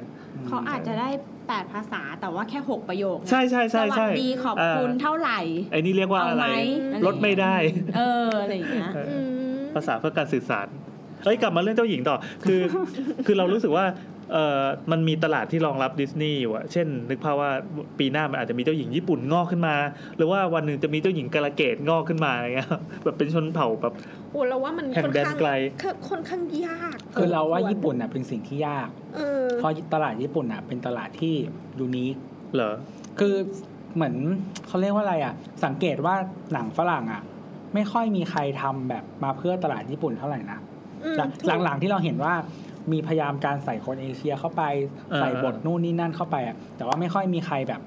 เขาอาจจะได้ 8 ภาษาแต่ว่าแค่ 6 ประโยคไง
ใช่ใช่
ส
ใช่
วั
ใช่
สดีขอบคุณ
เ
เท่าไหร่
ไอ้นี่เรียกว่า
เอา
อะไร
ไหม
ลดไม่ได้
เออ อะไรอย่างเงี้ย
อืม
ภาษาเพื่อการสื่อสาร เอ้ยกลับมาเรื่องเจ้าหญิงต่อ คือ *laughs* คือเรารู้สึกว่าเออมันมีตลาดที่รองรับดิสนีย์อยู่อะเช่น นึกภาพว่าปีหน้ามันอาจจะมีเจ้าหญิงญี่ปุ่นงอกขึ้นมา หรือว่าวันหนึ่งจะมีเจ้าหญิงกาลเกตงอกขึ้นมาอะไรเงี้ย *laughs* แบบเป็นชนเผ่าแบบ
โอ้เราว่ามัน
แห่ง
ค่อนข้าง
แดนไกล
ค่ะค่อนข้างยาก
คือเราว่าญี่ปุ่นน่ะเป็นสิ่งที่ยาก
เออ
เพราะตลาดญี่ปุ่นน่ะเป็นตลาดที่ยูนิค
เหรอ
คือเหมือนเขาเรียกว่าอะไรอ่ะ สังเกตว่าหนังฝรั่งอ่ะ ไม่ค่อยมีใครทำแบบมาเพื่อตลาดญี่ปุ่นเท่าไหร่นะ
อืมถูก
หลังๆที่เราเห็นว่ามีพยายามการใส่คนเอเชียเข้าไป
เออ
ใส่บทนู่นนี่นั่นเข้าไปอ่ะแต่ว่าไม่ค่อยมีใครแบบ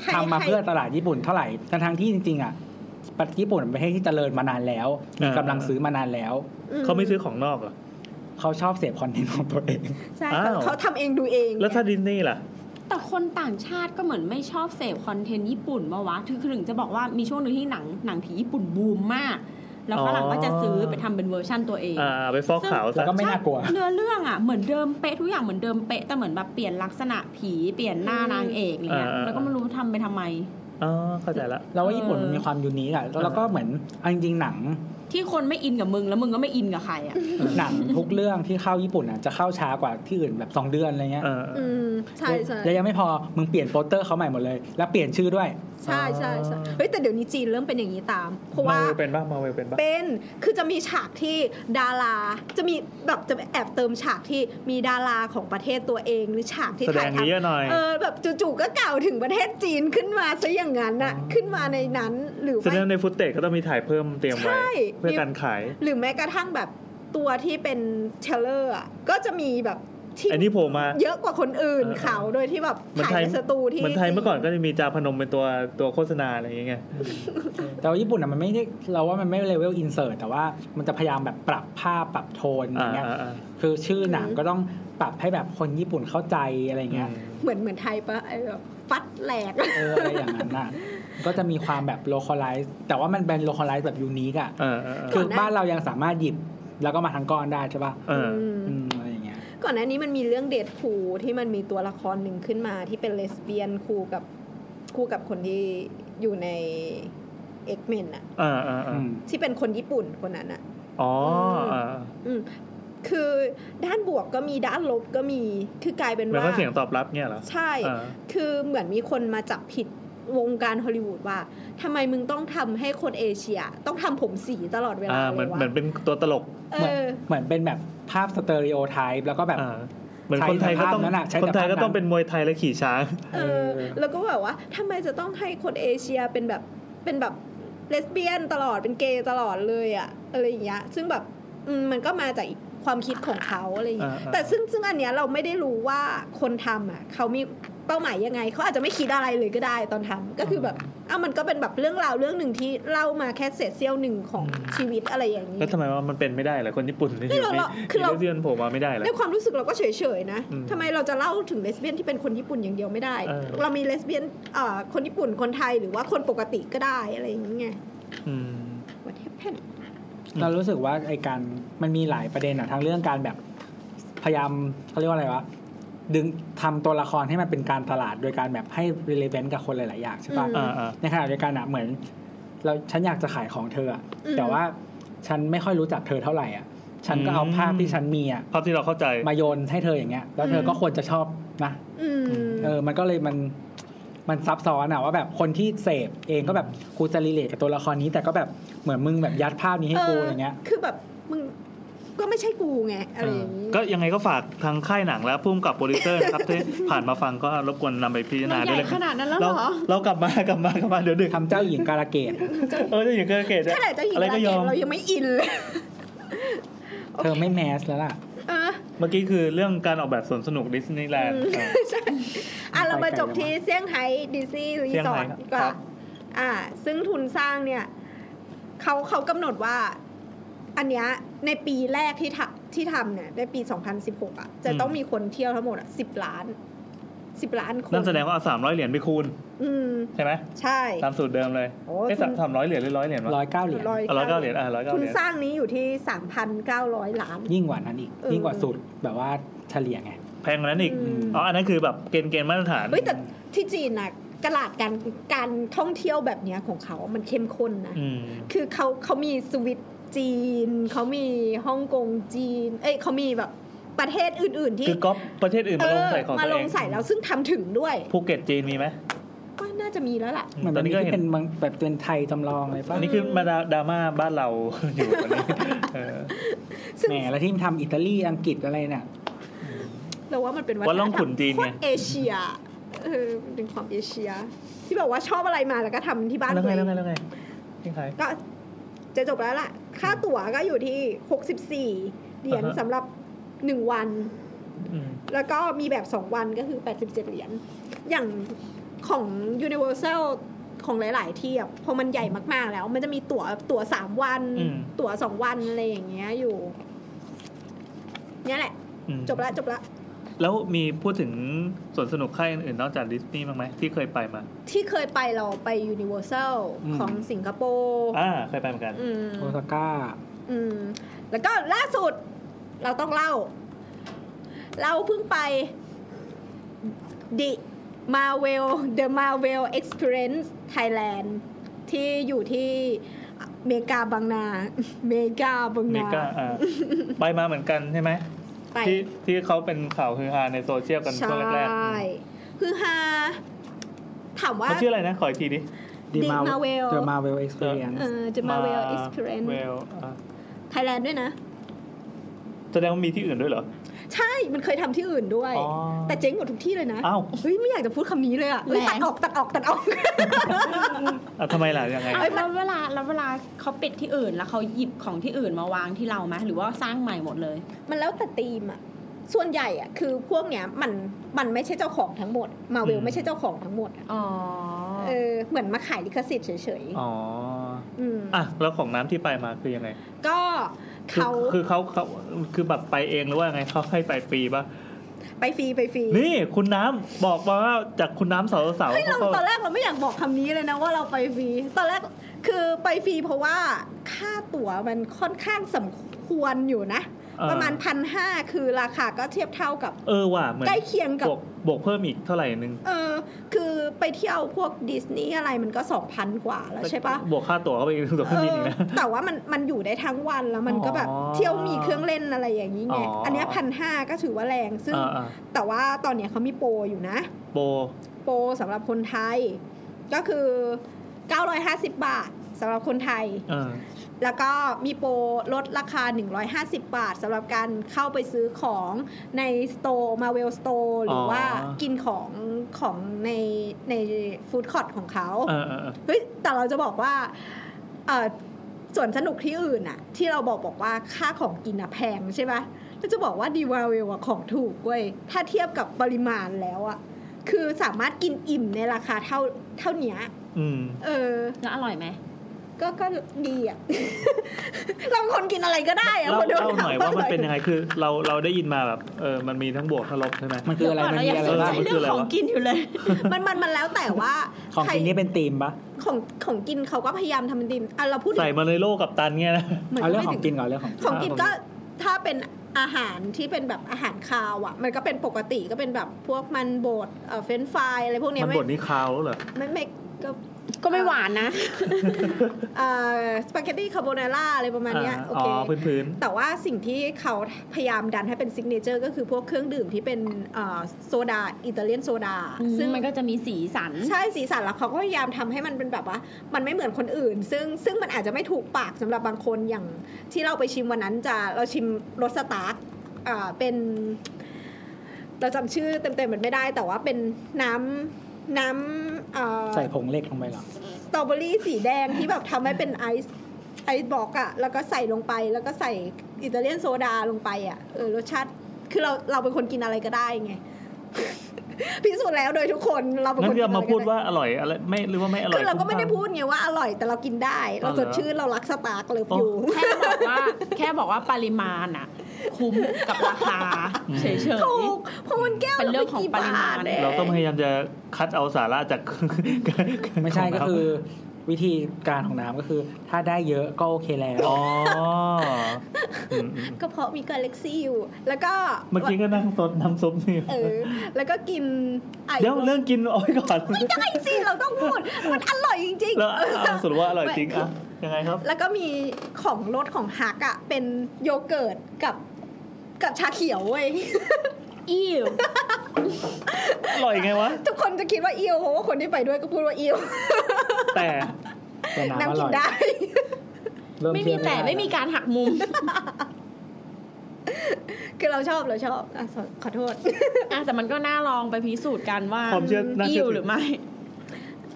ให้
ทำมาเพื่อตลาดญี่ปุ่นเท่าไหร่ทั้งทที่จริงๆอ่ะประเทศญี่ปุ่นเป็นประเทศที่เจริญมานานแล้วมีกำลังซื้อมานานแล้ว
เขาไม่ซื้อของนอกเหรอ
เขาชอบเสพคอนเทนต์ของตัวเอง
ใช่
อ้าว
เขาทำเองดูเอง
แล้วถ้าดิสนีย์ล่ะ
แต่คนต่างชาติก็เหมือนไม่ชอบเสพคอนเทนต์ญี่ปุ่นมาวะคือคือถึงจะบอกว่ามีช่วงหนึ่งที่หนังหนังผีญี่ปุ่นบูมมาก แล้วฝรั่งก็จะซื้อไปทำเป็นเวอร์ชั่นตัวเอง
อ่า ไปฟอกขาว
แล้
ซะ
วก็ไม่น่ากลัว
เนื้อเรื่องอ่ะเหมือนเดิมเป๊ะทุกอย่างเหมือนเดิมเป๊ะแต่เหมือนแบบเปลี่ยนลักษณะผีเปลี่ยนหน้านางเอกอะไรเงี้ย
อ่า
แล้วก็ไม่รู้ทำไปทำไม
อ๋อ เข้าใจละ
เราว่าญี่ปุ่นมันมีความยูนิคอ่ะแล้วเราก็เหมือนเอาจริงๆหนัง
ที่คนไม่อินกับมึงแล้วมึงก็ไม่อินกับใครอ่ะ
หนังทุกเรื่องที่เข้าญี่ปุ่นอ่ะจะเข้าช้ากว่าที่อื่นแบบสองเดือนอะไรเงี้ย
เออเอ
อื
อ
มใช่ใช่
แล้วยังไม่พอมึงเปลี่ยนโปสเตอร์เขาใหม่หมดเลย แล้วเปลี่ยนชื่อด้วย
ใช่ใช่ใช่
อ๋อ
เฮ้ยแต่เดี๋ยวนี้จีนเริ่มเป็นอย่างนี้ตาม เพราะ
มา
ว่า
เวลเป็นป่ะมาเวลเป็นป่ะ
เป็นคือจะมีฉากที่ดาราจะมีแบบจะแอบเติมฉากที่มีดาราของประเทศตัวเองหรือฉากที่
แสด
ถ่าย
ง
ทำ
เยอะๆหน่อย
เออแบบจู่ๆก็กล่าวถึงประเทศจีนขึ้นมาซะอย่างนั้นน่ะขึ้นมาในนั้นหรือ
แสด
ไม่
งในฟุตเตจก็ต้องมีถ่ายเพิ่มเตรียมไว้
ใช่
เพื่อการขาย
หรือแม้กระทั่งแบบตัวที่เป็นเทเลอร์อะก็จะมีแบบที่
อันนี้โผล่มา
เยอะกว่าคนอื่น
เออ
เขาโดยที่แบบ
เหมือน
ถ่า
ไทย
ยในสตูที่
เหมือนไทยเมื่อก่อนก็จะมีจาพนมเป็นตัวตัวโฆษณาอะไรอย่างเงี้ย
แต่ว่าญี่ปุ่นอ่ะมันไม่ได้เราว่ามันไม่เลเวลอินเสิร์ตแต่ว่ามันจะพยายามแบบปรับภาพปรับโทนอะไร
อ่า
เงี้ย
อ่าอ่า
คือชื่อหนังก็ต้องปรับให้แบบคนญี่ปุ่นเข้าใจอะไรเงี้ย
เหมือนเหมือนไทยปะไอ้แบบฟัดแหลก
เอออะไรอย่างนั้นน่ะก็จะมีความแบบโลคอลไลซ์แต่ว่ามันเป็นโลคอลไลซ์แบบยูนิคอ่ะ
เออเออเออ
คือ
ก่อนหน้า
บ้านเรายังสามารถหยิบ แล้วก็มาทั้งก้อนได้ใช่ป่ะ
เออ
ม
อืมอะไรอย่างเงี้ย
ก่อนหน้านี้มันมีเรื่องเดทคูลที่มันมีตัวละครหนึ่งขึ้นมาที่เป็นเลสเบี้ยนคู่กับคู่กับคนที่อยู่ใน X-Men อะ
อ่าอ่าอ่า
อืม
ที่เป็นคนญี่ปุ่นคนนั้นอะ
อ๋ออ่า
อืมคือด้านบวกก็มีด้านลบก็มีคือกลายเป็น
หมาย
ว่า
ความเสียงตอบรับเนี่ยเหรอ
ใช่
อ่า
คือเหมือนมีคนมาจับผิดวงการฮอลลีวูดว่าทำไมมึงต้องทำให้คนเอเชีย ต้องทำผมสีตลอดเวลา
อ่าเห
เล
มือน
ย
เหมือน
วะ
เป็นตัวตลก
เอ
เหมือน
อ
เหมือนเป็นแบบภาพสเตอริโอไทป์แล้วก็แบบ
อ่าเหมือนคนไทยก็ต้อง
ใช้แต่ภาพนั้นน่ะใช้แต่
คนไทยก็
ภาพนั้น
ต้องเป็นมวยไทยและขี่ช้าง
เออ แล้วก็แบบว่าทำไมจะต้องให้คนเอเชียเป็นแบบเป็นแบบเลสเบี้ยนตลอดเป็นเกย์ตลอดเลยอะอะไรอย่างเงี้ย ซึ่งแบบอืมมันก็มาจากอีกความคิดของเขาอะไรอย่างเงี้ย
อ่าๆ
แต่ซึ่งซึ่งอันเนี้ยเราไม่ได้รู้ว่าคนทำอ่ะเขามีเป้าหมายยังไง เขาอาจจะไม่คิดอะไรเลยก็ได้ตอนทำก็คือแบบอ้าวมันก็เป็นแบบเรื่องราวเรื่องหนึ่งที่เล่ามาแค่เศษเสี้ยวหนึ่งของชีวิตอะไรอย่างนี้
แล้วทำไมว่ามันเป็นไม่ได้เหรอคนญี่ปุ่นที่
ไม่เราเราคือเรา
เรียนผมมาไม่ได้เหรอ
ในความรู้สึกเราก็เฉยๆนะ
อืม
ทำไมเราจะเล่าถึงเลสเบี้ยนที่เป็นคนญี่ปุ่นอย่างเดียวไม่ได้
เออ
เรามีเลสเบี้ยนเอ่อคนญี่ปุ่น คนไทยหรือว่าคนปกติก็ได้อะไรอย่างเงี้ย
อืม
What happened
เรารู้สึกว่าไอการมันมีหลายประเด็นอะทั้งเรื่องการแบบพยายามเขาเรียกว่าอะไรวะดึงทำตัวละครให้มันเป็นการตลาด โดยการแบบให้ relevant กับคนหลาย ๆ อย่างใช่ป่ะ
อืม
อ่าอ่า
ในขณะเดียวกันอะเหมือน เราฉันอยากจะขายของเธออะ
อืม
แต่ว่าฉันไม่ค่อยรู้จักเธอเท่าไหร่อะฉันก็เอาภาพที่ฉันมีอะ
ภาพที่เราเข้าใจ
มาโยนให้เธออย่างเงี้ย แล้วเธอก็ควรจะชอบนะ
อืม
เออ มันก็เลยมัน มันซับซ้อนอะว่าแบบคนที่เสพเองก็แบบกูจะรีเลทกับตัวละครนี้ แต่ก็แบบเหมือนมึงแบบยัดภาพนี้ให้กู
เอออ
อย่างเงี้ย
คือแบบมึงก็ไม่ใช่กูไงอะไรอย่างงี้
ก็ยังไงก็ฝากทางค่ายหนังและพุ่มกับโปรดิวเซอร์นะครับ ที่ผ่านมาฟังก็รบกวนนำไปพิจาร
มัน
ณา
ให
ด้วย
ญ่
เลย
ขนาดนั้นแล้ว
เรา
เหรอ
เรา *laughs* กลับมากลับมากลับมาเดี๋ยวดึก
ทำเจ้าหญิงการะเกด
เออเจะอย่างเกิดเกต
แค่ไหนจะหญิง
อะไร
ลา
ก็
เก
ยอ
ต
ม
เรายังไม่อินเลย
เธอไม่แมสแล้วล่ะ
เออ
เมื่อกี้คือเรื่องการออกแบบสวนสนุกดิสนีย์แลนด์
อ่ะเรามา
ไปไกล
จบที่เซี่ยงไฮ้ดิสนีย์รี
เซี่ยง
สอ
ไฮ้
ร์ท
ครับ
ดีก
ค
ว่า
รับ
อ่า ซึ่งทุนสร้างเนี่ยเขาเขากำหนดว่า อันเนี้ยในปีแรกที่ทำที่ทำเนี่ยในปี 2016 อ่ะ จะต้องมีคนเที่ยวทั้งหมดอ่ะ10 ล้าน 10 ล้านคน
นั่นแสดงว่าเอาสามร้อยเหรียญไปคูณ
อืม ใช่
ใช่ไหม
ใช่
ตามสูตรเดิมเลย
โอ้
ไอ้
ทุน
สามร้อยเหรียญหรือร้อยเหรียญวะ
ร้อยเก้าเหรียญ
ร้อยเก้าเหรียญอ่ะร้อยเก้า
ทุ
เห
น
รียญ
สร้างนี้อยู่ที่ 3,900 ล้าน
ยิ่งกว่านั้นอีก
เออ
ยิ่งกว่าสูตรแบบว่าเฉลี่ยไง
แพงกว่านั้นอีก
อืม
อ๋อ อันนั้นคือแบบเกณฑ์เกณฑ์มาตรฐาน
เฮ้ยแต่ที่จีนน่ะตลาดการการท่องเที่ยวแบบเนี้ยของเขา มันเข้มข้นนะ
อืม
คือเขาเขามีสวิตจีน เขามีฮ่องกงจีน เอ้ยเขามีแบบประเทศอื่น ๆ ที่
คือก๊อปประเทศอื่นมาลงใส่ของ
มา
ตัว
ล
เอง ง
ใส่แล้วซึ่งทำถึงด้วย
ภูเก็ตจีนมีไหม
ก็น่าจะมีแล้วล่ะ
มัน
ตอน
เป็น
นี้ก็
ที่
เห็
เป็น
น
บางแบบเป็นไทยจำลองอะไรป่ะ
อันนี้คือมาดราม่าบ้านเรา *laughs* อยู่วันนี้เอ
*laughs*
อ
ซึ่ง
แหมแล้วที่มันทำอิตาลีอังกฤษอะไรเนี่ย
เราว่ามันเป็น
วัดล่องขุนจีน
โค
ไง
ตรเอเชียเออมันเป็นความเอเชีย ที่แบบว่าชอบอะไรมาแล้วก็ทำที่บ้าน
แล้ว
ตัว
ไง
เอ
แล้ว
ง
ไงแล้วไงยังไง
ก็จะจบแล้วล่ะ ค่าตั๋วก็อยู่ที่ 64 เหรียญ
อ่าฮะ
สำหรับ 1 วัน
อืม
แล้วก็มีแบบ 2 วันก็คือ 87 เหรียญ อย่างของ Universal ของหลาย ๆ ที่อะพอมันใหญ่มาก ๆ แล้ว มันจะมีตั๋วตั๋ว 3 วัน
อืม
ตั๋ว 2 วัน อะไรอย่างเงี้ยอยู่ เนี่ยแหละ
อืม
จบละจบละ
แล้วมีพูดถึงสวนสนุกค่ายอื่นๆนอกจากดิสนีย์บ้างไหมที่เคยไปมา
ที่เคยไปเราไป Universal ของสิงคโปร์
อ่า เคยไปเหมือนกัน
อืม
โอซาก้า
อืม แล้วก็ล่าสุดเราต้องเล่า เราเพิ่งไป The Marvel The Marvel Experience Thailand ที่อยู่ที่เมกาบาง *laughs* นา เมกาบาง
เม
นาก
าอ่า ไปมาเหมือนกันใช่ไหม
ไป
ที่ที่เขาเป็นข่าวฮือฮาในโซเชียลกัน
ใช
ช่วงแรกๆ
่คือฮาถามว่า
เขาชื่ออะไรนะ ขออีกทีดิ
The
The
Marvel
Marvel
The Marvel Experience
เออ The Marvel Experience
Marvel อ่ะ
Thailand ด้วยนะ
แสดงว่ามีที่อื่นด้วยเหรอ
ใช่ มันเคยทำที่อื่นด้วย
อ๋อ
แต่เจ๊งหมดทุกที่เลยนะ
อ้าว
เฮ้ย ไม่อยากจะพูดคำนี้เลยอ่ะเฮ้ย
แร
ตัด
ง
ออกตัดออกตัดออก
อ่ะทำไมล่ะยังไง
เอาแล้วเวลาแล้วเวลาเขาปิดที่อื่นแล้วเขาหยิบของที่อื่นมาวางที่เราไหมหรือว่าสร้างใหม่หมดเลย
มันแล้วแต่ธีมอ่ะ ส่วนใหญ่อ่ะ คือพวกเนี้ยมันมันไม่ใช่เจ้าของทั้งหมด มาเวล
อืม
ไม่ใช่เจ้าของทั้งหมดอะ
อ๋อ
เออ เหมือนมาขายลิขสิทธิ์เฉย
อ๋อ
ๆอืม
อ่ะ แล้วของน้ำที่ไปมาคือยังไง
ก็
คือ
เขา
คือเขาเขาคือแบบไปเองหรือว่าไงเขาให้ไปฟรีป่ะ
ไปฟรีไปฟรี
นี่คุณน้ำบอกมาว่าจากคุณน้ำเสาวสาว
เฮ้ยเราตอนแรกเราไม่อยากบอกคำนี้เลยนะว่าเราไปฟรี ตอนแรกคือไปฟรีเพราะว่าค่าตั๋วมันค่อนข้างสม ควรอยู่นะ
เออ
ประมาณพันห้าคือราคาก็เทียบเท่ากับ
เออว่ะเหมือน
ใกล้เคียงกับบ
วกบวกเพิ่มอีกเท่าไหร่นึง
เออคือไปเที่ยวพวกดิสนีย์อะไรมันก็สองพันกว่าแล้วใช่ปะ
บวกค่าตั๋วเข้าไปอีกตัวเครื่องบินอีกนะ
เออแต่ว่ามันมันอยู่ได้ทั้งวันแล้วมันก็แบบ
อ๋อ
เที่ยวมีเครื่องเล่นอะไรอย่างนี้ไง
อ๋ออั
อันเนี้พันห้าก็ถือว่าแรงซึ่ง
อ่าอ่า
แต่ว่าตอนเนี้ยเขามีโปรอยู่นะ
โบ
โปรสำหรับคนไทย ก็คือ 950 บาทสำหรับคนไทย
เออ
แล้วก็มีโปรลดราคา 150 บาทสำหรับการเข้าไปซื้อของในสโตร์มาเวลสโตร์หรืออ
อ
ว่ากินของของในในฟู้ดคอร์ทของเขา
เออเออเออ
เฮ้ยแต่เราจะบอกว่าเออส่วนสนุกที่อื่นอะที่เราบอกบอกว่าค่าของกินอะแพงใช่ปะเราจะบอกว่าดีวาเวลอะของถูกเว้ยถ้าเทียบกับปริมาณแล้วอะคือสามารถกินอิ่มในราคาเท่าเท่าเนี้ย
อืม
เออ
แล้วอร่อยไหม
ก็ก็ดีอะ *laughs* เราคนกินอะไรก็ได้อะ
เล่า
คนโดน
เล่าหน่อยว่ามันเป็นยัง
ไง
ไงคือเราเราได้ยินมาแบบเออมันมีทั้งบวกทั้งลบใช่ไหม
มันคืออะไร มันมีอะไร
เดี๋ยวก่
บ้าง
นนะ
เรื่องของกินอยู่เลย
มันมันมันแล้วแต่ว่า
ของ
ใคร
กินนี่เป็นธีมปะ
ของของกินเขาก็พยายามทำเป็นดินอ่ะเราพูดถึง
ใส่มาเลยโลกับตันเงี้ยนะ
เอาเรื่อง
ไม่
ข
ถึ
องกินก่อนเรื่องของกิน
ของกิน
ผม
ก็ถ้าเป็นอาหารที่เป็นแบบอาหารคาวอ่ะ มันก็เป็นปกติก็เป็นแบบพวกมันบดเอ่อเฟรนช์ฟรายอะไรพวกเนี้ย
มัน
ไม่
บทนี้คาวแล้วเหรอ
ไม่ไม่ก็
ก็ไม่หวานนะ
เอ่อสปาเกตตี้คาโบนาร่าอะไรประมาณเนี้ย
อ่า
โอ
อ๋
เค
อพื้นพื้น
แต่ว่าสิ่งที่เขาพยายามดันให้เป็นซิกเนเจอร์ก็คือพวกเครื่องดื่มที่เป็นเอ่อโซดา อิตาเลียนโซดา
ซึ่ง
ซึ่ง
มันก็จะมีสีสัน
ใช่สีสันแล้วเขาก็พยายามทำให้มันเป็นแบบว่า มันไม่เหมือนคนอื่น ซึ่งซึ่งมันอาจจะไม่ถูกปากสำหรับบางคนอย่างที่เราไปชิมวันนั้นจะเราชิมรสสตาร์ทอ่าเป็น เราจำชื่อเต็มๆมันไม่ได้ แต่ว่าเป็นน้ำน้ำเอ่อ
ใส่ผงเหล็กลงไปเหรอ
สตรอเบอรี่สีแดงที่แบบทำให้เป็นไอซ์ไอซ์บล็อกอะแล้วก็ใส่ลงไปแล้วก็ใส่อิตาเลียนโซดาลงไปอะเออรสชาติคือเราเราเป็นคนกินอะไรก็ได้ไง *laughs* พิสูจน์แล้วโดยทุกคนเราเป็น
งั้
คน
อ
นกิน
ย่ามา
อะไรก็
พูด
ได้
ว่าอร่อยอะไรไม่หรือว่าไม่อร่อย
คือเราก็ไม่ได้พูดไงว่าอร่อยแต่เรากินได้ เรา
อ๋อเหร
ส
อ
ดชื่นเรารักสตาร์กเลย
อ๋อ
อ
อ
ยู่
แค่บอกว่าแค่บอกว่าปริมาณอะคุ้มกับราคา
เฉยๆ
ถูกเพราะมันแก้ว
เป็นเรื่องของปริมาณ
เ
เราต้องพยายามจะคัดเอาสาระจาก *laughs*
ไม่ใช่ก็คือวิธีการของน้ำก็คือ ถ้าได้เยอะก็โอเคแล้ว
อ๋ออืมอืม
ก็เพราะมีกาแล็กซี่อยู่ แล้วก็
เมื่อกี้ก็นั่งซดน้ำซุปนี่
เออ แล้วก็กินไอ้
เดี๋ยวเรื่องกินเอาไว้ก่อน
ไม่ได้สิเราต้องพูด มันอร่อยจริง
แล้วเอาสรุปว่าอร่อยจริง
ไม่
อ่ะยังไงครับ
แล้วก็มีของรสของฮักอะเป็นโยเกิร์ตกับกับชาเขียวเว้ย
อิ่ว
อร่อยไงวะ
ทุกคนจะคิดว่าอิวเพราะว่าคนที่ไปด้วยก็พูดว่าอิว
แต่
แต่น้ำอ
น้ำกิ
ร่อ
น
ย
ได้
เริ่
ไม่
เชื่
มี
อ
แต่
ด้
ไม่มีการหักมุม
คือเราชอบเราชอบอ่ะขอโทษ
อ่ะแต่มันก็น่าลองไปพิสูจน์กันว่า
ความเชื่อน่า
อิ่
เชื่อ
ว
ถื
ห
อ
รือไม่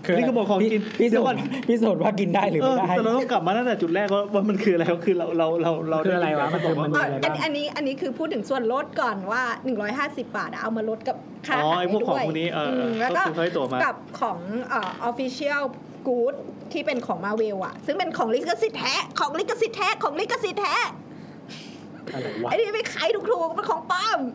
ะไร
นี่ก็บอกของกิน
พี่
เดี๋
พิ
ยว
สู
ก่อน
จน์พิสูจน์ว่ากินได้หรือ
เอ
ไม่
อ
ได้
แต่เราต้องกลับมาตั้งแต่จุดแรกว่าว่ามันคืออะไร *laughs* ก็คือเราเราเราเรา
คืออะไรวะมันเป็นมัน
อะ
อะไร
อัน
บ้าง
อันนี้อันนี้คือพูดถึงส่วนลดก่อนว่า 150 บาทอะเอามาลดกับค่า
อ๋อไอพวกของ
ด้ย
พวกนี้เออ
มแล้วก็
ก็คือเขาให้ตัวมา
กับของเออฟฟิเชียลกู๊ดที่เป็นของมาเวลอะซึ่งเป็นของลิขสิทธิ์แท้ของลิขสิทธิ์แท้ของลิขสิทธิ์แท้
อะไรวะ
ไอ้นี่ไม่ขายถูกๆเป็นของปลอม *laughs*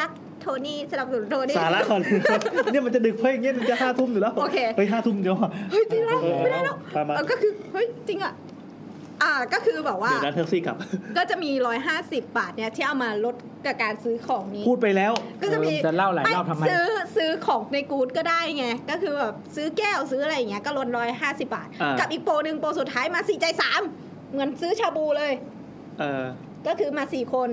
รักโทนี่สนับสนุนโทนี่
สาระก่อน *laughs* เนี่ยมันจะดึกเพ่งเงี้ยมันจะห้าทุ่มอยู่แล้ว
โอเค
ฮ้ยห้าทุ่มเดียวอะ
เฮ้ยจริงแล้วไม่ได้แล้ว
มามา
เออก็คือเฮ้ยจริงอะอ่าก็คือแบบว่า
เดี๋ยวนัดแท็กซี่กลับ
ก็จะมี 150 บาทเนี่ยที่เอามาลดกับการซื้อของนี้
พูดไปแล้ว
ก็จะ
เอ
มี
อจะเล่าหลายรอบทำไม
ซื้อซื้อของในกู๊ดก็ได้ไง ก็คือแบบซื้อแก้วซื้ออะไรอย่างเงี้ยก็ลดร้อยห้าสิบาท
ากั
กับอีกโปรหนึ่งโปรสุดท้ายมาสี่ใจสามเหมือนซื้อชาบูเลย
เออ
ก็คือมาสี่คน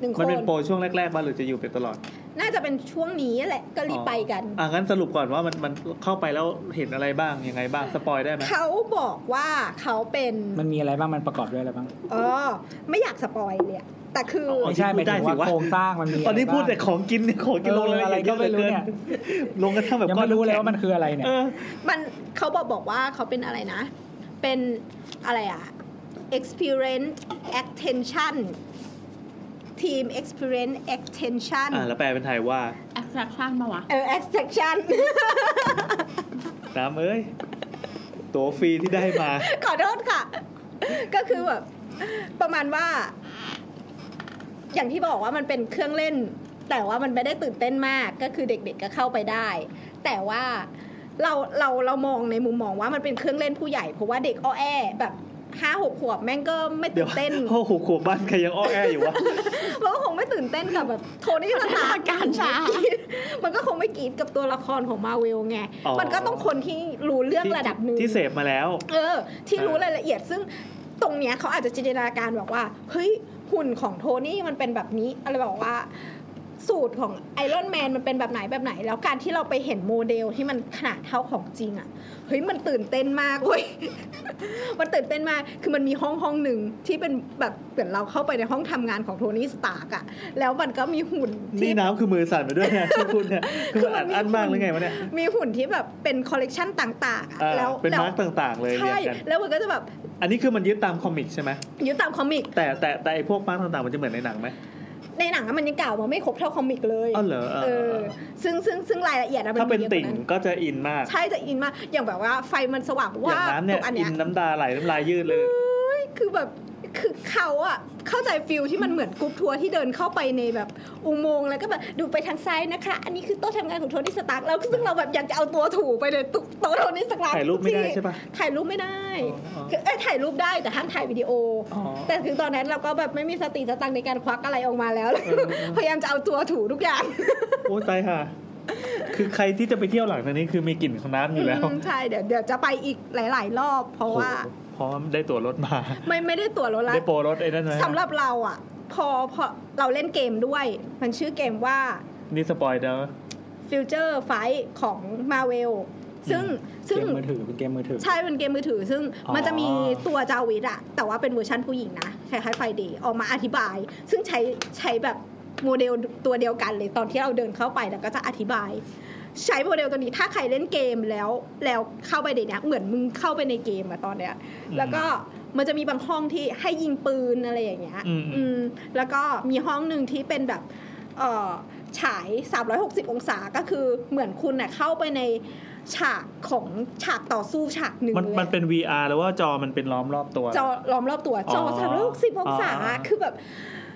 หนึ่งค
มัน
น
เป็นโปรช่วงแรกๆมาหรือจะอยู่เป็นตลอด
น่าจะเป็นช่วงนี้แหละก็รีบไปกัน
อ่ะงั้นสรุปก่อนว่ามันมันเข้าไปแล้วเห็นอะไรบ้างยังไงบ้างสปอยได้ไหม
เขาบอกว่าเขาเป็น
มันมีอะไรบ้างมันประกอบด้วยอะไรบ้าง
เออไม่อยากสปอยเลยอะแต่คืออ
ไม่ใช่หมายถึงว่าโครงสร้างมันมี
ตอนนี้พูดแต่
ะไร
ข
บ้าง
องกินเนี่ยของกินลงเลย
เอออะไรก็ไม่รู้เนี่ย
ลงกระทั่งแบบ
ยัง
ก้อน
ไม่รู้เล
ำ
ย
แข็ง
ว่ามันคืออะไรเนี่ย
เออ
มันเขาบอกบอกว่าเขาเป็นอะไรนะ เป็นอะไรอะ experience attention ทีม experience attention
อ่ะแล้วแปลเป็นไทยว่า
attraction ปะวะ
เออ attraction
น้ำเอ้ยตัวฟรีที่ได้มา
ขอโทษค่ะ ก็คือแบบประมาณว่า อย่างที่บอกว่ามันเป็นเครื่องเล่น แต่ว่ามันไม่ได้ตื่นเต้นมากก็คือเด็ก ๆก็เข้าไปได้ แต่ว่าเราเราเรามองในมุมมองว่ามันเป็นเครื่องเล่นผู้ใหญ่เพราะว่าเด็กอ้อแอแบบ
ห้าหกขวบแม่งก็ไม่
เดี๋
ตื่
ยวน
เต้น
โอ้โหขวบบ้านใครยังอ้อแออยู่วะ
มันก็คงไม่ตื่นเต้นกับแบบโทนี่สตาร์การช้า
*laughs*
มันก็คงไม่กรีดกับตัวละครของมาเวลไง
อ๋อ
มันก็ต้องคนที่รู้เรื่องระดับหนึ่ง
ที่เสพมาแล้ว
เออ ที่รู้
เออ
รายละเอียดซึ่งตรงเนี้ยเขาอาจจะจินตนาการบอกว่า เฮ้ย หุ่นของโทนี่มันเป็นแบบนี้ อะไรบอกว่า สูตรของไอรอนแมนมันเป็นแบบไหนแบบไหน แล้วการที่เราไปเห็นโมเดลที่มันขนาดเท่าของจริงอะ่ะ เฮ้ย มันตื่นเต้นมากเว้ย *laughs* มันตื่นเต้นมาก คือมันมีห้องห้องหนึ่งที่เป็นแบบเหมือนเราเข้าไปในห้องทำงานของโทนี่สตาร์กอะแล้วมันก็มีหุ่นที่
นี่น้ำคือมือสั่นไปด้วยเนี่ยที่พูดเนี่ยคือมันอัดอั้นมากหรือไงวะเนี่ย
มีหุ่นที่แบบเป็นคอลเลกชันต่างๆอะ
อ่า
แล้ว
เป็น
แล้ว
มาร์กต่างๆ เลยเรี
ใช่
ยงกัน
แล้วมันก็จะแบบ
อันนี้คือมันยึดตามคอมิกใช่ไหม
อยู่ตามคอมิก
แต่แต่แต่ไอ้พวกมาร์กต่างๆมันจะเหมือนในหนังไหม
ในหนังอะมันยังกล่าวมาไม่ครบเท่าคอมิกเลย
อ้าวเหรอเออ
เอ
เออ
อ
เออ
ซึ่งซึ่งซึ่งรายละเอียดอะมั
ถ้าเป็น
มียอะกว่
ติ่งก็จะอินมาก
ใช่จะอินมาก อย่างแบบว่าไฟมันสว่าง
อย่า
ว่าง บ
น้ำเนี่ย
ทุกอัน
อิ
เนี้ย
นน้ำตาไหลน้ำลายยืดเลย
คือแบบคือเขาอะเข้าใจฟิลที่มันเหมือนกรุ๊ปทัวร์ที่เดินเข้าไปในแบบอุโมงค์แล้วก็แบบดูไปทางซ้ายนะคะ อันนี้คือโต๊ะทำงานของโทนี่สตาร์กแล้วซึ่งเราแบบอยากจะเอาตัวถูไปเลยตุ๊กโต๊ะโทนี่สตาร์ก
ถ่ายรูปไม่ได้
ที่
ใช่ปะ
ถ่ายรูปไม่ได้
อ๋อ
คือเอ้ยถ่ายรูปได้แต่ห้ามถ่ายวิดีโออ
อ
แต่ถึงตอนนั้นเราก็แบบไม่มีสติสตังค์ในการควักอะไรออกมาแล้ว
เออ
*laughs*
พยายามจะเอาตัวถูทุกอย่าง
โอ้ตายค่ะ คือใครที่จะไปเที่ยวหลังจากนี้คือมีกลิ่นของน้ำอยู่แล้ว
อืมใช่เดี๋ยวเดี๋ยวจะไปอีกหลาย ๆ รอบ เพราะว่า
โอ้โหเพราะได้ตั๋วรถมา
ไม่ไม่ได้ตั๋วรถละ
ได้โปรรถไอ้นั่นไหม
สำหรับเราอ่ะ พอพอเราเล่นเกมด้วย มันชื่อเกมว่า
นี่สปอยเด้อ
Future Fight ของ Marvel ซึ่งซึ่ง
เกมมือถือเป็นเกมมือถือ
ใช่เป็นเกมมือถือซึ่ง
อ๋อ
มันจะมีตัวจาวิดอะแต่ว่าเป็นเวอร์ชันผู้หญิงนะคล้ายๆไฟเดย์ออกมาอธิบาย ซึ่งใช้ใช้แบบโมเดลตัวเดียวกันเลยตอนที่เราเดินเข้าไปแล้วก็จะอธิบาย ใช้โมเดลตัวนี้ถ้าใครเล่นเกมแล้วแล้วเข้าไปในเนี้ยเหมือนมึงเข้าไปในเกมอะตอนเนี้ย แล้วก็มันจะมีบางห้องที่ให้ยิงปืนอะไรอย่างเงี้ย
อืมอืม
อืมแล้วก็มีห้องหนึ่งที่เป็นแบบเอ่อฉาย 360 องศาก็คือเหมือนคุณน่ะเข้าไปในฉากของฉากต่อสู้ฉากหนึ่ง
มัน
เลย
มันเป็น VR หรือว่าจอมันเป็นล้อมรอบตัว
จอล้อมรอบตัวจอ
อ๋อ
360 องศา
อ๋อ
คือแบบ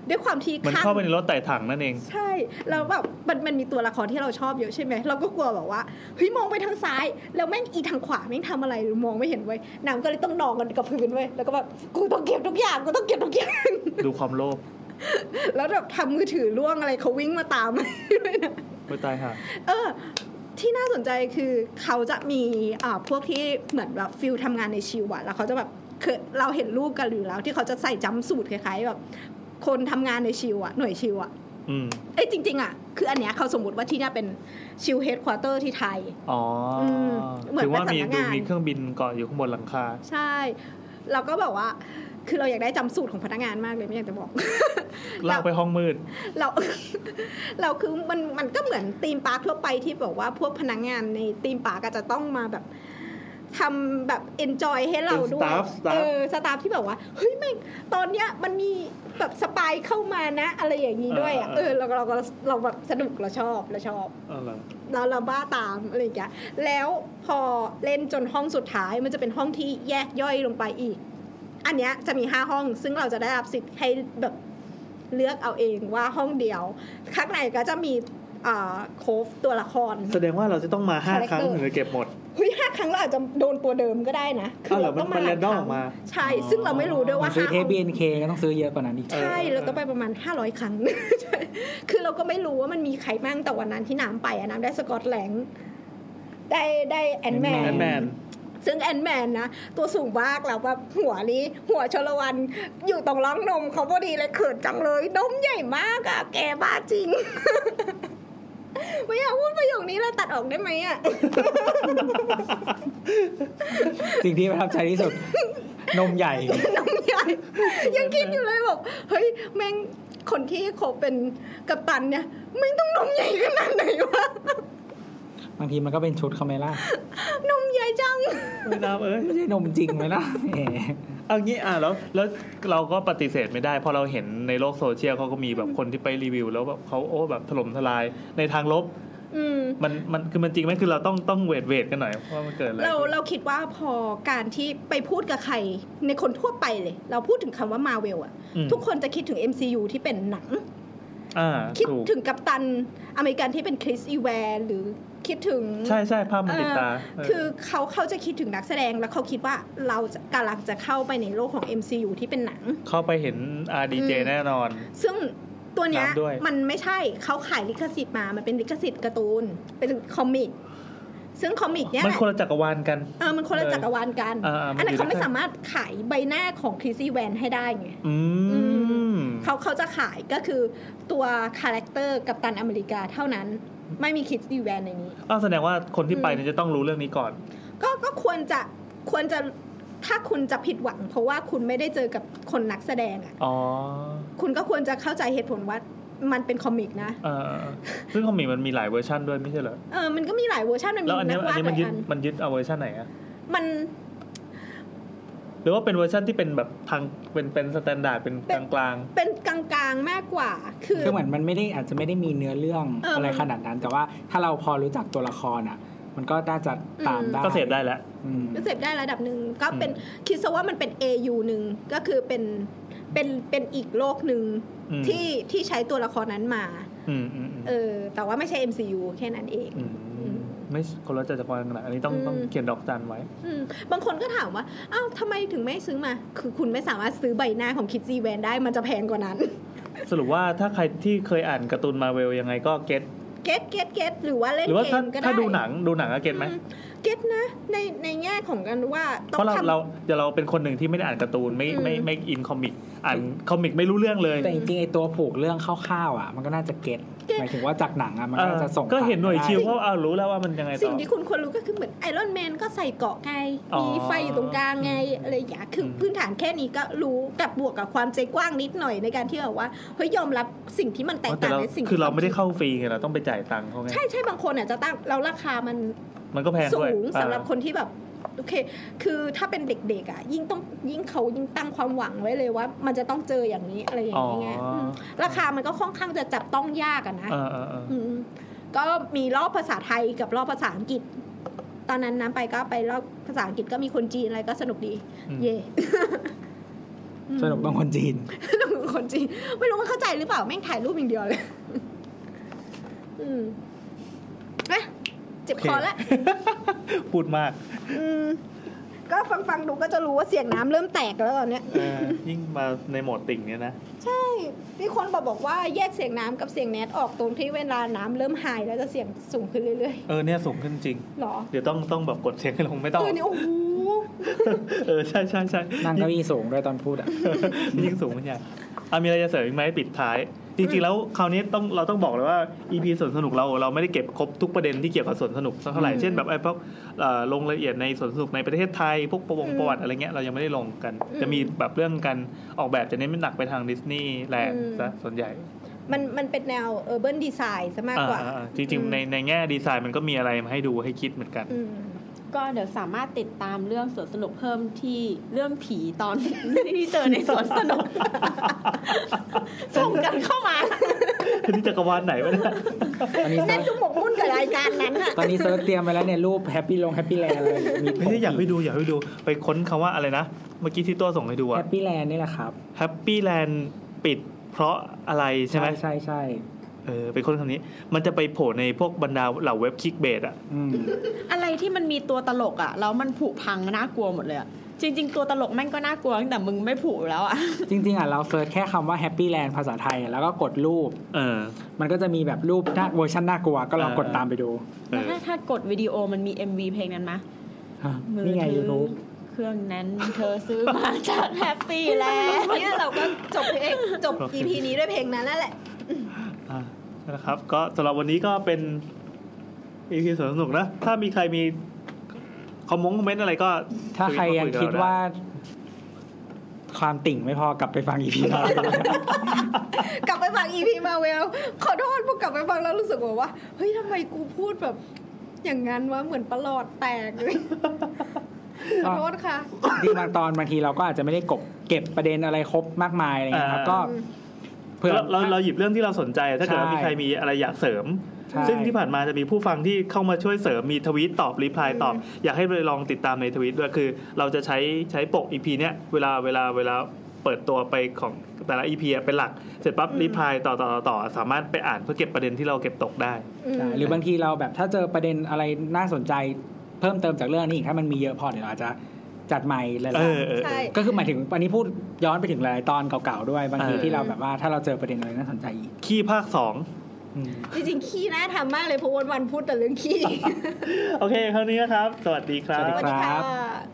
ด้วยความที่
มัน
ข้าง
เข้าไปในรถไต่ถังนั่นเอง
ใช่แล้วแบบมันมันมีตัวละครที่เราชอบเยอะใช่ไหมเราก็กลัวแบบว่าเฮ้ยมองไปทางซ้าย แล้วแม่งอีทางขวาแม่งทำอะไรมองไม่เห็นเว้ยนางก็เลยต้องนอนกันกับพื้นเว้ยแล้วก็แบบกูต้องเก็บทุกอย่างกูต้องเก็บทุกอย่าง
ดูความโลภ
แล้วแบบทำมือถือล่วงอะไรเขาวิ่งมาตาม ด้วยนะ
โอ้ยตายค่ะ
เออ ที่น่าสนใจคือเขาจะมีอ่าพวกที่เหมือนแบบฟิลทำงานในชิวอะแล้วเขาจะแบบเคยเราเห็นรูปกันอยู่แล้ว ที่เขาจะใส่จำสูตรคล้ายๆแบบคนทำงานในชิวอะหน่วยชิวอะ
อืม
เอ้ยจริง ๆอะคืออันเนี้ยเขาสมมติว่าที่เนี่ยเป็นชิวเฮดควอเตอร์ที่ไทย
อ๋ออ
มเหมือน
ถึงว่า
เป็น
มี
สำ
ดู
นักงาน
มีเครื่องบินเกาะอยู่ข้างบนหลังคา
ใช่ เราก็แบบว่า คือเราอยากได้จำสูตรของพนักงานมากเลยไม่อยากจะบอก
ลากไปห้องมืด
เรา *laughs* เราคือมันมันก็เหมือนตีมปาร์คทั่วไปที่บอกว่าพวกพนักงานในตีมปาร์กจะต้องมาแบบทำแบบเอนจอยให้เราด้วย
เป็น staff staff
เออสตาฟที่แบบว่าเฮ้ยแม่งตอนเนี้ยมันมีแบบสปายเข้ามานะ อะไรอย่างนี้ด้วยอ่ะ
เอ
เอ
อ
อ
เออ
เราเราเราเราแบบสนุกเราชอบเราชอบ
เออเหรอ
เราเราบ้าตามอะไรอย่างเงี้ยแล้วพอเล่นจนห้องสุดท้ายมันจะเป็นห้องที่แยกย่อยลงไปอีก อันเนี้ยจะมีห้าห้อง ซึ่งเราจะได้รับสิทธิ์ให้แบบเลือกเอาเองว่าห้องเดียว ข้างในก็จะมีอ่าโคฟตัวละคร
แสดงว่าเราจะต้องมาห้า
Character
ครั้งถึงจะเก็บหมด
เฮ้ยห้าครั้งเราอาจจะโดนตัวเดิมก็ได้นะ
อ้าวเหรอ
ต้อง
มัน
หลย
random
ค
อ
รั้ง
อกมา
ใช่
อ๋อ
ซึ่งเราไม่รู้ด้วยว่า
ซื้อ
ห้า
เท
ห้อ
ป
ง
BNK ก็ต้องซื้อเยอะกว่านั้นอีก
ใช่
เออเออ
เราต้องไปประมาณ 500 ครั้ง *laughs* ใช่คือเราก็ไม่รู้ว่ามันมีใครบ้างแต่วันนั้นที่น้ำไปอะน้ำได้สกอตแลงด์ได้ได้แอนแม
Ant-Man
แอนแมน
ซึ่งแอนแมนนะ ตัวสูงมากแล้วแบบหัวนี้ หัวชลวันอยู่ตรงร่องนมเขาพอดีเลยเขินจังเลยนมใหญ่มากอะแกบ้าจริง *laughs* ไม่อยากพูดประโยคนี้เลยตัดออกได้ไหมอะ
สิ่งที่ประทับใจที่สุด นมใหญ่
นมใหญ่ *laughs* ยังคิดอยู่เลยบอกเฮ้ยแม่งคนที่โคบเป็นกัปตันเนี่ยไม่งต้องนมใหญ่ขนาดไหนวะ
บางทีมันก็เป็นชุดคาเมล่าน
มใหญ่จัง
ไม่น้ำเอ้ย
ไม่ใช่นมจริงไหมล่ะแหม
เอางี้อ่ะแล้วแล้วเราก็ปฏิเสธไม่ได้เพอเราเห็นในโลกโซเชียลเขาก็มีแบบคนที่ไปรีวิว แล้วแบบเขาโอ้แบบถล่มทลายในทางลบ
อืม
มันมันคือมันจริงไหมคือเราต้องต้องเวทเวทกันหน่อยว่ามันเกิดอะไร
เรา
ขึ้น
เราคิดว่าพอการที่ไปพูดกับใครในคนทั่วไปเลย เราพูดถึงคำว่ามาเวลอะ
อืม
ทุกคนจะคิดถึง MCU ที่เป็นหนัง
อ่า
คิด
ถูก
ถึงกัปตันอเมริกันที่เป็นคริสอีแวนหรือ คิดถึง
ใช่ใช่ภาพมันติดตา
เออคือเขาเขาจะคิดถึงนักแสดงแล้วเขาคิดว่าเราจะกำลังจะเข้าไปในโลกของ MCU ที่เป็นหนัง
เข้าไปเห็น RDJ
อืม
แน่นอน
ซึ่งตัวเนี้ย
ตามด้วย
มันไม่ใช่เขาขายลิขสิทธิ์มา มันเป็นลิขสิทธิ์การ์ตูน เป็นคอมิก ซึ่งคอมิกเนี่ย
มัน
แหละ
คนละจักรวาลกัน
เออมันคนละจักรวาลกัน
เออเออมัน
อันนั้น
อยู่
เขาไม่
ด้วยกัน
สามารถขายใบหน้าของคริซี่แวนให้ได้ไง
อื
อื
ม
เขาเขาจะขายก็คือตัวคาแรคเตอร์กัปตันอเมริกาเท่านั้น ไม่มีคริซี่แวนในนี้
อ้าวแสดงว่าคนที่ไป
อืม
เนี่ยจะต้องรู้เรื่องนี้ก่อน
ก็ก็ควรจะควรจะถ้าคุณจะผิดหวัง เพราะว่าคุณไม่ได้เจอกับคนนักแสดงอ่ะ
อ๋อ
คุณก็ควรจะเข้าใจเหตุผลว่ามันเป็นคอมิกนะ
เออซึ่งคอมมิกมันมีหลายเวอร์ชันด้วยไม่ใช่เหรอ
เออ มันก็มีหลายเวอร์ชันมันมี
แล้วอัน
นั
เนี้ย
ก
อันนี้มั
วาดหลาน ย
ยึด
อัน
มันยึดเอาเวอร์ชันไหนอะ
มัน
หรือว่าเป็นเวอร์ชันที่เป็นแบบทางเป็นเป็นสแตนดาร์ดเป็นกลาง
เป็นกลางๆมากกว่า คือ
คือเหมือนมันไม่ได้อาจจะไม่ได้มีเนื้อเรื่อง
เออมัน
อะไรขนาดนั้น แต่ว่าถ้าเราพอรู้จักตัวละครอ่ะ มันก็น่าจะตามได้
ๆ ก็เสพได้แล้ว
อืม
เสพได้ระดับหนึ่ง ก็เป็นคิดซะว่ามันเป็น AU หนึ่งก็คือเป็นเป็นเป็นอีกโลกหนึ่ง
อืม
ที่ที่ใช้ตัวละครนั้นมา
อืมอืมอืม
เออ แต่ว่าไม่ใช่ MCU แค่นั้นเอง
มไม่คนละจักรวาลกันนะอันนี้ต้อง
อืม
ต้องเขียนดอกจันไว้
อืมบางคนก็ถามว่า อ้าวทำไมถึงไม่ซื้อมา คือคุณไม่สามารถซื้อใบหน้าของคิดซีแวนได้ มันจะแพงกว่านั้น
สรุปว่าถ้าใครที่เคยอ่านการ์ตูนมาเวลยังไงก็เก็ต
เก็ตเก็ตเก็ตหรือว่าเล่น
หรือว่า
เก
ถ้าม
ก็ได้
ถ้าดูหนังดูหนังก็เก็ตไหม
อืเก็ตนะ ในในแง่ของกันว่าต้
เพ
อง
ราะเรา
ทำ
เราเดี๋ยวเราเป็นคนหนึ่งที่ไม่ได้อ่านการ์ตูนไม่
อืม
ไม่ไม่อินคอมิกอ่านคอมิกไม่รู้เรื่องเลย
แต่จริงๆไอตัวผูกเรื่องคร่าวๆอ่ะ มันก็น่าจะเก็ตหมายถึงว่าจากหนังอ่ะมัน
เอ
ก็
อ
น่าจะส่ง
ก็เห็นหน่วย
ต่าง
ชิว
ได้
ก็เอารู้แล้วว่ามันยังไงต่
สิ่ง
อ
ที่คุณควรรู้ก็คือเหมือนไอรอนแมนก็ใส่เกราะไง
อ๋อ
มีไฟอยู่ตรงกลางไง อะไรอย่างเงี้ยคืออ
ม
พื้นฐานแค่นี้ก็รู้กับบวกกับความใจกว้างนิดหน่อยในการที่แบบว่าเฮ้ยยอมรับสิ่งที่มันแตก
แต่
ต่าง
เรา
ในสิ่ง
คือเราไม่ได้
ที่
เข้าฟรีไงเราต้องไปจ่ายตังค์เขาไง
ใช่ใช่บางคนอาจจะตั้งแล้วราคามัน
มันก็แพง
สู
ด้วย
งสำหรับ
อ่า
คนที่แบบโอเค คือถ้าเป็นเด็กๆอ่ะยิ่งต้องยิ่งเขายิ่งตั้งความหวังไว้เลยว่า มันจะต้องเจออย่างนี้อะไรอย่างเงี้ย
อ๋ออื
มราคามันก็ค่อนข้างจะจับต้องยากอะนะ
เออเออเออ
อืมก็มีรอบภาษาไทยกับรอบภาษาอังกฤษ ตอนนั้นน้ำไปก็ไปรอบภาษาอังกฤษก็มีคนจีนอะไรก็สนุกดี
อืม
เย่ *laughs*
สนุกต้องคนจีน
สนุกกับคนจีน ไม่รู้ว่าเข้าใจหรือเปล่า แม่งถ่ายรูปอย่างเดียว *laughs* เลย อืมอ่ะเจ็บคอละ
โเค *laughs* พูดมาก
อืมก็ฟังฟังๆดูก็จะรู้ว่าเสียงน้ำเริ่มแตกแล้วตอนเนี้ย
เออยิ่งมาในโหมดติ่งเนี่ยนะ
ใช่มีคนบอกบอกว่าแยก *laughs* เสียงน้ำกับเสียงแนทออกตรงที่เวลาน้ำเริ่มหายแล้วจะเสียงสูงขึ้นเรื่อย
เออเนี่ยสูงขึ้นจริง
ๆหรอ
เดี๋ยวต้องต้องแบบกดเสียงให้ลงไม่ต้อง
เออเนี่ยโอ้โห
*laughs* เออใช่ใช่ใช่
นั่งเก้าอี้สูงด้วยตอนพูดอ่ะ
ยิ่งสูงขึ้นใหญ่อ่ะมีอะไรจะเสริมอีกไหมปิดท้าย จริงๆแล้วคราวนี้ต้องเราต้องบอกเลยว่า EP ส่วนสนุกเราเราไม่ได้เก็บครบทุกประเด็นที่เกี่ยวกับส่วนสนุกสักเท่าไหร่
อืม
เช่นแบบไอ้พวกเอ่อลงรายละเอียดในส่วนสนุกในประเทศไทยพวกประวง
อืม
ประวัติอะไรเงี้ยเรายังไม่ได้ลงกัน
อืม
จะมีแบบเรื่องการออกแบบจะเน้นหนักไปทางดิสนีย์แลนด์
อืม
ซะส่วนใหญ่
มันมันเป็นแนว urban design ซะมากกว่า
อ่อ่อ่จริง
อืม
ๆ ในในแง่ดีไซน์มันก็มีอะไรมาให้ดูให้คิดเหมือน
*laughs*
กัน
อืม
ก็เดี๋ยวสามารถติดตามเรื่องสวนสนุกเพิ่มที่เรื่องผีตอน *laughs* ที่เจอในสวนส
*laughs*
นุก ส่งกันเข้ามา
นี่จักรวาลไหนวะเนี่ย
ตอนนี้เซิ
นั่
ร์
น
ช
ดูหมกมุ่นกับรายการนั้นอะ
ตอนนี้เซิร์ชเตรียมไปแล้วเนี่ยรูปแฮปปี้ลงแฮปปี้แลนด์อะไรมี
ไม่ใช่อยากไปดูอยากไปดูไปค้นคำว่าอะไรนะ เมื่อกี้ที่ตัวส่งให้ดู
แฮ
อะ
ปปี้แลนด์นี่แหละครับ
แฮปปี้แลนด์ปิดเพราะอะไรใช่ไหม
ใช่ใช่
เออไปค้นคำนี้ มันจะไปโผล่ในพวกบรรดาเหล่าเว็บคลิกเบสอะ
อืม
อะไรที่มันมีตัวตลกอะแล้วมันผุพังน่ากลัวหมดเลยอะจริง ๆ ตัวตลกแม่งก็น่ากลัวตั้งแต่มึงไม่ผุแล้วอะ
จริงๆอ่ะเราเซิร์ชแค่คำว่าแฮปปี้แลนด์ภาษาไทย แล้วก็กดรูป
เออ
มันก็จะมีแบบรูปหน้าเวอร์ชันน่ากลัวก็ลองกด
เออ
ตามไปดู
เอ
แล้ว
อ
*laughs* ถ้าถ้ากดวิดีโอมันมี MV เพลงนั้นมะ
ฮะ
มื
นี่ไง
ถื
YouTube
เครื่องนั้นเธอซื้อมาจากแฮปปี้แลนด์
เนี่ยเราก็จบเพลงจบ EP นี้ด้วยเพลงนั้นนั่นแหละ
อ่ะนะครับก็สำหรับวันนี้ก็เป็น EP สนุกนะ ถ้ามีใครมีคอมมงคอมเมนต์อะไรก็
ถ้าใครยังคิดว่า ความติ่งไม่พอกลับไปฟังอีพี
*laughs*
เรา
กลับไปฟัง EP มาเวลขอโทษพอกลับไปฟังแล้วรู้สึกแบบว่า เฮ้ยทำไมกูพูดแบบ อย่างนั้นวะเหมือนประหลอดแตก *laughs* เลยขอโทษค่ะ
จริงบางตอนบางทีเราก็อาจจะไม่ได้กบเก็บประเด็นอะไรครบมากมายอะไรเงี้ยครับ
อ่า
ก็เผื่อ
เราเราเราหยิบเรื่องที่เราสนใจ ถ้าเกิดว่า
ใช่
มีใครมีอะไรอยากเสริม
ใช่
ซึ่งที่ผ่านมาจะมีผู้ฟังที่เข้ามาช่วยเสริมมีทวีตตอบรีプライตอบ อยากให้ไปลองติดตามในทวีตด้วยคือ เราจะใช้ใช้ปกอีพีเนี้ยเวลาเวลาเวลา เปิดตัวไปของแต่ละ EP อะเป็นหลัก เสร็จปั๊บรีพลายต่อต่อต่อต่อสามารถไปอ่านเพื่อเก็บประเด็นที่เราเก็บตกได้
ใช่หรือบางทีเราแบบถ้าเจอประเด็นอะไรน่าสนใจเพิ่มเติมจากเรื่องนี้อีกถ้ามันมีเยอะพอเดี๋ยวเราอาจจะจัดใหม่หลาย
เออ
ๆ
เออเอ
ใช่
อ
ก็คือหมายถึงวันนี้พูดย้อนไปถึงหลายๆตอนเก่าๆด้วยบางที
เออ
ที่เราแบบว่าถ้าเราเจอประเด็นอะไรน่าสนใจอีก
ขี้ภาคสอง
อืม
จริงๆ ขี้น่าทำมากเลยเพราะวันๆพูดแต่เรื่องขี้
โอเคเท่านี้นะครับ สวัสดีครั
สวัส
บ
ส
ดีรับ
วัสดีค่ะ